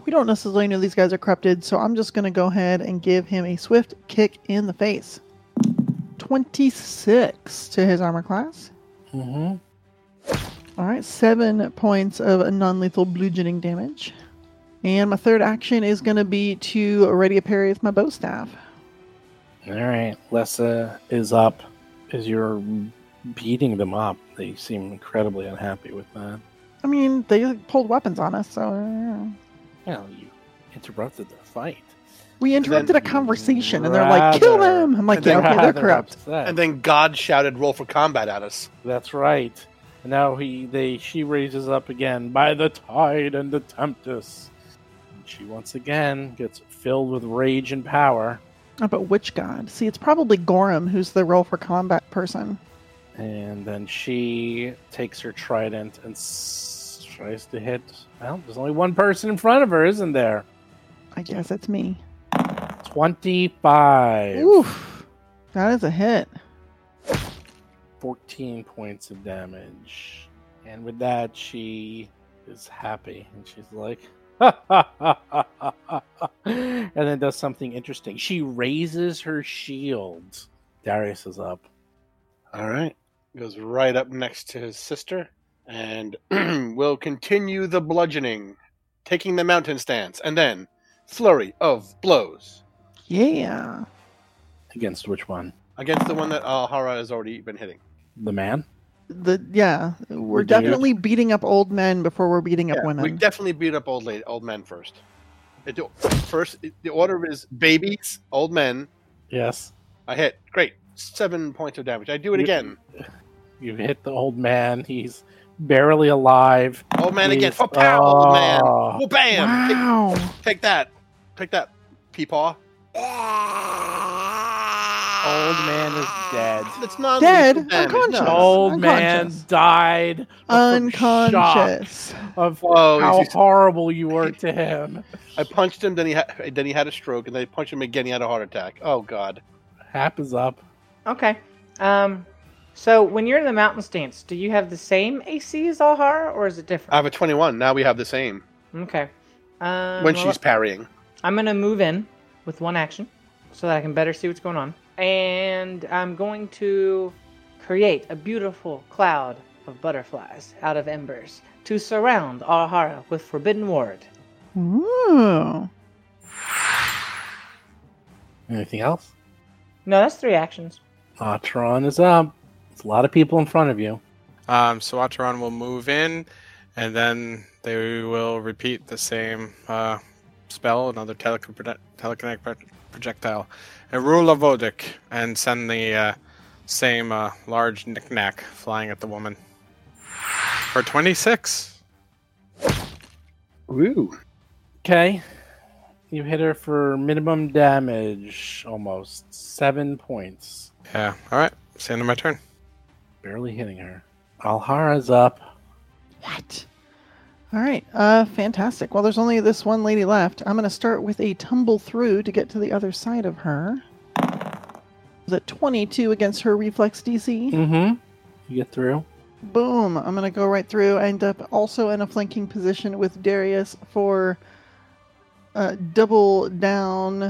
Speaker 3: We don't necessarily know these guys are corrupted, so I'm just gonna go ahead and give him a swift kick in the face. Twenty-six to his armor class.
Speaker 2: Mm-hmm.
Speaker 3: All right, seven points of non-lethal bludgeoning damage. And my third action is going to be to ready a parry with my bow staff.
Speaker 2: All right, Lessa is up. As you're beating them up, they seem incredibly unhappy with that.
Speaker 3: I mean, they pulled weapons on us, so uh,
Speaker 2: Well, you interrupted their fight.
Speaker 3: we interrupted a
Speaker 4: then
Speaker 3: conversation, and they're like, "Kill
Speaker 2: Rather-
Speaker 3: them!" I'm like,
Speaker 2: they're
Speaker 3: "Yeah, okay, they're
Speaker 2: rather
Speaker 3: corrupt."
Speaker 2: upset.
Speaker 4: And then God shouted, "Roll for combat" at us.
Speaker 2: That's right. And now he, they, she raises up again by the tide and the tempest. And she once again gets filled with rage and power,
Speaker 3: Oh, but which god? See, it's probably Gorham who's the role for combat person.
Speaker 2: and then she takes her trident and s- tries to hit. Well, there's only one person in front of her, isn't there?
Speaker 3: I guess it's me.
Speaker 2: 25.
Speaker 3: Oof, that is a hit.
Speaker 2: 14 points of damage. And with that, she is happy. And she's like, and then does something interesting. She raises her shield. Darius is up.
Speaker 4: All right. Goes right up next to his sister and will continue the bludgeoning, taking the mountain stance, and then flurry of blows
Speaker 3: Yeah.
Speaker 2: Against which one?
Speaker 4: against the one that Alhara has already been hitting.
Speaker 2: The man?
Speaker 3: The yeah, we're
Speaker 2: Dude.
Speaker 3: definitely beating up old men before we're beating up
Speaker 4: Yeah,
Speaker 3: women.
Speaker 4: We definitely beat up old lady, old men first. It, first, it- the order is babies, old men.
Speaker 2: Yes.
Speaker 4: I hit. Great. Seven points of damage. I do it
Speaker 2: You-
Speaker 4: again.
Speaker 2: You hit the old man. He's barely alive.
Speaker 4: Old man again.
Speaker 2: He's-
Speaker 4: Oh, pow, old man.
Speaker 2: Oh.
Speaker 4: Well, bam. Take-
Speaker 2: Wow.
Speaker 4: Take that. Take that, Peepaw.
Speaker 2: Ah.
Speaker 4: Oh,
Speaker 2: Old man is dead. Oh,
Speaker 4: That's not
Speaker 3: Dead? Unconscious.
Speaker 4: Unconscious.
Speaker 2: Old man
Speaker 3: Unconscious.
Speaker 2: died from shock
Speaker 3: Unconscious.
Speaker 2: of
Speaker 4: Whoa,
Speaker 2: how
Speaker 4: Oh, he's-
Speaker 2: horrible you were to him.
Speaker 4: I punched him, then he ha- then he had a stroke, and then I punched him again. He had a heart attack. Oh God.
Speaker 2: Hap is up.
Speaker 7: Okay. Um, so when you're in the mountain stance, do you have the same AC as Alhara, or is it
Speaker 4: I
Speaker 7: different?
Speaker 4: have a twenty-one. Now we have the same
Speaker 8: Uh,
Speaker 7: okay.
Speaker 2: Uh,
Speaker 7: Um,
Speaker 4: when
Speaker 7: well,
Speaker 4: she's parrying.
Speaker 7: I'm gonna move in with one action, so that I can better see what's going on, and I'm going to create a beautiful cloud of butterflies out of embers to surround Alhara with Forbidden Ward.
Speaker 3: Ooh.
Speaker 2: Anything else?
Speaker 7: No, that's three actions.
Speaker 2: Atron is up. It's a lot of people in front of you.
Speaker 8: Um, so Ataran will move in, and then they will repeat the same uh, spell, another telekinetic telekinetic pro- projectile, and rule of Odic, and send the uh, same uh, large knick-knack flying at the woman. For 26.
Speaker 4: Ooh.
Speaker 2: Okay. You hit her for minimum damage, almost seven points.
Speaker 8: Yeah, alright. It's the end of my turn.
Speaker 2: Barely hitting her. Alhara's up.
Speaker 3: What? All right. Uh, fantastic. Well, there's only this one lady left. I'm gonna start with a tumble through to get to the other side of her. The 22 against her reflex DC.
Speaker 2: Mm-hmm. You get through.
Speaker 3: Boom! I'm gonna go right through. I end up also in a flanking position with Darius for uh, double down.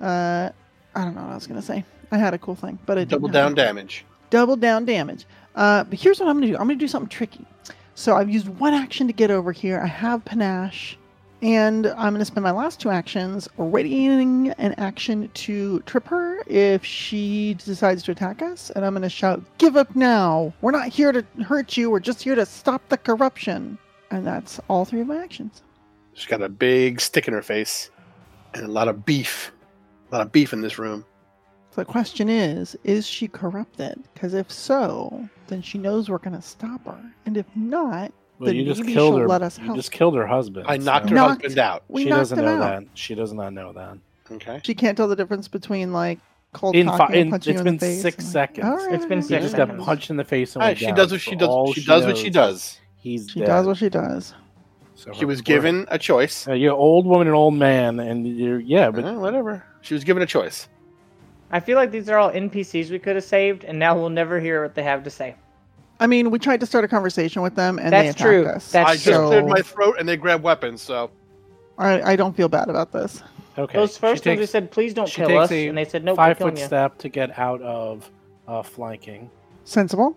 Speaker 3: Uh, I don't know what I was gonna say. I had a cool thing, but it
Speaker 4: Double down
Speaker 3: damage
Speaker 4: damage.
Speaker 3: double down damage. Uh, but here's what I'm gonna do. I'm gonna do something tricky. So I've used one action to get over here. I have panache, and I'm gonna spend my last two actions readying an action to trip her if she decides to attack us. And I'm gonna shout, "Give up now! We're not here to hurt you. We're just here to stop the corruption." And that's all three of my actions.
Speaker 4: She's got a big stick in her face, and a lot of beef. A lot of beef in this room.
Speaker 3: So the question is, is she corrupted? Because if so, then she knows we're gonna stop her. And if not,
Speaker 2: Well,
Speaker 3: Then
Speaker 2: you just
Speaker 3: maybe
Speaker 2: killed
Speaker 3: she'll
Speaker 2: her.
Speaker 3: let us
Speaker 2: you
Speaker 3: help.
Speaker 2: just killed her husband.
Speaker 4: I knocked
Speaker 2: so-
Speaker 4: her
Speaker 3: Knocked.
Speaker 4: husband out.
Speaker 3: we
Speaker 2: she
Speaker 3: knocked
Speaker 2: doesn't
Speaker 3: him
Speaker 2: know
Speaker 3: out.
Speaker 2: that. She does not know that.
Speaker 4: Okay.
Speaker 3: She can't tell the difference between like cold
Speaker 2: In
Speaker 3: coffee
Speaker 2: fi- in-
Speaker 3: and punching
Speaker 2: it's
Speaker 3: you in
Speaker 2: been
Speaker 3: the face.
Speaker 2: six
Speaker 3: and, like,
Speaker 2: seconds.
Speaker 3: "All
Speaker 7: It's
Speaker 3: right,
Speaker 7: been
Speaker 2: He
Speaker 7: six
Speaker 2: just
Speaker 3: all right."
Speaker 2: got punched in the face and
Speaker 4: All
Speaker 2: went
Speaker 4: right, she
Speaker 2: down.
Speaker 4: does what
Speaker 2: For
Speaker 4: she does.
Speaker 2: all
Speaker 4: She does what she
Speaker 2: knows,
Speaker 4: does.
Speaker 2: He's
Speaker 3: She
Speaker 2: dead.
Speaker 3: does what she does.
Speaker 2: So
Speaker 4: She
Speaker 2: her-
Speaker 4: was given a choice.
Speaker 2: Uh, you're an old woman and old man, and you're yeah, but
Speaker 4: Eh, whatever. She was given a choice.
Speaker 7: I feel like these are all NPCs we could have saved, and now we'll never hear what they have to say.
Speaker 3: I mean, we tried to start a conversation with them, and they
Speaker 7: That's
Speaker 3: attacked
Speaker 7: true.
Speaker 3: us.
Speaker 7: That's
Speaker 4: I
Speaker 3: I
Speaker 4: just
Speaker 7: true.
Speaker 4: cleared my throat, and they grabbed weapons. So
Speaker 3: I, I don't feel bad about this.
Speaker 2: okay.
Speaker 7: Those
Speaker 2: She
Speaker 7: first ones who
Speaker 2: takes
Speaker 7: said, "Please don't
Speaker 2: she
Speaker 7: kill
Speaker 2: takes
Speaker 7: us,"
Speaker 2: a
Speaker 7: and they said, "No, we're
Speaker 2: five
Speaker 7: killing
Speaker 2: foot
Speaker 7: you."
Speaker 2: step to get out of uh, flanking,
Speaker 3: Sensible.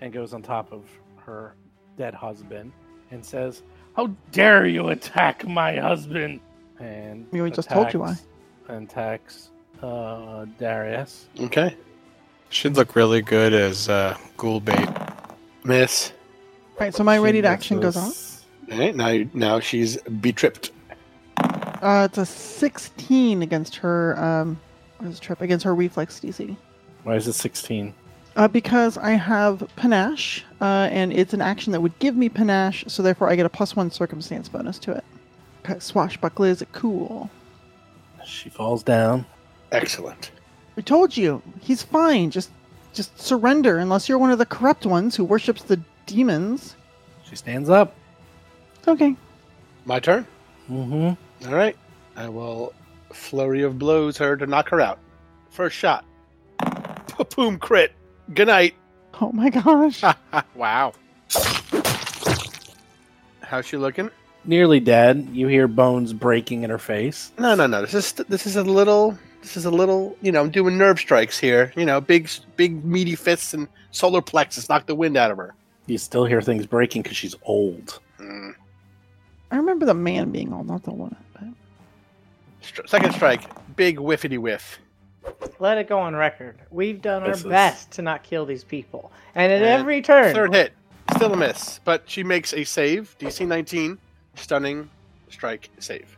Speaker 2: and goes on top of her dead husband and says, "How dare you attack my husband?" And
Speaker 3: We were just told you
Speaker 2: attacks- And attacks uh, Darius.
Speaker 4: okay,
Speaker 8: Should look really good as uh, ghoul bait.
Speaker 4: miss.
Speaker 3: All right, so my
Speaker 2: She
Speaker 3: ready to action goes on.
Speaker 2: misses.
Speaker 4: All right, now now she's be tripped.
Speaker 3: Uh, it's a 16 against her um, what is trip against her reflex DC.
Speaker 2: Why is it sixteen?
Speaker 3: Uh, because I have panache, uh, and it's an action that would give me panache, so therefore I get a plus one circumstance bonus to it. Okay, swashbuckle is cool.
Speaker 2: She falls down.
Speaker 4: Excellent.
Speaker 3: We told you he's fine. Just, just surrender unless you're one of the corrupt ones who worships the demons.
Speaker 2: She stands up.
Speaker 3: Okay.
Speaker 4: My turn.
Speaker 2: Mm-hmm.
Speaker 4: All right, I will flurry of blows her to knock her out. First shot. Boom crit. Good night.
Speaker 3: Oh my gosh.
Speaker 8: wow.
Speaker 4: How's she looking?
Speaker 2: nearly dead. You hear bones breaking in her face.
Speaker 4: No, no, no. This is this is a little. This is a little. You know, I'm doing nerve strikes here. You know, big, big meaty fists and solar plexus knock the wind out of her.
Speaker 2: You still hear things breaking because she's old.
Speaker 4: Mm.
Speaker 3: I remember the man being all not the woman. But
Speaker 4: Stri- second strike, big whiffity whiff.
Speaker 7: Let it go on record. We've done our
Speaker 9: This is-
Speaker 7: best to not kill these people, and at
Speaker 4: And
Speaker 7: every turn,
Speaker 4: Third hit, still a miss, but she makes a save. DC 19, stunning strike save.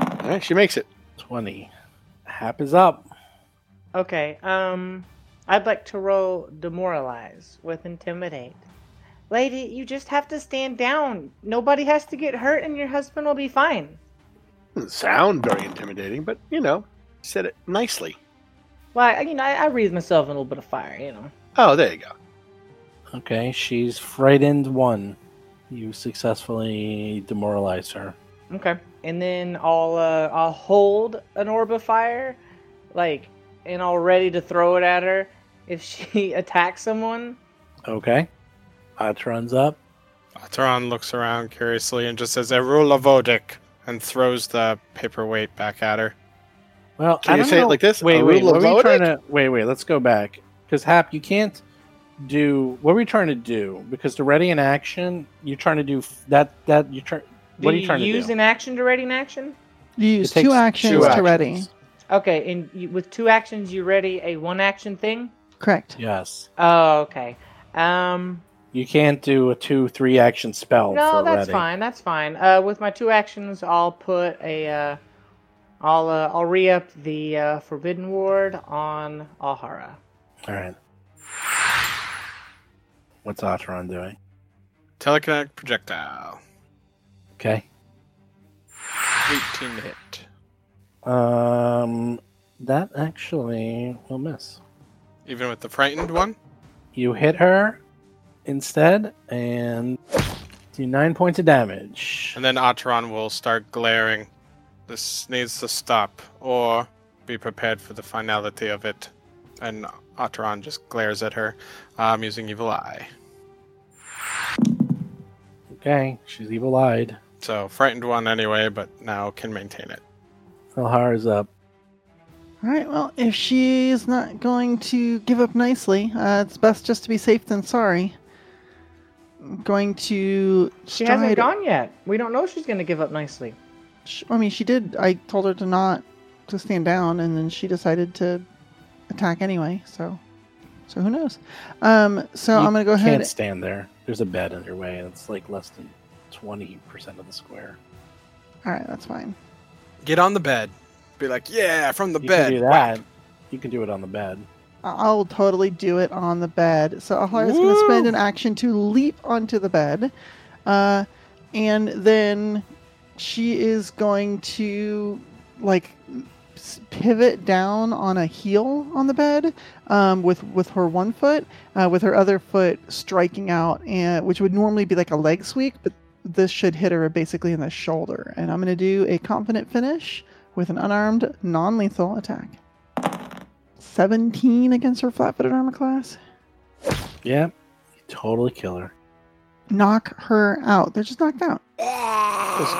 Speaker 4: All right, she makes it.
Speaker 2: 20. Hap is up.
Speaker 7: Okay, um, I'd like to roll demoralize with intimidate. Lady, you just have to stand down. Nobody has to get hurt, and your husband will be fine.
Speaker 4: Doesn't sound very intimidating, but you know, said it nicely.
Speaker 7: Well, I- you know, I, I breathe myself in a little bit of fire, you know.
Speaker 4: Oh, there you go.
Speaker 2: Okay, she's frightened one. You successfully demoralize her.
Speaker 7: Okay. And then I'll uh, I'll hold an orb of fire, like, and I'll ready to throw it at her if she attacks someone.
Speaker 2: Okay. Otch runs up.
Speaker 8: Ataran looks around curiously and just says, Erula Vodic, and throws the paperweight back at her.
Speaker 2: Well,
Speaker 4: Can
Speaker 2: I
Speaker 4: you
Speaker 2: don't
Speaker 4: say it
Speaker 2: know-
Speaker 4: like this?
Speaker 2: Wait, wait,
Speaker 4: Arula
Speaker 2: what were you
Speaker 4: Vodic?
Speaker 2: trying to? Wait, wait. Let's go back because Hap, you can't do what were you trying to do? Because the ready in action, you're trying to do f- that. That you try.
Speaker 7: Do
Speaker 2: What are you trying to
Speaker 7: use
Speaker 2: do?
Speaker 7: an action to ready an action?
Speaker 3: you use
Speaker 2: It takes
Speaker 3: two actions
Speaker 2: two
Speaker 3: to
Speaker 2: actions.
Speaker 3: ready.
Speaker 7: Okay, and you, with two actions, you ready a one action thing.
Speaker 3: Correct.
Speaker 2: Yes,
Speaker 7: Oh, okay. Um,
Speaker 2: you can't do a two, three action spell.
Speaker 7: no,
Speaker 2: for
Speaker 7: that's
Speaker 2: ready.
Speaker 7: fine. That's fine. Uh, with my two actions, I'll put a, uh, I'll uh, I'll re-up the uh, Forbidden Ward on Alhara.
Speaker 2: All right. What's Atron doing?
Speaker 8: Telekinetic Oh, projectile.
Speaker 2: Okay.
Speaker 8: 18 hit.
Speaker 2: Um, that actually will miss.
Speaker 8: Even with the frightened one?
Speaker 2: You hit her instead and do nine points of damage.
Speaker 8: And then Ataran will start glaring. This needs to stop, or be prepared for the finality of it. And Ataran just glares at her, um, using Evil Eye.
Speaker 2: Okay, she's evil eyed.
Speaker 8: So, frightened one anyway, but now can maintain it.
Speaker 2: Elhara's up.
Speaker 3: All right. Well, if she's not going to give up nicely, uh, it's best just to be safe than sorry. I'm going to.
Speaker 7: She
Speaker 3: stride-
Speaker 7: hasn't gone yet. We don't know if she's going to give up nicely.
Speaker 3: Sh I mean, she did. I told her to not to stand down, and then she decided to attack anyway. So, so who knows? Um. So
Speaker 2: You
Speaker 3: I'm gonna go
Speaker 2: Can't
Speaker 3: ahead.
Speaker 2: stand there. There's a bed in your way, and it's like less than twenty percent of the square.
Speaker 3: All right. That's fine.
Speaker 8: Get on the bed. Be like, yeah, from the
Speaker 2: you
Speaker 8: bed.
Speaker 2: can do
Speaker 8: whack."
Speaker 2: that. You can do it on the bed.
Speaker 3: I- I'll totally do it on the bed. So Ahara's going to spend an action to leap onto the bed. Uh, and then she is going to, like, s- pivot down on a heel on the bed um, with, with her one foot, uh, with her other foot striking out, and, which would normally be like a leg sweep, but this should hit her basically in the shoulder. And I'm going to do a confident finish with an unarmed, non lethal attack. 17 against her flat footed armor class.
Speaker 2: Yeah, you totally kill her.
Speaker 3: Knock her out. They're just knocked out.
Speaker 2: Just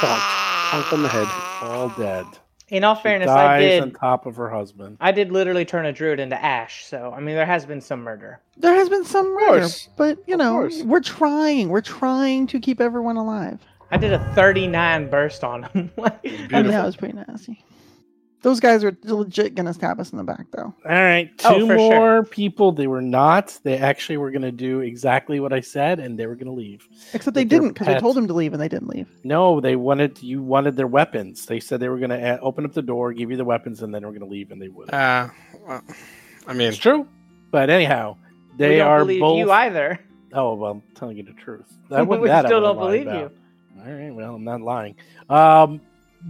Speaker 2: conked, conked on the head, all dead.
Speaker 7: In all
Speaker 2: She
Speaker 7: fairness,
Speaker 2: dies
Speaker 7: I did.
Speaker 2: on top of her husband.
Speaker 7: I did literally turn a druid into ash, so I mean there has been some murder.
Speaker 3: There has been some murder,
Speaker 4: course.
Speaker 3: but you
Speaker 4: Of
Speaker 3: know,
Speaker 4: course.
Speaker 3: we're trying. We're trying to keep everyone alive.
Speaker 7: I did a 39 burst on him. Like,
Speaker 3: I mean, that was pretty nasty. Those guys are legit gonna stab us in the back, though.
Speaker 2: All right,
Speaker 7: Oh,
Speaker 2: two
Speaker 7: for
Speaker 2: more
Speaker 7: sure.
Speaker 2: people. They were not. They actually were going to do exactly what I said, and they were going to leave.
Speaker 3: Except they
Speaker 2: With their
Speaker 3: didn't, because we
Speaker 2: pets.
Speaker 3: told them to leave and they didn't leave.
Speaker 2: No, they wanted you wanted their weapons. They said they were going to open up the door, give you the weapons, and then they were going to leave, and they would.
Speaker 8: Uh, well, I mean,
Speaker 2: It's true. But anyhow,
Speaker 7: we
Speaker 2: they
Speaker 7: don't
Speaker 2: are
Speaker 7: believe
Speaker 2: both.
Speaker 7: you either.
Speaker 2: oh well, I'm telling you the truth. That
Speaker 7: We
Speaker 2: wouldn't that I
Speaker 7: still
Speaker 2: wouldn't
Speaker 7: don't
Speaker 2: lie
Speaker 7: believe
Speaker 2: about. All right, well, I'm not lying. Um,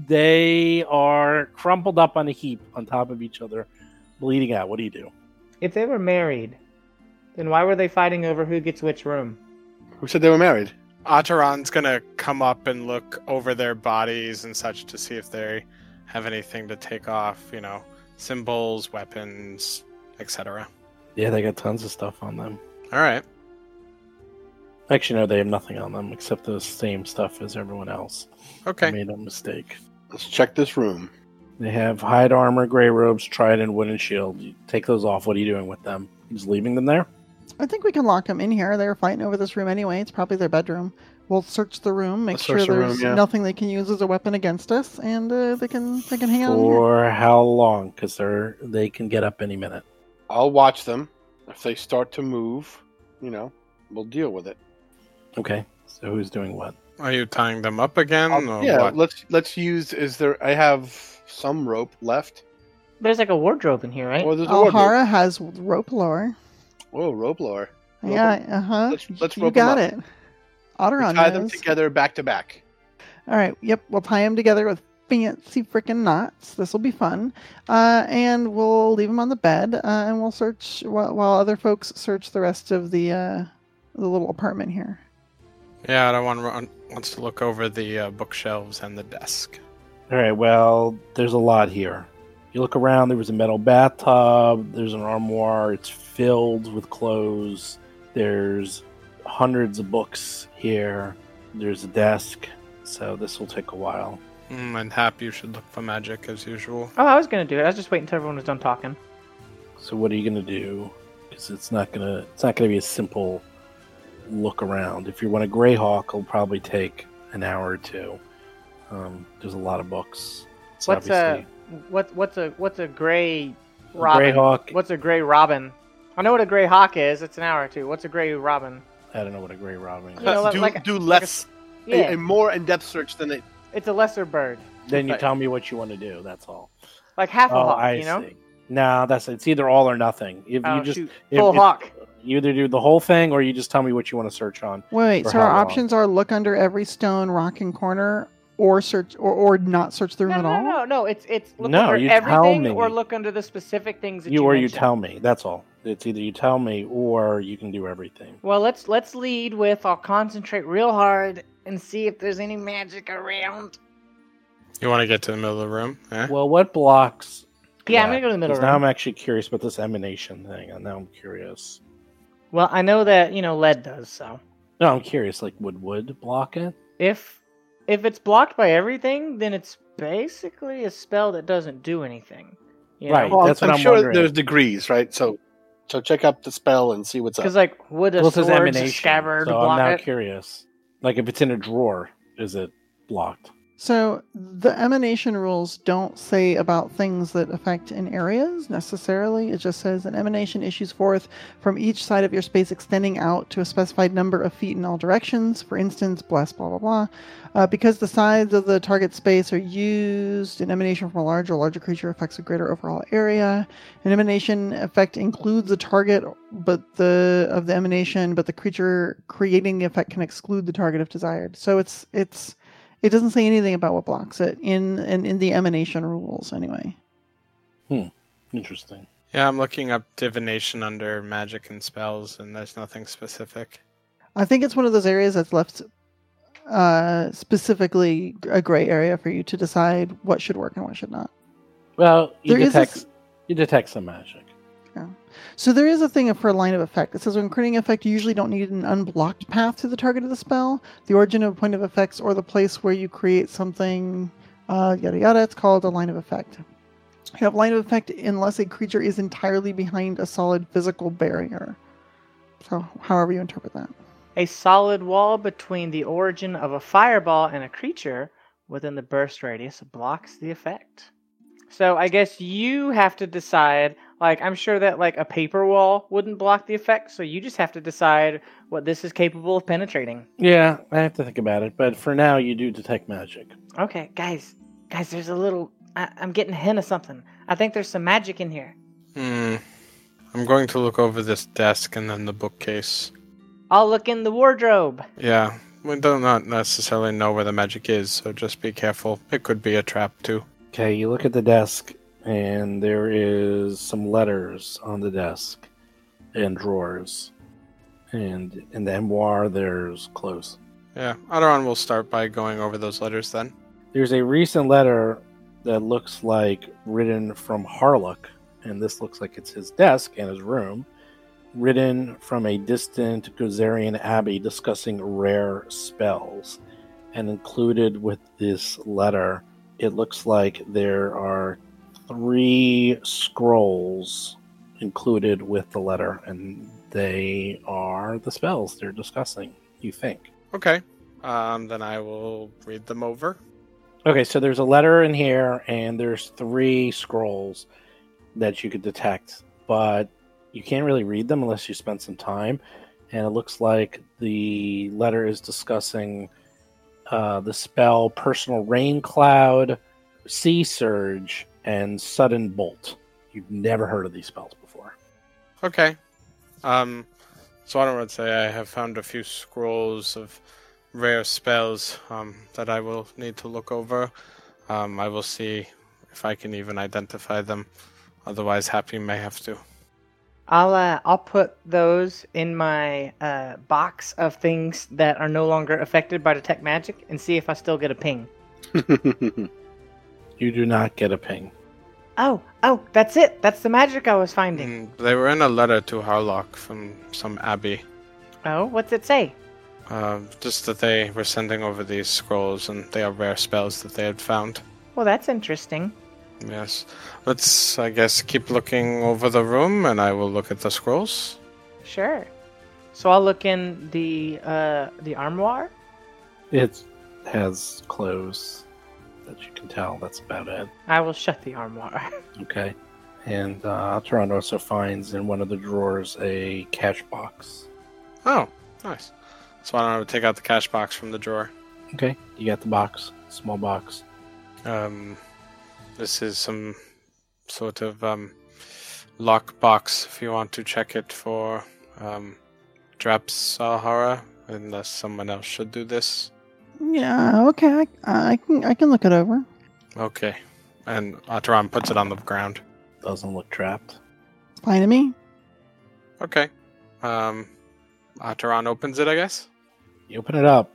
Speaker 2: they are crumpled up on a heap on top of each other, bleeding out. What do you do?
Speaker 7: If they were married, then why were they fighting over who gets which room?
Speaker 4: Who said they were married?
Speaker 8: Ataran's gonna come up and look over their bodies and such to see if they have anything to take off, you know, symbols, weapons, etc.
Speaker 2: Yeah, they got tons of stuff on them.
Speaker 8: All right.
Speaker 2: Actually, no, they have nothing on them except the same stuff as everyone else. I
Speaker 8: Okay.
Speaker 2: made a mistake.
Speaker 4: Let's check this room.
Speaker 2: They have hide armor, gray robes, trident, wooden shield. You take those off. What are you doing with them? He's leaving them there.
Speaker 3: I think we can lock them in here. They're fighting over this room anyway. It's probably their bedroom. We'll search the room, make
Speaker 4: Let's
Speaker 3: sure
Speaker 4: search the room,
Speaker 3: there's
Speaker 4: yeah.
Speaker 3: nothing they can use as a weapon against us, and uh, they can they can hang out. in here.
Speaker 2: For how long? Because they're they can get up any minute.
Speaker 4: I'll watch them. If they start to move, you know, we'll deal with it.
Speaker 2: Okay. So who's doing what?
Speaker 8: Are you tying them up again?
Speaker 4: I'll-
Speaker 8: or
Speaker 4: Uh, yeah,
Speaker 8: what?
Speaker 4: let's let's use. Is there? I have some rope left.
Speaker 7: There's like a wardrobe in here, right?
Speaker 4: Or there's a wardrobe.
Speaker 3: Alhara has rope lore.
Speaker 4: Whoa, rope lore. Rope
Speaker 3: Yeah, uh huh.
Speaker 4: Let's- let's
Speaker 3: you
Speaker 4: rope 'em
Speaker 3: got
Speaker 4: up.
Speaker 3: it.
Speaker 4: We
Speaker 3: Otteron
Speaker 4: tie them
Speaker 3: knows.
Speaker 4: together back to back.
Speaker 3: All right. Yep. We'll tie them together with fancy freaking knots. This will be fun. Uh, and we'll leave them on the bed, uh, and we'll search while, while other folks search the rest of the uh, the little apartment here.
Speaker 8: Yeah, I don't want wants to look over the uh, bookshelves and the desk.
Speaker 2: All right. Well, there's a lot here. You look around. There was a metal bathtub. There's an armoire. It's filled with clothes. There's hundreds of books here. There's a desk. So this will take a while.
Speaker 8: Mm, and Hap, you should look for magic as usual.
Speaker 7: Oh, I was gonna do it. I was just waiting until everyone was done talking.
Speaker 2: So what are you gonna do? Because it's not gonna it's not gonna be a simple look around. If you want a Greyhawk, it'll probably take an hour or two. Um, there's a lot of books. It's
Speaker 7: What's
Speaker 2: obviously
Speaker 7: a what? What's a what's a gray
Speaker 2: a
Speaker 7: robin?
Speaker 2: Greyhawk.
Speaker 7: What's a gray robin? I know what a gray hawk is. It's an hour or two. What's a gray robin?
Speaker 2: I don't know what a Grey Robin. Is.
Speaker 7: You know, like-
Speaker 4: do
Speaker 7: like a-
Speaker 4: do less,
Speaker 7: Yeah,
Speaker 4: a, a more in depth search than it.
Speaker 7: it's a lesser bird,
Speaker 2: Then you
Speaker 4: Right.
Speaker 2: tell me what you want to do. That's all.
Speaker 7: like half a
Speaker 2: oh,
Speaker 7: hawk.
Speaker 2: I
Speaker 7: you know,
Speaker 2: see. No, that's it's either all or nothing. If
Speaker 7: Oh,
Speaker 2: you just
Speaker 7: shoot.
Speaker 2: if
Speaker 7: full
Speaker 2: it's-
Speaker 7: hawk.
Speaker 2: you either do the whole thing or you just tell me what you want to search on.
Speaker 3: Wait.
Speaker 2: For
Speaker 3: so our
Speaker 2: how long?
Speaker 3: options are look under every stone, rock, and corner, or search, or, or not search the room
Speaker 7: No,
Speaker 3: at all.
Speaker 7: no, no, no. It's it's look
Speaker 2: No,
Speaker 7: under
Speaker 2: you tell
Speaker 7: everything
Speaker 2: me.
Speaker 7: or look under the specific things that
Speaker 2: You, or you
Speaker 7: mentioned.
Speaker 2: tell me. That's all. It's either you tell me or you can do everything.
Speaker 7: Well, let's let's lead with I'll concentrate real hard and see if there's any magic around.
Speaker 8: You want to get to the middle of the room? Eh?
Speaker 2: Well, what blocks
Speaker 7: Yeah, I'm gonna go to the middle
Speaker 2: 'cause Now
Speaker 7: room.
Speaker 2: I'm actually curious about this emanation thing, and now I'm curious.
Speaker 7: Well, I know that you know lead does so.
Speaker 2: No, I'm curious. Like, would wood block it?
Speaker 7: If if it's blocked by everything, then it's basically a spell that doesn't do anything. You
Speaker 2: Right.
Speaker 7: know?
Speaker 2: that's what
Speaker 4: I'm
Speaker 2: I'm
Speaker 4: sure
Speaker 2: wondering.
Speaker 4: there's degrees, right? So, so check up the spell and see what's up.
Speaker 7: Because like would a
Speaker 2: Well, it says
Speaker 7: sword, a scabbard
Speaker 2: so I'm
Speaker 7: block
Speaker 2: now
Speaker 7: it?
Speaker 2: curious. Like, if it's in a drawer, is it blocked?
Speaker 3: So the emanation rules don't say about things that affect in areas necessarily. It just says an emanation issues forth from each side of your space, extending out to a specified number of feet in all directions. For instance, bless blah blah blah. Uh, because the sides of the target space are used, an emanation from a large or larger creature affects a greater overall area. An emanation effect includes the target, but the of the emanation, but the creature creating the effect can exclude the target if desired. So it's it's it doesn't say anything about what blocks it in in, in the emanation rules anyway.
Speaker 2: Interesting.
Speaker 8: Yeah, I'm looking up divination under magic and spells, and there's nothing specific.
Speaker 3: I think it's one of those areas that's left uh specifically a gray area for you to decide what should work and what should not.
Speaker 2: Well, you
Speaker 3: There is a
Speaker 2: detect
Speaker 3: s-
Speaker 2: you detect some magic.
Speaker 3: So there is a thing for line of effect. It says when creating effect, you usually don't need an unblocked path to the target of the spell. The origin of point of effects or the place where you create something, uh, yada yada. It's called a line of effect. You have line of effect unless a creature is entirely behind a solid physical barrier. So however you interpret that.
Speaker 7: A solid wall between the origin of a fireball and a creature within the burst radius blocks the effect. So I guess you have to decide. Like I'm sure that like a paper wall wouldn't block the effect, so you just have to decide what this is capable of penetrating.
Speaker 2: Yeah, I have to think about it. But for now, you do detect magic.
Speaker 7: Okay, guys, guys, there's a little. I, I'm getting a hint of something. I think there's some magic in here.
Speaker 8: Hmm. I'm going to look over this desk and then the bookcase.
Speaker 7: I'll look in the wardrobe.
Speaker 8: Yeah, we do not necessarily know where the magic is, so just be careful. It could be a trap too.
Speaker 2: Okay, you look at the desk, and there is some letters on the desk and drawers, and in the armoire there's clothes.
Speaker 8: Yeah, Adaron will start by going over those letters then.
Speaker 2: There's a recent letter that looks like written from Harlock, and this looks like it's his desk and his room. ridden from a distant Gozerian abbey discussing rare spells. And included with this letter, it looks like there are three scrolls included with the letter, and they are the spells they're discussing, you think.
Speaker 8: Okay. Um, then I will read them over.
Speaker 2: Okay, so there's a letter in here, and there's three scrolls that you could detect, but you can't really read them unless you spend some time. And it looks like the letter is discussing uh, the spell Personal Rain Cloud, Sea Surge, and Sudden Bolt. You've never heard of these spells before.
Speaker 8: Okay. Um, so I don't want to say I have found a few scrolls of rare spells um, that I will need to look over. Um, I will see if I can even identify them. Otherwise, Happy may have to.
Speaker 7: I'll uh, I'll put those in my uh, box of things that are no longer affected by detect magic and see if I still get a ping.
Speaker 2: You do not get a ping.
Speaker 7: Oh, oh, that's it. That's the magic I was finding.
Speaker 8: Mm, They were in a letter to Harlock from some abbey.
Speaker 7: Oh, what's it say?
Speaker 8: Uh, just that they were sending over these scrolls, and they are rare spells that they had found.
Speaker 7: Well, that's interesting.
Speaker 8: Yes. Let's, I guess, keep looking over the room, and I will look at the scrolls.
Speaker 7: Sure. So I'll look in the uh, the armoire.
Speaker 2: It has clothes that you can tell. That's about it.
Speaker 7: I will shut the armoire.
Speaker 2: Okay. And uh, Altaron also finds in one of the drawers a cash box.
Speaker 8: Oh, nice. So I don't to take out the cash box from the drawer.
Speaker 2: Okay. You got the box, small box.
Speaker 8: Um, this is some sort of um, lock box if you want to check it for um, Drapsahara, unless someone else should do this.
Speaker 3: Yeah. Okay. I, I can I can look it over.
Speaker 8: Okay. And Ataran puts it on the ground.
Speaker 2: Doesn't look trapped.
Speaker 3: Fine to me.
Speaker 8: Okay. Um, Ataran opens it, I guess.
Speaker 2: You open it up.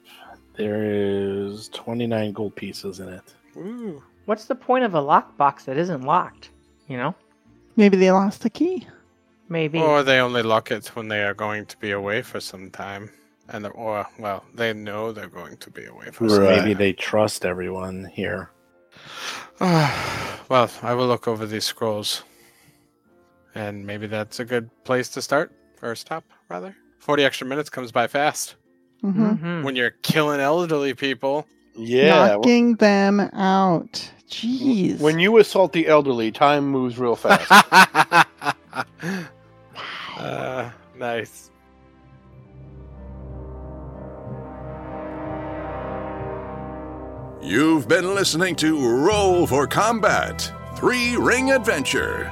Speaker 2: There is 29 gold pieces in it.
Speaker 8: Ooh.
Speaker 7: What's the point of a lockbox that isn't locked? You know,
Speaker 3: Maybe they lost the key.
Speaker 7: maybe.
Speaker 8: Or they only lock it when they are going to be away for some time. And or well, they know they're going to be away for some
Speaker 9: Right.
Speaker 2: Maybe they trust everyone here.
Speaker 8: well, I will look over these scrolls. And maybe that's a good place to start, or stop, rather. 40 extra minutes comes by fast.
Speaker 3: hmm
Speaker 7: hmm
Speaker 8: When you're killing elderly people.
Speaker 4: Yeah. w-
Speaker 3: Knocking them out.
Speaker 4: w-
Speaker 3: Jeez.
Speaker 4: When you assault the elderly, time moves real fast.
Speaker 8: uh, nice.
Speaker 1: You've been listening to Roll for Combat Three Ring Adventure,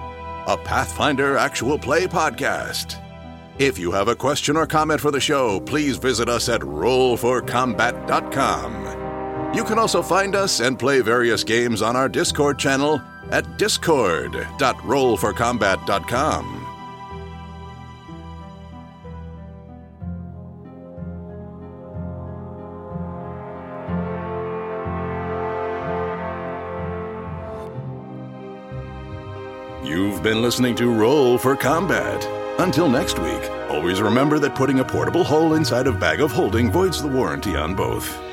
Speaker 1: a Pathfinder actual play podcast. If you have a question or comment for the show, please visit us at rollforcombat.com. You can also find us and play various games on our Discord channel at discord.rollforcombat.com. You've been listening to Roll for Combat. Until next week, always remember that putting a portable hole inside a bag of holding voids the warranty on both.